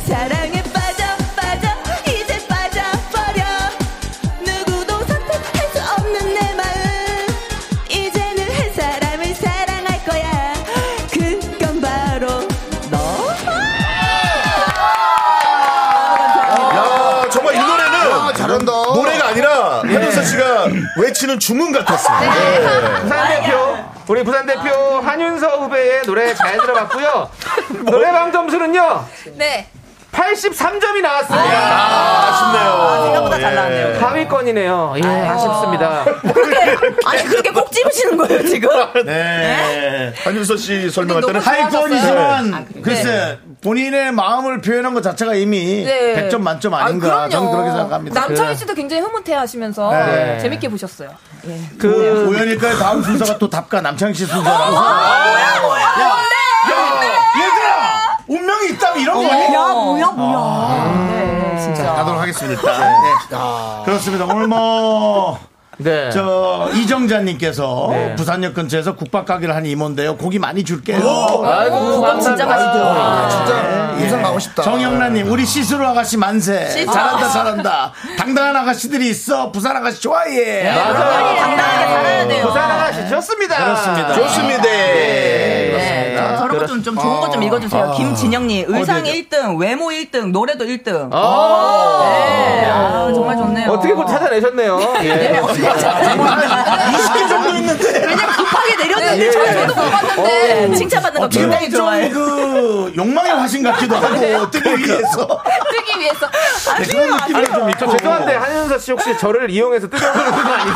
S8: 사랑에 빠져 빠져 이제 빠져버려 누구도 선택할 수 없는 내 마음 이제는 한 사람을 사랑할 거야 그건 바로 너
S9: 야 정말 이 노래는 노래가 아니라
S2: 예.
S9: 한윤서 씨가 외치는 주문 같았어요.
S5: 네.
S9: 예.
S2: 부산 대표 우리 부산 대표 한윤서 후배의 노래
S5: (laughs)
S2: 잘 들어봤고요.
S5: 뭐?
S2: 노래방 점수는요.
S6: 네.
S2: 83점이 나왔습니다.
S9: 아, 아쉽네요. 아, 생각보다 잘 나왔네요.
S2: 하위권이네요. 예, 아쉽습니다.
S8: 아니 그렇게 꼭 집으시는 거예요 지금?
S9: 네. 한윤서 씨 설명할 때는
S1: 하이건이지만
S6: 아,
S9: 네.
S1: 글쎄 본인의 마음을 표현한 것 자체가 이미
S6: 네.
S1: 100점 만점
S6: 아,
S1: 아닌가 저는 그렇게 생각합니다.
S6: 남창희 씨도 굉장히 흐뭇해하시면서
S1: 네.
S6: 재밌게 보셨어요. 예.
S1: 그 우연일까요? 다음 순서가 또 답가 남창희 씨 순서라서.
S6: 아, 뭐야, 뭐야,
S1: 야, 야, 얘들아, 운명이 있다면 이런 거 아니야?
S8: 어. 뭐야.
S1: 자, 가도록 하겠습니다. 일단. 네. 그렇습니다. 오늘 뭐.
S2: 네.
S1: 저 이정자님께서
S2: 네.
S1: 부산역 근처에서 국밥 가게를 하는 이모인데요. 고기 많이 줄게요.
S2: 오! 아이고, 국밥 진짜 맛있죠. 아,
S1: 진짜 부산 가고 싶다. 네. 정영란님, 우리 시스루 아가씨 만세.
S5: 시스루.
S1: 잘한다, 잘한다. 당당한 아가씨들이 있어. 부산 아가씨 좋아해.
S5: 맞아요. 당당하게 살아야 돼요.
S2: 부산 아가씨 좋습니다. 아.
S1: 그렇습니다.
S8: 좋습니다.
S1: 네.
S8: 아, 네,
S1: 그렇습니다.
S8: 저런 거 좀 좀 좋은 거 좀 읽어주세요. 김진영님 의상 1등, 외모 1등, 노래도 1등. 네, 아, 정말 좋네요.
S2: 아. 어떻게 그걸
S8: (laughs)
S2: 찾아내셨네요. 예.
S8: 20개 정도 있는데. 왜냐면 급하게 내렸는데
S1: 예.
S8: 저 저도 못 봤는데
S1: 어.
S8: 칭찬받는 거
S1: 어떻게
S8: 굉장히
S1: 보면
S8: 좋아해요.
S1: 좀그 욕망의 화신 같기도 하고 뜨기 위해서
S6: 뜨기 위해서. 아,
S1: 네, 그런 느낌이 좀
S2: 저 죄송한데 한윤서 씨 혹시 저를 이용해서 뜯어보는 거 아니에요?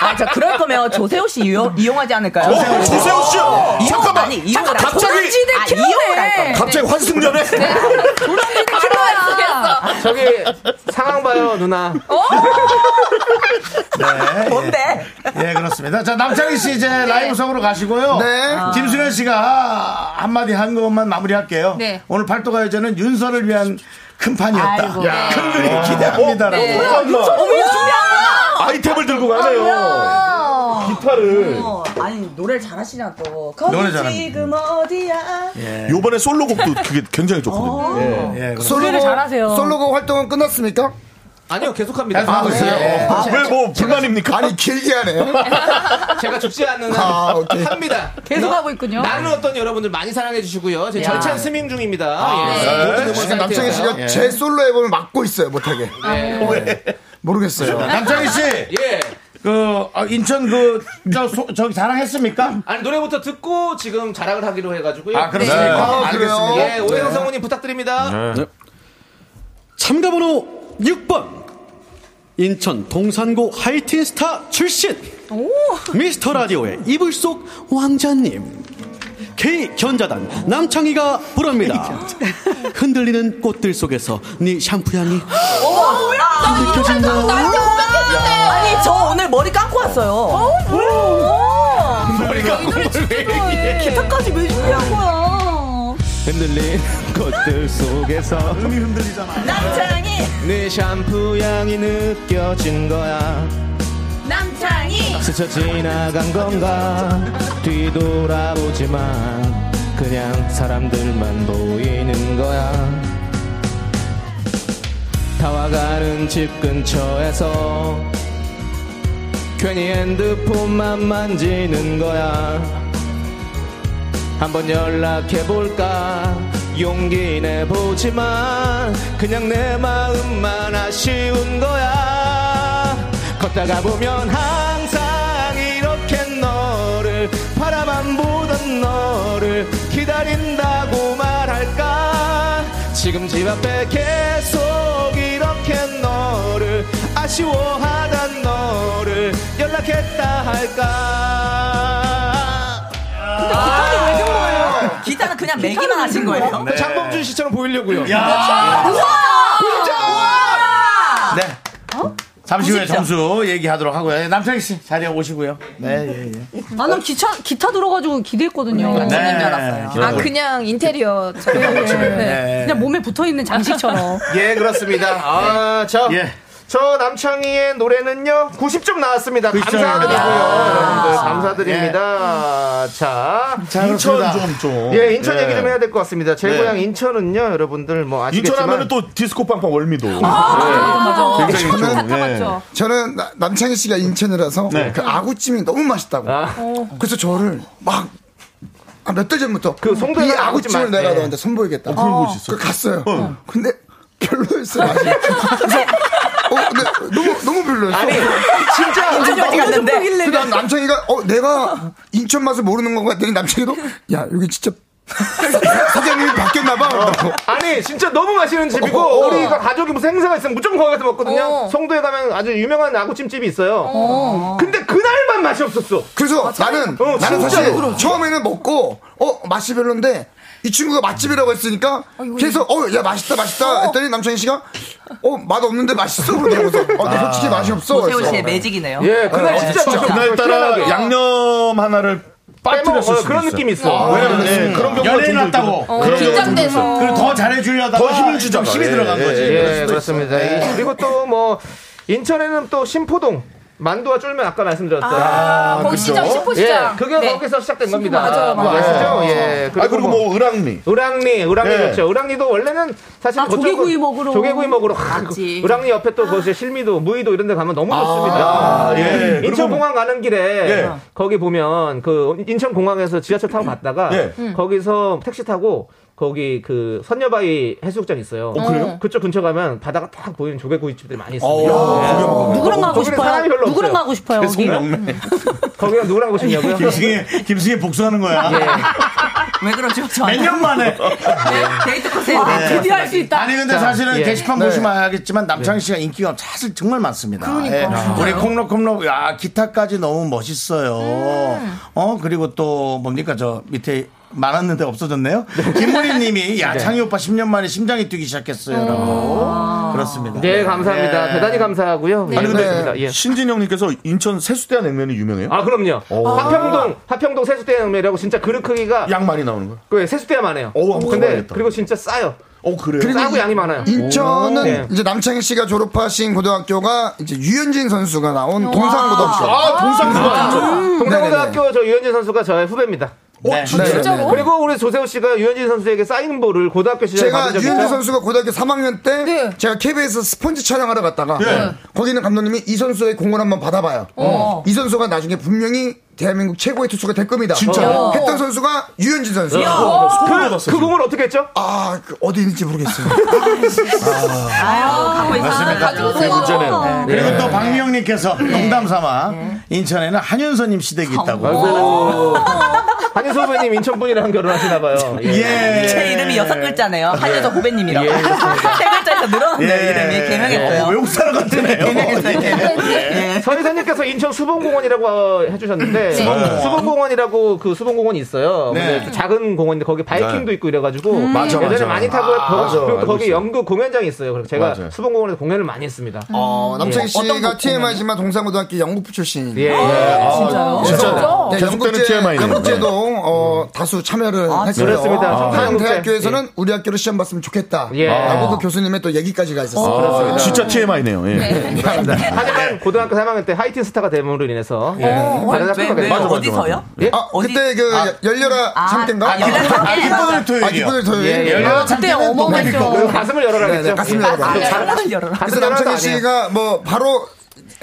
S8: 아, 자, 그럴 거면 조세호 씨 이용, 이용하지 않을까요?
S2: 어, 조세호 씨요?
S8: 이용,
S2: 잠깐만.
S8: 아니, 이용을 할
S2: 갑자기-
S8: 거예요.
S2: 소란지대
S8: 아,
S2: 키우네.
S8: 이용을 할 거예요.
S2: 갑자기 환승연애?
S8: 네.
S2: 저기
S17: 상황 봐요 누나.
S1: 네. 뭔데? 예, 그렇습니다. 자, 남창희 씨 이제 라이브성으로 가시고요.
S13: 네.
S1: 아. 김수현 씨가 한마디 한 것만 마무리할게요.
S13: 네.
S1: 오늘 팔도가요제는 윤서를 위한 큰 판이었다.
S13: 아이고.
S1: 야, 큰
S13: 아.
S1: 그림 기대합니다라고.
S13: 네. 뭐야, 윤서 어머, 이거 준비한 거야?
S9: 아이템을 들고
S2: 어,
S8: 아, 뭐야.
S9: 기타를.
S8: 네. 어, 아니 노래를 잘하시나 또. 거기
S9: 노래 잘합니다.
S8: 지금 어디야?
S9: 요번에 솔로곡도 그게 굉장히
S12: 예,
S9: 좋거든요.
S12: 어.
S9: 예.
S2: 예,
S12: 솔로곡- 솔로곡 활동은 끝났습니까?
S17: 아니요, 계속합니다.
S12: 계속 하고 있어요? 네. 아,
S9: 왜 뭐 불만입니까?
S12: 아니 길게
S2: (laughs)
S12: 하네요.
S17: 제가 죽지 않는 한
S12: 아, 오케이.
S17: 합니다.
S10: 계속 하고 있군요.
S17: 나는 어떤 여러분들 많이 사랑해 주시고요. 제
S12: 야. 네.
S17: 절찬 스밍
S12: 아,
S17: 중입니다. 예. 모든 음원
S12: 지금 남창희
S17: 사이트에서요.
S12: 씨가
S17: 예.
S12: 제 솔로 앨범을 막고 있어요 못하게.
S17: 예.
S12: 네. 아, 모르겠어요.
S1: 남창희 씨.
S17: 예.
S1: 그 아, 인천 그저 저기 자랑했습니까?
S17: 아니 노래부터 듣고 지금 자랑을 하기로 해가지고요.
S1: 아, 그렇습니까?
S17: 네.
S1: 아, 그래요?
S17: 예, 오해영
S1: 네.
S17: 성우님 부탁드립니다.
S3: 네. 참가번호 6번 인천 동산고 하이틴스타 출신 미스터 라디오의 이불 속 왕자님 K 견자단 남창희가 부릅니다 흔들리는 꽃들 속에서 네 샴푸향이
S8: 어, 뭐야? 나 이거
S3: 느껴진다.
S8: 나한테 못 뺏겼는데. 아니 저 오늘 머리 감고 왔어요. 어, 뭐야?
S5: 머리 감고
S8: 왜 기타까지 왜 준비한 거야?
S1: 예.
S2: 흔들린 것들 속에서
S1: 음이 흔들리잖아.
S8: 남창이
S2: 네 샴푸 향이 느껴진 거야.
S8: 남창이
S2: 스쳐 지나간 건가 뒤돌아보지만 그냥 사람들만 보이는 거야 타와가는 집 근처에서 괜히 핸드폰만 만지는 거야 한번 연락해볼까 용기 내보지만 그냥 내 마음만 아쉬운 거야 걷다가 보면 항상 이렇게 너를 바라만 보던 너를 기다린다고 말할까 지금 집 앞에 계속 이렇게 너를 아쉬워하던 너를 연락했다 할까
S8: 아. 기타는 그냥 매기만 하신 거예요?
S2: 네. 장범준 씨처럼
S1: 네.
S2: 보이려고요.
S8: 야. 우와! 우와!
S1: 네.
S10: 어?
S1: 잠시 후에 점수 얘기하도록 하고요. 예, 남창희 씨 자리에 오시고요. 네, 예, 예.
S10: 나는 아, 기차 기타 들어가지고 기대했거든요.
S1: 네. 저는 줄 알았어요.
S18: 아 그냥 인테리어.
S1: 네.
S10: 그냥 (laughs) 몸에 붙어 있는 장식처럼.
S2: 예, 그렇습니다. 아, 저,
S1: 예,
S2: 저 남창희의 노래는요, 90점 나왔습니다.
S1: 그
S2: 감사드리고요.
S1: 아,
S9: 아.
S2: 여러분들, 감사드립니다.
S1: 예.
S2: 자,
S9: 인천 예. 좀 좀.
S2: 예, 인천 얘기 좀 해야 될 것 같습니다. 제
S9: 네.
S2: 고향 인천은요, 여러분들 뭐
S9: 인천
S2: 아시겠지만
S9: 하면은 또 디스코 빵빵 월미도.
S12: 아,
S9: 네. 굉장히
S12: 저는,
S9: 좀, 예.
S12: 저는 나- 남창희 씨가 인천이라서 그 아구찜이 너무 맛있다고. 그래서 저를 막. 아, 몇 달 전부터
S2: 송도에
S12: 이
S2: 가는
S12: 그 아구찜을
S2: 아구찜
S12: 내가
S2: 맛- 네.
S12: 너한테 선보이겠다.
S2: 어, 그런 곳이 있어요.
S12: 그 갔어요.
S2: 어.
S12: 근데 별로였어요. 아직. 그래서 어, 근데 너무 너무 별로였어.
S5: 아니, 진짜 인천이 어디 갔는데?
S12: 근데 난 남창이가 어 내가 인천 맛을 모르는 건가 했더니 남창이도 야 여기 진짜 (laughs) 사장님이 바뀌었나봐.
S2: 아니 어. 네, 진짜 너무 맛있는 집이고
S12: 어, 어.
S2: 우리가 가족이 무슨 행사가 있으면 무조건 거기 가서 먹거든요.
S1: 어.
S2: 송도에 가면 아주 유명한 아구찜 집이 있어요. 근데 그날만 맛이 없었어.
S12: 그래서 나는
S2: 어,
S12: 나는
S2: 진짜로.
S12: 사실
S2: 그럼.
S12: 처음에는 먹고 어 맛이 별론데 이 친구가 맛집이라고 했으니까 계속 어야 맛있다 맛있다 했더니 남창희 씨가 어 맛 없는데 맛있어 그러면서 어, 나
S9: 아.
S12: 솔직히 맛이 없어.
S8: 오세훈
S12: 그래서.
S8: 씨의 매직이네요.
S9: 예, 그날
S12: 어,
S9: 진짜 맛있어. 그날따라
S12: 희한하게.
S9: 양념 하나를
S2: 아, 빼먹어.
S9: 빠뜨렸을 수도
S2: 그런
S9: 있어요.
S2: 느낌이 있어.
S9: 아, 왜냐면 예, 그런 경우가
S1: 연예인
S9: 종종 있거든요.
S1: 같다고. 어,
S9: 그런 경우가 종종
S1: 긴장돼서.
S9: 있어요.
S1: 그걸 더 잘해주려다가
S9: 더 힘을 주자.
S1: 좀 힘이 들어간 거지.
S2: 예,
S1: 그럴 수도 있어.
S2: 그렇습니다. 이-
S1: 네.
S2: 그리고 또 뭐 인천에는 또 신포동 만두와 쫄면 아까 말씀드렸어요.
S9: 아, 거기
S2: 그죠?
S9: 시장, 신포시장.
S2: 예, 그게
S9: 네.
S2: 거기서 시작된 겁니다.
S9: 맞아요, 맞아요.
S2: 뭐 아시죠?
S9: 아.
S2: 예.
S9: 아, 그리고 뭐 을왕리.
S2: 을왕리, 을왕리
S9: 예.
S2: 좋죠. 을왕리도 원래는 사실
S10: 아,
S2: 저쪽은-
S10: 조개구이 먹으러.
S2: 조개구이 먹으러 가.
S10: 맞지. 아.
S2: 을왕리 옆에 또 거기 실미도, 무의도 이런 데 가면 너무 좋습니다.
S9: 아, 예. 그리고-
S2: 인천 공항 가는 길에
S9: 예.
S2: 거기 보면 그 인천 공항에서 지하철 타고 갔다가
S9: 예.
S10: 음.
S2: 거기서 택시 타고 거기 그 선녀바위 해수욕장 있어요. 음.
S9: 어, 그래요?
S2: 그쪽 근처 가면 바다가 딱 보이는 조개구이집들이 많이 있습니다.
S9: 어,
S2: 예.
S9: 조개 먹어요.
S10: 누구랑 가고
S2: 거기는
S10: 싶어요?
S2: 사람이 별로 없어요.
S10: 누구랑 가고 싶어요?
S2: 계속
S10: 거기?
S2: 먹네. (laughs) 거기랑 누구랑 가고 싶냐고요? 예.
S1: 김승희, 김승희 복수하는 거야. (laughs)
S8: 왜 그러죠?
S1: 몇 년 만에.
S2: (laughs)
S8: 데이트 코스에
S1: 아,
S8: 대해.
S1: 드디어
S10: 할수 있다.
S1: 아니 근데
S8: 자,
S1: 사실은
S8: 예.
S1: 게시판
S8: 네.
S1: 보시면 알겠지만 남창희
S2: 네.
S1: 씨가 인기가 사실 정말 많습니다. 예.
S8: 그러니까. 진짜요?
S1: 우리 콩록콩록 야 기타까지 너무 멋있어요.
S8: 음.
S1: 어 그리고 또 뭡니까 저 밑에 많았는데 없어졌네요. 김문희님이 야
S2: (laughs) 네.
S1: 창희 오빠 10년 만에 심장이 뛰기 시작했어요라고. 그렇습니다.
S2: 네, 감사합니다.
S9: 예.
S2: 대단히
S10: 네.
S2: 감사하고요.
S9: 아니 근데
S2: 예.
S9: 신진영님께서 인천 세수대야 냉면이 유명해요?
S2: 아 그럼요.
S9: 어.
S2: 화평동 화평동 세수대 양매라고 진짜 그릇 크기가
S9: 양 많이 나오는 거야?
S2: 그 세수대야만 해요.
S9: 오, 한번
S2: 근데
S9: 가봐야겠다.
S2: 그리고 진짜 싸요.
S9: 어 그래요.
S2: 싸고 양이 많아요.
S12: 인천은
S2: 네.
S12: 이제 남창희 씨가 졸업하신 고등학교가 이제 유현진 선수가 나온 동산고등학교.
S2: 아, 동상고등학교.
S12: 음.
S2: 동상고등학교 저 유현진 선수가 저의 후배입니다.
S1: 어,
S12: 네. 진짜로?
S2: 그리고 우리 조세호 씨가 유현진 선수에게 사인볼을 고등학교 시절에
S12: 제가
S2: 받은 적이
S12: 유현진
S2: 있죠?
S12: 선수가 고등학교 3학년 때 제가 KBS 스펀지 촬영하러 갔다가
S2: 네.
S12: 거기는 감독님이 이 선수의 공을 한번 받아봐요.
S5: 어.
S12: 이 선수가 나중에 분명히 대한민국 최고의 투수가 될 겁니다.
S5: 진짜요?
S12: 어. 했던 선수가 유현진 선수.
S5: 야. 어, 소름 그- 돋았어요, 그
S2: 공을 어떻게 했죠?
S12: 아, 그 어디 있는지
S2: (laughs)
S12: 모르겠어요. 아,
S1: 맞습니다. 네, 문제는.
S12: 네.
S1: 그리고 또
S8: 네.
S1: 박미영님께서 농담 삼아 인천에는 한윤서님 시댁이 있다고.
S2: 아이고. 한윤서 후배님 인천 분이랑 결혼하시나 봐요.
S1: (laughs) 예.
S8: 제 이름이 여섯 글자네요. 한여자 아, 후배님이라고.
S2: 예,
S8: 세 글자에서 늘었는데 이름이 개명했어요.
S1: 예,
S8: 예.
S1: 외국 사람 같으네요. 예.
S2: 서희선님께서 인천 수봉공원이라고 어, 해주셨는데
S8: 네.
S1: 수봉공원.
S2: 수봉공원이라고 그 수봉공원이 있어요.
S1: 네.
S2: 근데 작은 공원인데 거기 바이킹도
S1: 네.
S2: 있고 이래가지고
S1: 음. 맞아,
S2: 예전에
S1: 맞아.
S2: 많이 타고
S1: 아, 맞아.
S2: 거,
S1: 알고
S2: 거기
S1: 있어요.
S2: 연극 공연장이 있어요. 그래서 제가
S1: 맞아요.
S2: 수봉공원에서 공연을 많이 했습니다.
S12: 어, 남창희
S2: 예.
S12: 씨가 TMI지만 동산고등학교 영국부 출신입니다.
S2: 예, 예. 아,
S12: 진짜요?
S2: 진짜.
S12: 네,
S2: 계속되는 TMI
S12: 영국제,
S2: 네요.
S12: 영국제도 어, 다수 참여를
S2: 아,
S12: 했어요.
S2: 그렇습니다.
S12: 아,
S2: 청소년 영국제.
S12: 대학교에서는 우리 학교로 시험 봤으면 좋겠다.
S2: 예.
S12: 라고 그 교수님의 또 얘기까지가 있었어요.
S2: 어, 그렇습니다.
S9: 진짜 TMI네요. 예.
S2: 하지만 고등학교 3학년 때 하이틴 스타가 됨으로 인해서 예.
S12: 어,
S2: 다른
S12: 왜,
S2: 학교가
S12: 왜,
S2: 됐죠.
S12: 맞아, 맞아, 어디서요?
S2: 예?
S12: 아, 그때 그 열려라 참깨인가?
S2: 아, 열려라 참깨.
S12: 기쁜을 토요일. 아, 기쁜을 토요일.
S2: 예, 예. 열려라 참깨는
S12: 그때
S2: 또
S12: 어머니
S2: 매일
S12: 거고요.
S2: 거고요. 가슴을 열어라
S12: 네, 네,
S2: 그랬죠?
S12: 가슴을
S2: 예.
S12: 열어라.
S2: 아, 가슴을 열어라.
S12: 그래서
S2: 가슴을 열어라
S12: 남창희
S2: 아니에요.
S12: 씨가 뭐 바로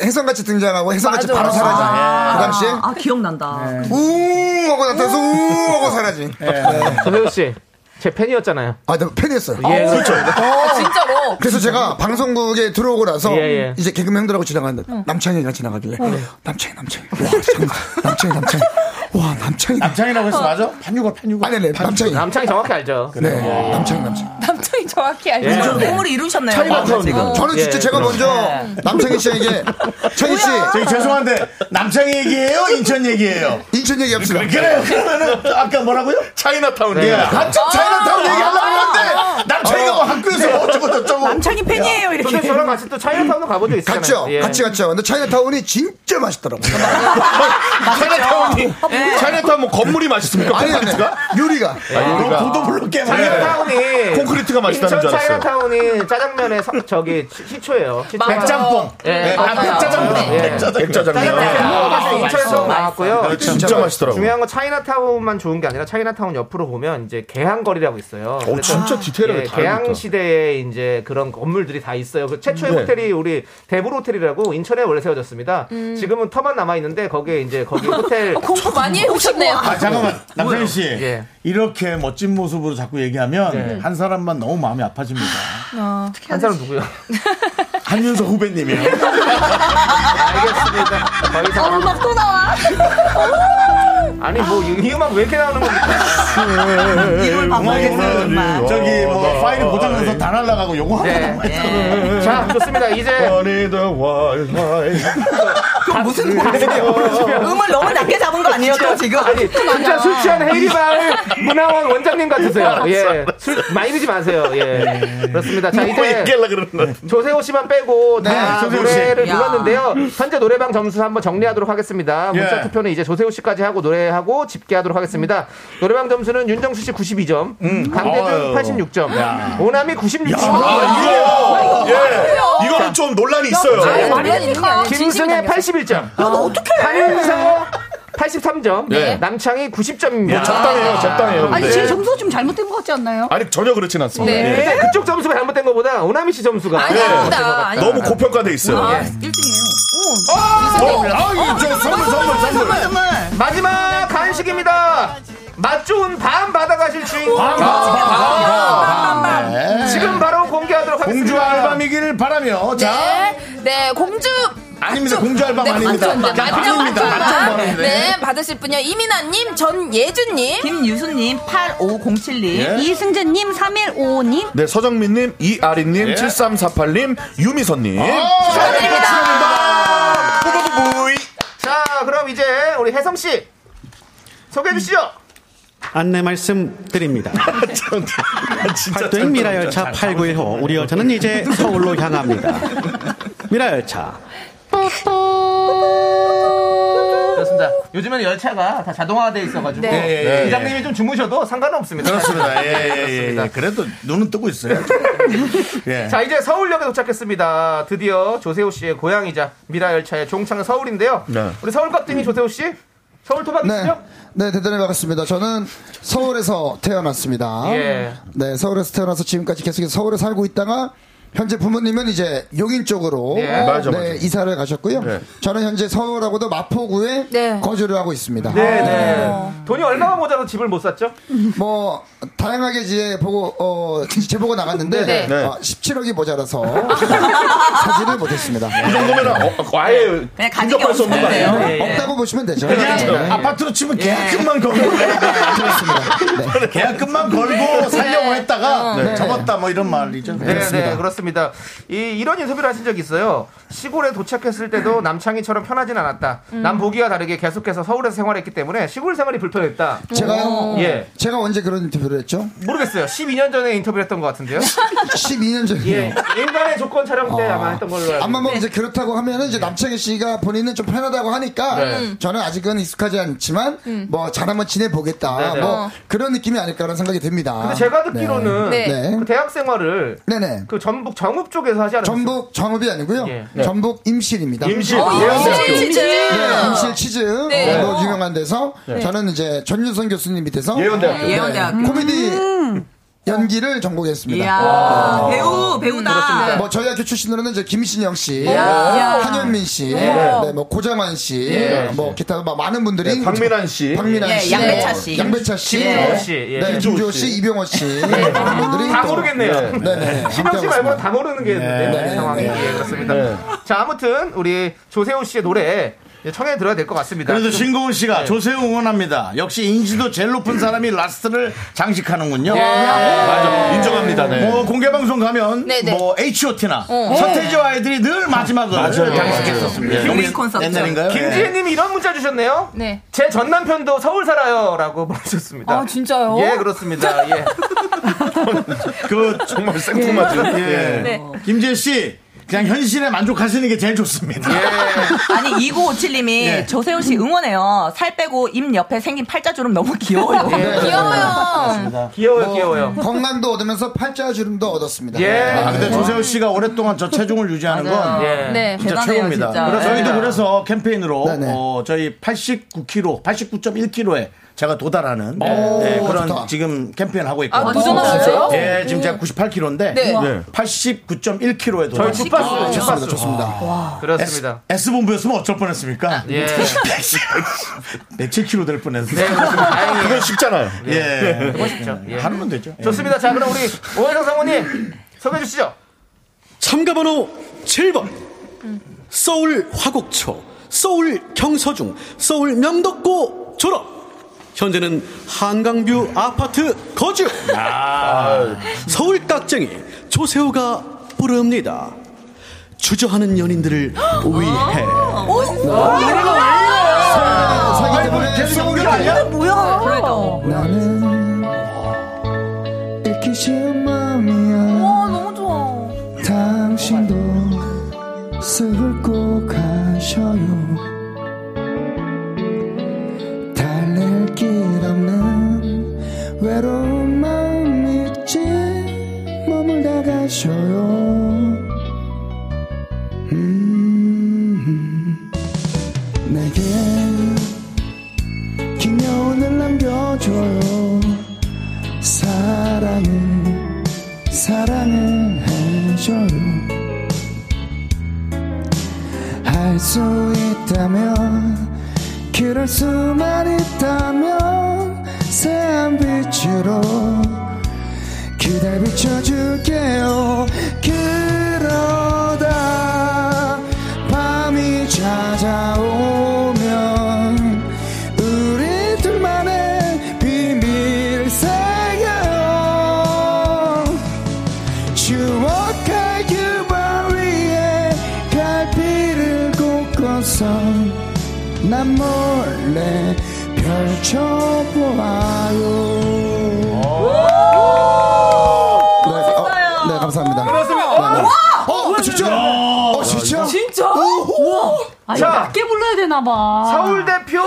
S12: 해성같이 등장하고 해성같이
S8: 맞아.
S12: 바로 사라진
S8: 아,
S12: 그 당시에
S8: 아, 기억난다.
S12: 우웅 하고 나타나서 우웅 하고 사라진
S2: 전세호 네. 씨, 제 팬이었잖아요.
S12: 아, 나 팬이었어요.
S2: 예, 그렇죠.
S12: 아, 진짜로. 그래서 제가 방송국에 들어오고 나서
S2: 예, 예.
S12: 이제 개그맨 형들하고 지나가는데 남창이가 지나가길래
S2: 어.
S12: 남창이 남창이 와 남창이 남창이 와 남창이
S1: 남창이라고 했어 맞아? 판유가 판유가
S12: 아니 네 남창이
S2: 남창이 정확히 알죠. 예.
S12: 네 남창이 남창이
S6: 남창이 정확히 알죠.
S12: 예.
S8: 꿈을 이루셨네요.
S12: 차이가
S8: 아,
S12: 좀-
S8: 지금.
S12: 저는 진짜
S8: 예,
S12: 제가 먼저
S8: 그렇습니다.
S12: 남창희 씨에게 창희 씨
S1: 저기 죄송한데 남창희 얘기예요? 인천 얘기예요?
S12: 인천 얘기 없어요.
S1: 그래요. 그러면은 아까 뭐라고요?
S9: 차이나타운
S1: 예.
S9: 얘기.
S1: 한참
S9: 아,
S1: 차이나타운
S9: 아,
S1: 얘기하려고
S9: 아,
S1: 했는데
S12: 뭐
S1: 남창희가
S9: 아,
S1: 학교에서
S9: 네.
S1: 어쩌고 저쩌고.
S8: 남창희 팬이에요,
S2: 이렇게. 근데 저랑 같이 또 차이나타운도 가본 적 있잖아요.
S12: 갔죠?
S2: 예.
S12: 같이 갔죠. 근데 차이나타운이 진짜 맛있더라고요.
S9: 아, 차이나타운이
S8: 네.
S2: 네.
S12: 예.
S9: 차이나타운 뭐 건물이 맛있습니까?
S12: 아니,
S9: (laughs)
S12: 아니.
S9: 콘크리트가?
S12: 요리가. 어,
S9: 도도 불로 깨.
S2: 차이나타운이
S9: 콘크리트가 맛있다는 줄
S2: 인천
S9: 알았어요.
S2: 차이나타운이 짜장면의 서, 저기 시- 시초예요. 시초.
S1: 백짬뽕.
S2: 예,
S1: 네, 아,
S2: 맞아요.
S1: 백짜장면.
S2: 예.
S1: 백짜장면.
S9: 백짜장면. 아,
S2: 짜장면 인천에서 나왔고요.
S9: 진짜 맛있더라고요.
S2: 중요한 건 차이나타운만 좋은 게 아니라 차이나타운 옆으로 보면 이제 개항거리라고 있어요. 예,
S9: 어, 진짜 디테일하게 다 알고
S2: 개항
S9: 있다.
S2: 시대에 이제 그런 건물들이 다 있어요. 그 최초의
S9: 네.
S2: 호텔이 우리 대불 호텔이라고 인천에 원래 세워졌습니다.
S6: 음. 어,
S2: 지금은 터만 남아 있는데 거기에 이제
S6: (laughs)
S2: 거기 호텔
S6: 공부 많이 해오셨네요.
S1: 아, 잠깐만. 남창희 씨.
S2: 예.
S1: 이렇게 멋진 모습으로 자꾸 얘기하면
S2: 네.
S1: 한 사람만 너무 마음이 아파집니다.
S6: 어.
S2: 한 사람 누구요?
S1: 한윤서 후배님이요.
S2: 알겠습니다. 더 이상
S6: 어, 음악 또 나와.
S2: 아니 뭐 이 (laughs) 음악 (laughs) 왜 이렇게 나오는
S1: 아.
S2: 겁니까?
S1: 음악에는 네. 저기 뭐 파일이 고장나서 다 날라가고 요거 하나
S2: 네.
S1: 남아있어.
S2: 아. 자 좋습니다. 이제
S8: 그럼 아, 무슨 음을 너무 낮게 잡은 거 아니에요, 또 지금?
S2: 어, 아니, 진짜 술 취한 헤이리발 문화원 원장님 같으세요. 예. 술 많이 드지 마세요. 예. 그렇습니다. 자, 이제 (laughs) 조세호 씨만 빼고 다
S1: 네, 조세호 씨.
S2: 노래를
S1: 야.
S2: 불렀는데요. 현재 노래방 점수 한번 정리하도록 하겠습니다. 문자
S1: 예.
S2: 투표는 이제 조세호 씨까지 하고 노래하고 집계하도록 하겠습니다. 노래방 점수는 윤정수 씨 92점,
S9: 음.
S2: 강대준
S9: 아유.
S2: 86점, 오남이 96점.
S9: 아, 이거 예. 이거는 좀 논란이 있어요.
S2: 자,
S9: 김승혜
S2: 김승혜 81점. 어떻게 한윤서 83점.
S9: 네.
S2: 남창희 90점입니다.
S9: 뭐 적당해요, 적당해요.
S10: 아니,
S2: 네.
S9: 근데.
S10: 제 점수가 좀 잘못된 것 같지 않나요?
S9: 아니 전혀 그렇진 않습니다.
S10: 네.
S9: 예.
S2: 일단 그러니까 그쪽 점수가 잘못된 것보다 오나미 씨 점수가
S9: 아니,
S2: 잘못된
S9: 아니다.
S2: 것 같다.
S9: 아니, 너무 아니다. 고평가돼 있어요. 아, 예.
S2: 1등이에요.
S9: 어, 아, 이거 저 선물, 선물, 선물.
S2: 마지막 간식입니다. 맛 좋은 밤 받아가실 주인공.
S1: 밤, 밤, 밤, 밤. 네.
S2: 지금 바로 공개하도록 하겠습니다.
S1: 공주 알밤이기를 바라며. 자.
S6: 네, 네, 공주. 네,
S1: 아닙니다. 공주 알밤 아닙니다.
S6: 맞죠, 맞죠,
S1: 밤입니다. 밤,
S6: 맞죠.
S1: 밤입니다.
S6: 네, 받으실 분요. 이민아님, 전예준님,
S8: 김유수님, 8507님,
S9: 예.
S10: 이승재님, 3155님.
S9: 네, 서정민님, 이아린님,
S2: 예.
S9: 7348님, 유미선님.
S2: 아!
S9: (laughs)
S2: 자, 그럼 이제 우리 혜성 씨 소개해 주시죠.
S3: 안내 말씀드립니다. 팔도행 미라열차 891호 우리 열차는 이제 서울로 향합니다. 미라열차
S2: 그렇습니다. 요즘에는 열차가 다 자동화돼 있어가지고
S1: 네. 예, 예,
S2: 기장님이 좀 주무셔도 상관은
S9: 네.
S2: 없습니다.
S1: 그렇습니다. 예, 예, 예,
S2: 그렇습니다.
S1: 예. 그래도 눈은 뜨고 있어요. 예.
S2: 자 이제 서울역에 도착했습니다. 드디어 조세호 씨의 고향이자 미라 열차의 종착은 서울인데요.
S12: 네.
S2: 우리 서울 깍두기 조세호 씨 서울 토박이시죠?
S12: 네, 대단히 반갑습니다. 저는 서울에서 태어났습니다.
S2: 예.
S12: 네, 서울에서 태어나서 지금까지 계속해서 서울에 살고 있다가 현재 부모님은 이제 용인 쪽으로
S5: 예. 맞아,
S12: 네,
S5: 맞아.
S12: 이사를 가셨고요. 저는 현재 서울하고도 마포구에
S9: 네.
S12: 거주를 하고 있습니다.
S2: 네, 네. 돈이 얼마가 모자라서 집을 못 샀죠?
S12: 뭐 다양하게 이제 보고 어 (laughs) 제보가 나갔는데
S2: 네. 네.
S12: 아, 17억이
S9: (laughs)
S12: 모자라서 사지를 못했습니다.
S9: 이 정도면 어, 아예
S12: 그냥
S9: 가진 게 인접할 수 없는 거 없어요. 아니에요? 예, 예.
S12: 네. 없다고 보시면 되죠.
S1: 그냥
S12: 네.
S1: 아파트로 치면 계약금만 걸고 (laughs) 계약금만 걸고 살려고 했다가
S2: 네.
S1: 접었다 뭐 이런 말이죠.
S2: 네, 네, 그렇습니다. 이, 이런 인터뷰를 하신 적이 있어요. 시골에 도착했을 때도 남창희처럼 편하진 않았다. 남 보기와 다르게 계속해서 서울에서 생활했기 때문에 시골 생활이 불편했다.
S12: 제가요.
S2: 예.
S12: 제가 언제 그런 인터뷰를 했죠?
S2: 모르겠어요. 12년 전에 인터뷰를 했던 것 같은데요.
S12: 12년 전이요.
S2: 예. 인간의 조건 촬영 때 아마 했던 걸로 알고.
S12: 아마 뭐 이제 그렇다고 하면은 이제 남창희 씨가 본인은 좀 편하다고 하니까
S2: 네. 음.
S12: 저는 아직은 익숙하지 않지만
S2: 음.
S12: 뭐 잘 한번 지내보겠다
S2: 네네.
S12: 뭐
S2: 어.
S12: 그런 느낌이 아닐까라는 생각이 듭니다.
S2: 근데 제가 듣기로는
S12: 네. 네.
S2: 그 대학 생활을
S12: 네네.
S2: 그 전북 정읍 쪽에서 하지 않았어요?
S12: 전북 정읍이 아니고요.
S2: 네.
S12: 전북 임실입니다.
S2: 임실. 어, 대한민국. 임실 치즈.
S12: 네, 임실 치즈.
S2: 네.
S12: 로 유명한 데서
S2: 네.
S12: 저는 이제 전유선 교수님 밑에서
S8: 예원대학교.
S12: 네,
S8: 예원대학교. 음.
S12: 코미디 연기를 전공했습니다. 어.
S8: 이야,
S12: 와.
S8: 배우, 배우다. 그렇습니다.
S12: 뭐 저희 학교 출신으로는 이제 김신영 씨, 뭐
S8: 이야.
S12: 한현민 씨,
S8: 예.
S12: 네, 뭐 고자만 씨,
S8: 예.
S12: 뭐 기타 막 많은 분들이
S9: 네, 박민환 씨.
S12: 박민환
S9: 예,
S12: 씨,
S9: 양배차 씨.
S12: 양배차 씨,
S9: 김주호 씨, 예.
S12: 네, 김주호 씨, 이병헌 씨, 많은 네. 분들이
S2: 예. 다
S12: 또-
S2: 모르겠네요.
S12: 네, 네.
S2: (laughs) 신영 씨 말고는 다 모르는 게 있는데
S12: 네.
S2: 네, 상황이
S12: 네.
S2: 예, 그렇습니다. 자 아무튼 우리 조세호 씨의 노래 이제 청해 들어야 될 것
S9: 그러니까
S2: 같습니다.
S1: 그래도 신고은 씨가
S2: 네.
S1: 조세호 응원합니다. 역시 인지도 제일 높은 사람이 라스트를 장식하는군요.
S8: 네.
S2: 예.
S9: 맞아. 인정합니다. 네.
S1: 뭐 공개 방송 가면
S8: 네, 네.
S1: 뭐 H.O.T.나
S8: 어.
S1: 서태지와 아이들이 늘 마지막을
S9: 맞아요.
S1: 장식했었습니다.
S9: 예.
S1: 너무
S9: 힐링 콘서트.
S1: 옛날인가요? 예.
S2: 김지혜님이 이런 문자 주셨네요.
S6: 네.
S2: 제 전 남편도 서울 살아요라고 (laughs) 보내셨습니다.
S6: 아, 진짜요?
S2: 예 그렇습니다. 예.
S1: (laughs) 그 정말
S2: 생뚱맞은.
S1: 예.
S8: 네.
S1: 김지혜 씨 그냥 현실에 만족하시는 게 제일 좋습니다.
S9: 예.
S8: 아니 2957님이
S1: 예.
S8: 조세호 씨 응원해요. 살 빼고 입 옆에 생긴 팔자 주름 너무 귀여워요.
S1: 예.
S12: 귀여워요.
S2: 귀여워요,
S8: 귀여워요.
S12: 건강도 뭐 얻으면서 팔자 주름도 얻었습니다. 네.
S1: 아, 근데 조세호 씨가 오랫동안 저 체중을 유지하는
S12: 맞아요.
S1: 건
S12: 예. 네,
S1: 진짜
S12: 대단해요,
S1: 최고입니다.
S12: 진짜.
S1: 그래서
S12: 네.
S1: 저희도 그래서 캠페인으로 어, 저희 89kg, 89.1kg에 제가 도달하는 네, 그런 지금 캠페인 하고 있거든요.
S14: 아, 도전하셨어요?
S1: 예, 지금 제가 98kg인데
S14: 네.
S1: 89.1kg에 도달.
S2: 저희 주파수, 주파수.
S1: 아, 좋습니다. 좋습니다.
S2: 아, 그렇습니다.
S1: S, 본부였으면 어쩔 뻔했습니까? (laughs)
S2: 예. 네,
S1: 107kg 될 뻔했어요. (laughs)
S2: 그건
S1: 쉽잖아요. 예,
S2: 예. 그건 쉽죠. 예.
S1: 하면 되죠. 예.
S2: 좋습니다. 자 그럼 우리 오해성 사모님 소개해 주시죠.
S3: 참가번호 7번 서울 화곡초 서울 경서중 서울 명덕고 졸업 현재는 한강뷰 아파트 거주
S2: 아.
S3: 서울 깍쟁이 조세호가 부릅니다 주저하는 연인들을
S2: 아.
S3: 위해
S12: 사기 때문에
S14: 계속 연결
S12: 아니야?
S14: 뭐야?
S12: 나는 읽기 쉬운 마음이야. 와
S6: 너무 좋아.
S12: 당신도 쓱을 꼭 하셔요. 달랠 길 없는 외로운 마음 있지 머물다 가셔요. 음, 내게 긴 여운을 남겨줘요. 사랑을 사랑을 해줘요 할 수 있다면 그럴 수만 있다면 새한 빛으로 그댈 비춰줄게요 그러다 밤이 찾아오면 우리 둘만의 비밀 새겨요 추억할 유발 위에 갈피를 꽂고서 난 몰래 펼쳐보아요. 네, 어, 네, 감사합니다.
S10: 그렇습니다.
S12: 네, 네.
S10: 와!
S12: 어, 진짜? 어, 진짜?
S10: 진짜?
S12: 우와!
S10: 아, 이거
S12: 자.
S10: 낮게 불러야
S2: 아.
S10: 되나봐.
S12: 서울
S2: 대표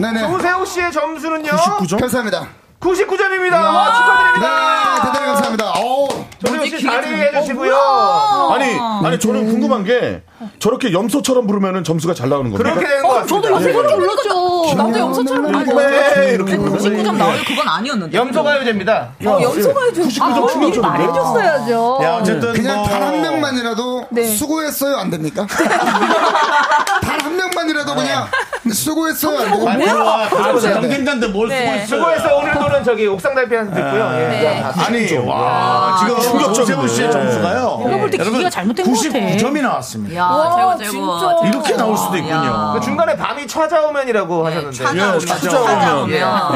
S12: 네네.
S2: 정세호 씨의 점수는요?
S12: 99점? 감사합니다.
S2: 99점입니다.
S12: 와.
S2: 축하드립니다.
S12: 아, 네, 대단히 감사합니다. 어
S9: 정세호 씨 자리해 주시고요.
S6: 어,
S2: 뭐야?
S9: 아니, 아니 저는 궁금한 게 저렇게 염소처럼 부르면은 점수가 잘 나오는 겁니까?
S2: 그렇게 되는 것
S9: 어,
S2: 같습니다.
S8: 네.
S9: 저도 염소처럼
S2: 예.
S8: 그렇죠.
S2: 네.
S6: 불렀죠. 나도 염소처럼
S9: 아니,
S6: 불렀죠.
S9: 왜 네, 이렇게 부르면
S6: 99점 나올 그건 아니었는데.
S2: 염소가요제입니다.
S6: 어, 염소가요제.
S12: 아,
S6: 아,
S12: 그럼
S6: 미리
S12: 좀
S6: 말해줬어야죠. 네.
S12: 야, 어쨌든 그냥
S6: 뭐-
S12: 단 한 명만이라도 수고했어요 안
S6: (laughs)
S12: 됩니까? 단 한 명만이라도 그냥 수고했어요 안 됩니까?
S2: 아,
S6: 아,
S2: 그렇죠. 뭘 수고했어. 오늘 노는 저기 옥상 달빛한테 듣고요. 예.
S12: 네.
S1: 아, 아니, 와,
S12: 와,
S1: 지금
S12: 충격적인데.
S1: 정세훈 씨의 예. 점수가요. 예,
S10: 내가 볼때
S1: 여러분,
S10: 기기가 잘못된 것 같아.
S1: 99점이 나왔습니다.
S10: 야, 제고 제고.
S1: 이렇게 나올 수도 있군요.
S2: 그 중간에 밤이 찾아오면이라고 하셨는데.
S12: 찾아오면.
S2: 예,
S12: 찾아오면.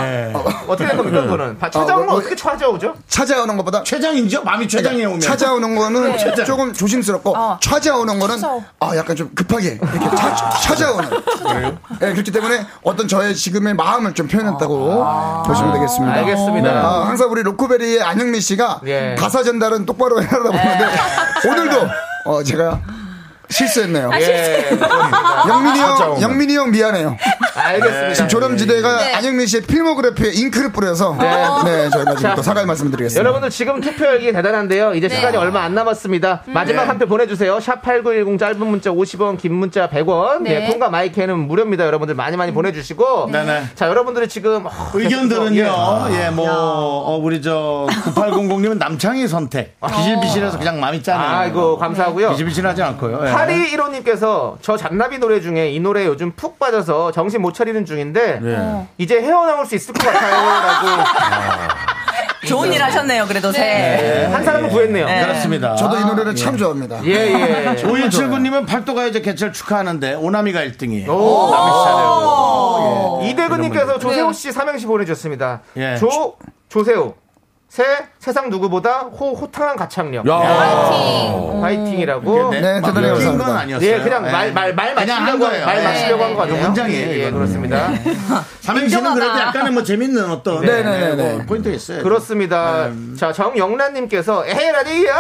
S2: 예. 어떻게 된 겁니까, 그거는? 바- 찾아오면 어떻게 찾아오죠?
S12: 음. 찾아오는 것보다 네.
S1: 최장이죠? 마음이 최장에 오면.
S12: 찾아오는 거는
S1: 네. 최장.
S12: 조금 조심스럽고 찾아오는 거는 아 약간 좀 급하게 이렇게 찾, 찾아오는 네, 그렇기 때문에 어떤 저의 지금의 마음을 좀 표현했다고 보시면 되겠습니다.
S2: 알겠습니다.
S12: 아, 항상 우리 로크베리의 안영민 씨가
S2: 예.
S12: 가사 전달은 똑바로 해라다 보는데 오늘도 어, 제가 실수했네요.
S2: 아, 실수.
S12: 영민이 형,
S2: 찾아오는.
S12: 영민이 형 미안해요.
S2: 알겠습니다.
S12: 지금 조남지대가
S2: 네.
S12: 안영민 씨의 필모그래피에 잉크를 뿌려서 네, 저희가 지금
S2: 어. 자,
S12: 또 사과의 말씀드리겠습니다.
S2: 여러분들 지금 투표 열기 대단한데요. 이제
S12: 네.
S2: 시간이 얼마 안 남았습니다. 마지막
S12: 네.
S2: 한 표 보내주세요. 샵 8910 짧은 문자 50원, 긴 문자 100원.
S16: 네.
S2: 네. 콩과 마이크는 무료입니다. 여러분들 많이 많이 보내주시고.
S1: 네네.
S2: 자, 여러분들이 지금 어,
S1: 그 의견들은요,
S2: 예.
S1: 예, 뭐, 어, 우리 저, 9800님은 남창희 선택. 아,
S12: 어.
S1: 비실비실해서 그냥 마음이 짜네요.
S2: 아이고, 감사하고요.
S1: 비실비실하지 않고요. 예.
S2: 파리 1호님께서 저 잔나비 노래 중에 이 노래 요즘 푹 빠져서 정신 못 차리는 중인데
S1: 네.
S2: 이제 헤어나올 수 있을 것 같아요라고
S8: 좋은 일 하셨네요, 그래도
S2: 네.
S8: 새.
S2: 한 사람을 구했네요.
S8: 네.
S1: 예. 그렇습니다.
S12: 예. 저도 이 노래를 참 좋아합니다.
S2: 예, 예.
S1: 5179님은 팔도가요제 개최를 축하하는데, 오나미가 1등이에요. 예.
S2: 오.
S1: 남이시잖아요.
S2: 이대근님께서 조세호 씨 삼행시 보내주셨습니다.
S1: 예.
S2: 조 조세호 새 세상 누구보다 호 호탕한 가창력.
S1: 야.
S2: 파이팅. 파이팅이라고.
S1: 네, 네, 대단히 웃긴 감사합니다. 건 아니었어요.
S2: 예, 그냥
S1: 네.
S2: 말 말 말
S1: 그냥 한
S2: 맞추려고
S1: 거예요.
S2: 말
S1: 네.
S2: 맞추려고 한 거
S1: 이거
S2: 같아요.
S1: 문장이에요,
S2: 예,
S1: 이거는.
S2: 그렇습니다.
S1: 삼행시는 그래도 약간의 뭐 재밌는 어떤.
S2: 네, 네, 네,
S1: 뭐 포인트 있어요. 네.
S2: 그렇습니다. 자, 정영란님께서 에헤라디야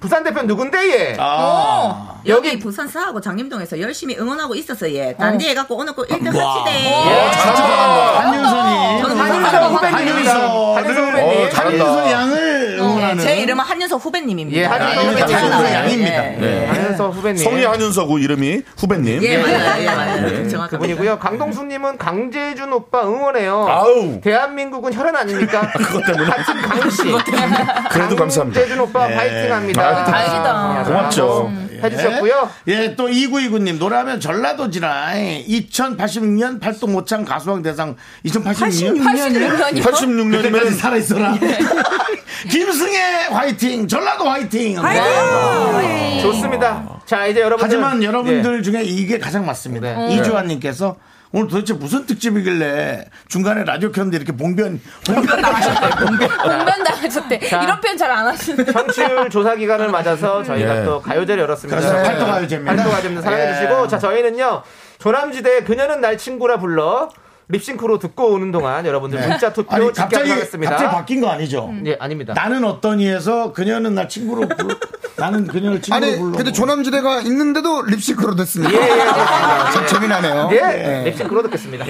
S2: 부산 대표 누군데 예.
S1: 아.
S8: 여기 부산 사하고 장림동에서 열심히 응원하고 있었어 예. 단디 해갖고 오늘 꼭 1등
S1: 아, 와.
S6: 어,
S8: 합시대.
S1: 어,
S8: 어,
S1: 한윤선이.
S8: 저는 한윤선 후배님입니다.
S1: 한윤선
S8: 한윤선 후배님.
S1: 어, 잘한다. 한윤선 양을
S8: 예,
S1: 응원하는.
S8: 제 이름은 한윤서 후배님입니다.
S2: 예,
S8: 아,
S2: 한윤서
S8: 이렇게
S2: 후배님.
S8: 잘 나와요.
S2: 양입니다.
S8: 예.
S9: 네.
S2: 한윤서 후배님.
S9: 성이 한윤서고 이름이 후배님.
S2: 예, 맞아요.
S8: 예, 맞아요.
S9: 네.
S8: 정확합니다.
S2: 그분이고요. 강동수님은 강재준 오빠 응원해요.
S9: 아우.
S2: 대한민국은 혈연
S1: (laughs)
S2: 아닙니까? 그것 때문에. 같은 강씨.
S9: 그래도 감사합니다.
S2: 강재준 오빠
S9: 예.
S2: 파이팅합니다.
S9: 아,
S2: 다행이다.
S9: 고맙죠.
S1: 음.
S2: 음, 해주셨고요.
S1: 예, 또 2929님, 노래하면 전라도지라 2086년 팔도 모창 가수왕 대상 2086년?
S9: 86년이요? 86 년이면-
S2: 네.
S1: 그때까지 살아있어라. (laughs) 김승혜 화이팅! 전라도 화이팅!
S2: 화이팅! 네. 좋습니다. 자, 이제 여러분들. 예.
S1: 하지만 여러분들 중에 이게 가장 맞습니다.
S2: 네.
S1: 이주환님께서 오늘 도대체 무슨 특집이길래 중간에 라디오 켰는데 이렇게 봉변, 봉변 나가셨대.
S2: (laughs)
S1: 봉변.
S6: 공변 당하셨대.
S2: 자.
S6: 이런 표현 잘 안 하시는데.
S2: 청취율 조사 기간을 맞아서 저희가
S1: 예.
S2: 또 가요제를 열었습니다. 네.
S1: 그렇습니다.
S2: 여러분.
S1: 팔도 가요제입니다.
S2: 팔도 가요제입니다. 사랑해주시고.
S1: 예.
S2: 자, 저희는요. 조남지대 그녀는 날 친구라 불러. 립싱크로 듣고 오는 동안 여러분들
S1: 네.
S2: 문자 투표
S1: 아니, 갑자기,
S2: 집결하겠습니다.
S1: 갑자기 바뀐 거 아니죠?
S2: 예, 아닙니다.
S1: 나는 어떠니에서 그녀는 나 친구로 불러. 나는 그녀를 친구로
S12: 아니,
S1: 불러.
S12: 근데 조남지대가 있는데도 립싱크로 됐습니다.
S2: 예, 예, 그렇습니다.
S12: (laughs) 참 재미나네요.
S2: 예, 립싱 크로 듣겠습니다.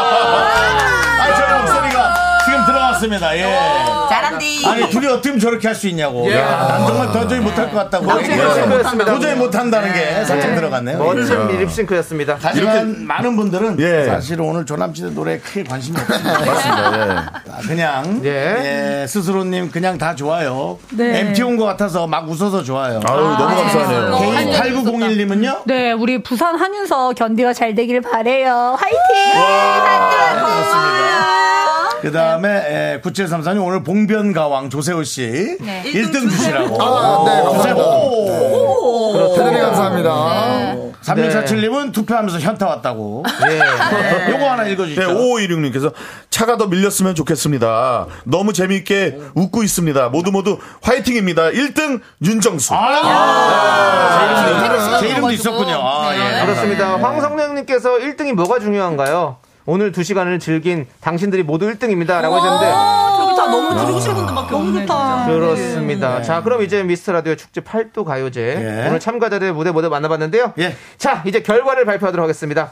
S1: 아, 저 목소리가 지금 들어왔습니다. 예.
S9: 네.
S8: 잘한디.
S1: 아니 둘이 어떻게 보면 저렇게 할 수 있냐고.
S2: 예. 아,
S1: 야, 난 정말 도저히 못할 것 같다고. 예.
S2: 멋진 립싱크였습니다.
S1: 도저히 못한다는 게 살짝
S2: 예.
S1: 들어갔네요.
S2: 멋진
S1: 예.
S2: 립싱크였습니다.
S1: 하지만 많은 분들은
S9: 예.
S1: 사실 오늘 조남지대 노래에 크게 관심이 없습니다.
S9: 맞습니다.
S1: 아, 그냥 예, 스스로님 그냥 다 좋아요.
S10: 네.
S1: MT 온 것 같아서 막 웃어서 좋아요.
S9: 아유, 너무 감사하네요.
S1: 개인 8901님은요?
S10: 네, 우리 부산 한윤서 견디가 잘 되길 바래요. 화이팅!
S1: 그렇습니다. 네, 그 다음에 9734님 오늘 봉변가왕 조세호 씨
S12: 네.
S1: 예? 일 1등 주시라고. 어,
S12: 아, 네, 감사합니다.
S1: 오.
S12: 대단히 감사합니다.
S1: 네. 3647님은 투표하면서 현타 왔다고. 네. 요거 하나 읽어주시죠.
S9: 예. 네, 5516님께서 차가 더 밀렸으면 좋겠습니다. 너무 재미있게 웃고 있습니다. 모두 모두 화이팅입니다. 1등 윤정수.
S1: 아.
S9: 네.
S2: 제 이름도
S1: 있었군요.
S9: 아,
S1: 아,
S8: 네.
S9: 예,
S2: 네.
S1: 예.
S2: 그렇습니다. 황성령님께서 1등이 뭐가 중요한가요? 오늘 2시간을 즐긴 당신들이 모두 1등입니다. 라고 하셨는데.
S8: 저기 다 아, 너무 들으고
S11: 아,
S8: 싶은 분들밖에 없네. 진짜.
S2: 그렇습니다. 자, 그럼 이제 미스터 라디오 축제 8도 가요제. 오늘 참가자들의 무대 모두 만나봤는데요. 자, 이제 결과를 발표하도록 하겠습니다.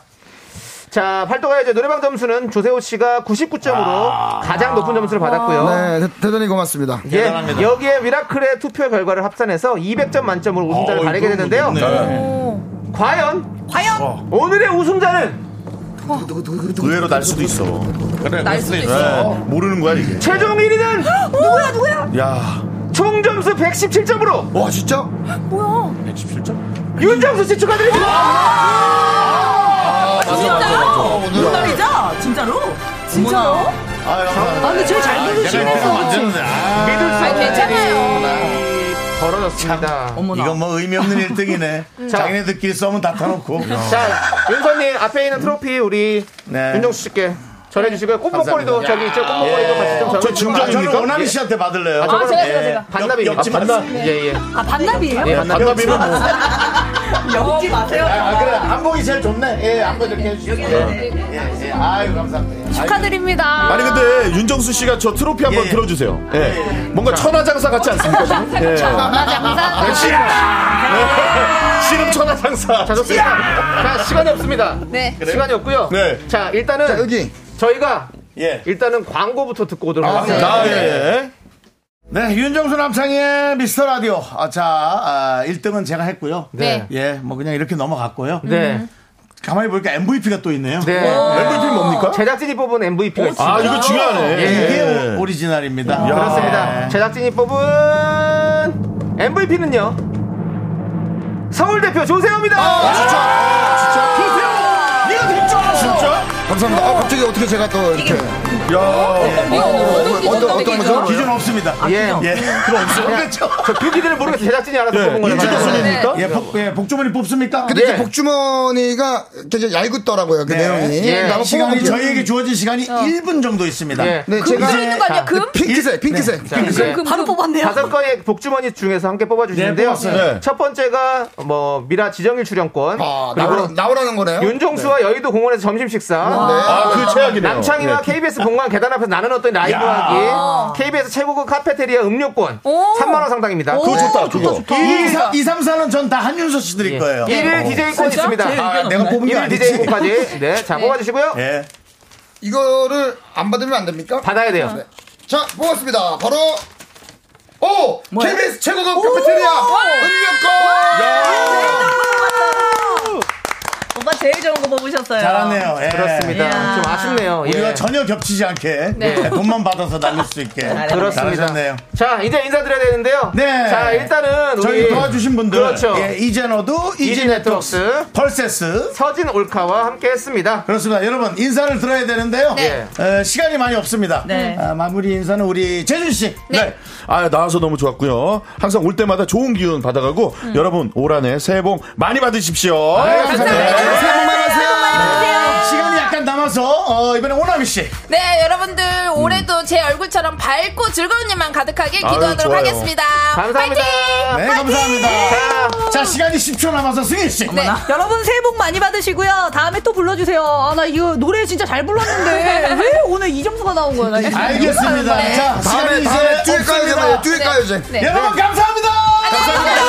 S2: 자, 8도 가요제 노래방 점수는 조세호 씨가 99점으로 가장 높은 점수를 받았고요.
S12: 네, 대- 대단히 고맙습니다.
S2: 예, 여기에 미라클의 투표 결과를 합산해서 200점 만점으로 우승자를
S12: 어,
S2: 가리게
S12: 이거
S9: 뭐,
S2: 되는데요.
S12: 높네.
S2: 과연 어.
S8: 과연
S1: 어.
S2: 오늘의 우승자는
S9: 의외로 날 수도 있어. 그래,
S2: 날 수도 있어.
S9: 모르는 거야, 이게.
S2: 최종 1위는 누구야 누구야?
S9: 야.
S2: 총점수 117점으로
S12: 와 진짜?
S2: 뭐야?
S9: 117점?
S2: 윤정수 씨 축하드립니다.
S8: 아,
S1: 아,
S8: 진짜요? 오늘 날이죠? 진짜로? 진짜요?
S9: 아,
S8: 근데 제일 잘
S1: 아,
S12: 아,
S2: 믿을 수
S8: 괜찮아요.
S1: 네.
S2: 벌어졌습니다.
S1: 이건 뭐 의미 없는 1등이네.
S2: 자.
S1: 자기네들끼리 써면 다 타놓고.
S2: 자, 윤선님 앞에 있는 트로피 우리
S1: 네.
S2: 윤정수 씨께 전해주시고요. 꽃목걸이도
S1: 감사합니다.
S2: 저기 있죠. 꽃목걸이도
S1: 예.
S2: 같이 좀
S1: 저
S2: 전해주시고요.
S1: 증정입니까? 저는 오나미 씨한테 받을래요.
S2: 아, 저거는
S1: 아, 제가,
S2: 예.
S1: 제가, 제가.
S2: 반납이
S1: 옆- 옆집
S2: 반납.
S1: 반납.
S2: 예, 예.
S8: 아, 반납이에요?
S2: 예, 반납.
S1: 반납이면 뭐.
S12: 어,
S8: 엮지 마세요.
S1: 아, 아, 그래. 안복이 제일 좋네. 예, 안복 이렇게 해주시고. 예, 예. 아유, 감사합니다.
S10: 축하드립니다.
S9: 아니 근데 윤정수 씨가 저 트로피 한번 들어주세요. 예. 뭔가 천하장사 같지 않습니까?
S2: (laughs)
S9: 지금? 예.
S1: 아,
S10: 천하장사.
S9: 네, 씨름. 네. 씨름 천하장사.
S2: 자, 좋습니다. 자, 시간이 없습니다.
S6: 네.
S9: 그래요?
S2: 시간이 없고요.
S9: 네.
S2: 자, 일단은 저희가 일단은 광고부터 듣고 오도록 하겠습니다.
S1: 아, 예, 네, 윤정수 남창의 미스터 라디오. 아, 자, 아, 1등은 제가 했고요.
S2: 네.
S1: 예, 뭐 그냥 이렇게 넘어갔고요. 음.
S2: 네.
S1: 가만히 보니까 MVP가 또 있네요.
S2: 네.
S1: MVP 뭡니까?
S2: 어. 제작진이 뽑은 MVP가
S1: 오,
S2: 있습니다.
S1: 아, 이거 중요하네. 이게 아, 예. 오-
S2: 오리지널입니다.
S1: 야.
S2: 그렇습니다. 제작진이 뽑은 MVP는요. 서울 대표 조세호입니다.
S12: 아, 진짜? 아, 진짜?
S2: 조세호!
S12: 네가 될줄 알았어. 감사합니다. 아, 갑자기 어떻게 제가 또 이렇게. 어,
S9: 야.
S2: 어,
S12: 어떤, 어떤 거죠?
S1: 기준 없습니다.
S2: 예.
S1: 예. 그럼 없어요.
S2: 그냥 저 표기들을 모르겠어요. 제작진이 알아서 뽑은 거예요. 네. 예.
S1: 예, 복, 예, 복주머니 뽑습니까?
S12: 근데 이제 복주머니가 되게 얇았더라고요, 그
S2: 네.
S12: 내용이.
S2: 예.
S12: 근데 한번
S1: 네. 예. 시간이
S12: 뽑아볼게요.
S1: 저희에게 주어진 시간이 1분 정도 있습니다. 그 아,
S12: 네, 제가
S2: 그
S12: 핑크색,
S1: 네.
S12: 핑크색.
S2: 네. 자, 이제
S8: 바로 뽑았네요.
S2: 다섯 건의 복주머니 중에서 함께
S12: 네,
S2: 뽑아주시는데요.
S12: 뽑았어요. 네.
S2: 첫 번째가 뭐 미라 지정일 출연권.
S12: 나오라- 나오라는 거네요?
S2: 윤종수와 여의도 공원에서 점심 식사.
S12: 네. 아, 그 최악이네요.
S2: 남창희와
S12: 네.
S2: KBS 본관 계단 앞에서 나는 어떤
S1: 야.
S2: 라이브하기. KBS 최고급 카페테리아 음료권. 3만 원 상당입니다.
S1: 오, 아, 그거 좋다, 그거. 좋다, 좋다.
S2: 1,
S1: 2, 3, 4는 전 다 한윤서 씨 드릴 거예요. 어. 아,
S2: 1일 DJ권
S8: 예,
S2: 있습니다.
S8: 뭐.
S1: 내가 뽑은 게
S2: 1일
S1: 아니지.
S2: DJ권까지. 네, 자, 뽑아주시고요.
S1: 예.
S12: 이거를 안 받으면 안 됩니까? 네.
S2: 받아야 돼요.
S12: 자, 뽑았습니다. 바로 오! KBS 최고급 카페테리아
S8: 네, 음료권! 오빠 제일 좋은 거 뽑으셨어요.
S1: 잘하네요. 예.
S8: 이야.
S2: 예.
S1: 우리가 전혀 겹치지 않게
S2: 네.
S1: 돈만 받아서 나눌 수 있게
S2: 그렇습니다.
S1: 잘하셨네요.
S2: 자, 이제 인사드려야 되는데요.
S1: 네.
S2: 자, 일단은 우리
S1: 저희 도와주신 분들
S2: 그렇죠.
S1: 예, 이젠어도
S2: 이지
S1: 이지네트웍스 펄세스
S2: 서진 올카와 함께했습니다.
S1: 그렇습니다. 여러분 인사를 들어야 되는데요.
S2: 네.
S1: 어, 시간이 많이 없습니다.
S6: 네.
S1: 아, 마무리 인사는 우리 재준 씨.
S9: 네. 아, 나와서 너무 좋았고요. 항상 올 때마다 좋은 기운 받아가고
S2: 음.
S9: 여러분 올 한해 새해 복 많이 받으십시오.
S2: 아, 네,
S9: 네.
S1: 감사합니다. 새해 복 많이 받으세요.
S6: 받으세요.
S1: 어, 시간이 약간 남아서 어, 이번에 오나미 씨.
S6: 네, 여러분들 올해도 제 얼굴처럼 밝고 즐거운 일만 가득하게
S1: 아유,
S6: 기도하도록
S1: 좋아요.
S6: 하겠습니다.
S1: 감사합니다.
S6: 파이팅!
S1: 네,
S6: 파이팅!
S1: 감사합니다. 자, 시간이 10초 남아서 승희 씨.
S8: 네, 여러분 새해 복 많이 받으시고요. 다음에 또 불러주세요. 아, 나 이거 노래 진짜 잘 불렀는데 왜 오늘 이 점수가 나온 거야? 나 진짜
S1: 알겠습니다.
S8: 욕하는 거야.
S1: 자,
S12: 다음에,
S1: 시간이
S12: 다음에
S1: 이제
S12: 듀엣 가요제
S1: 없습니다.
S12: 봐요, 듀엣 가요제.
S1: 여러분 감사합니다. 감사합니다.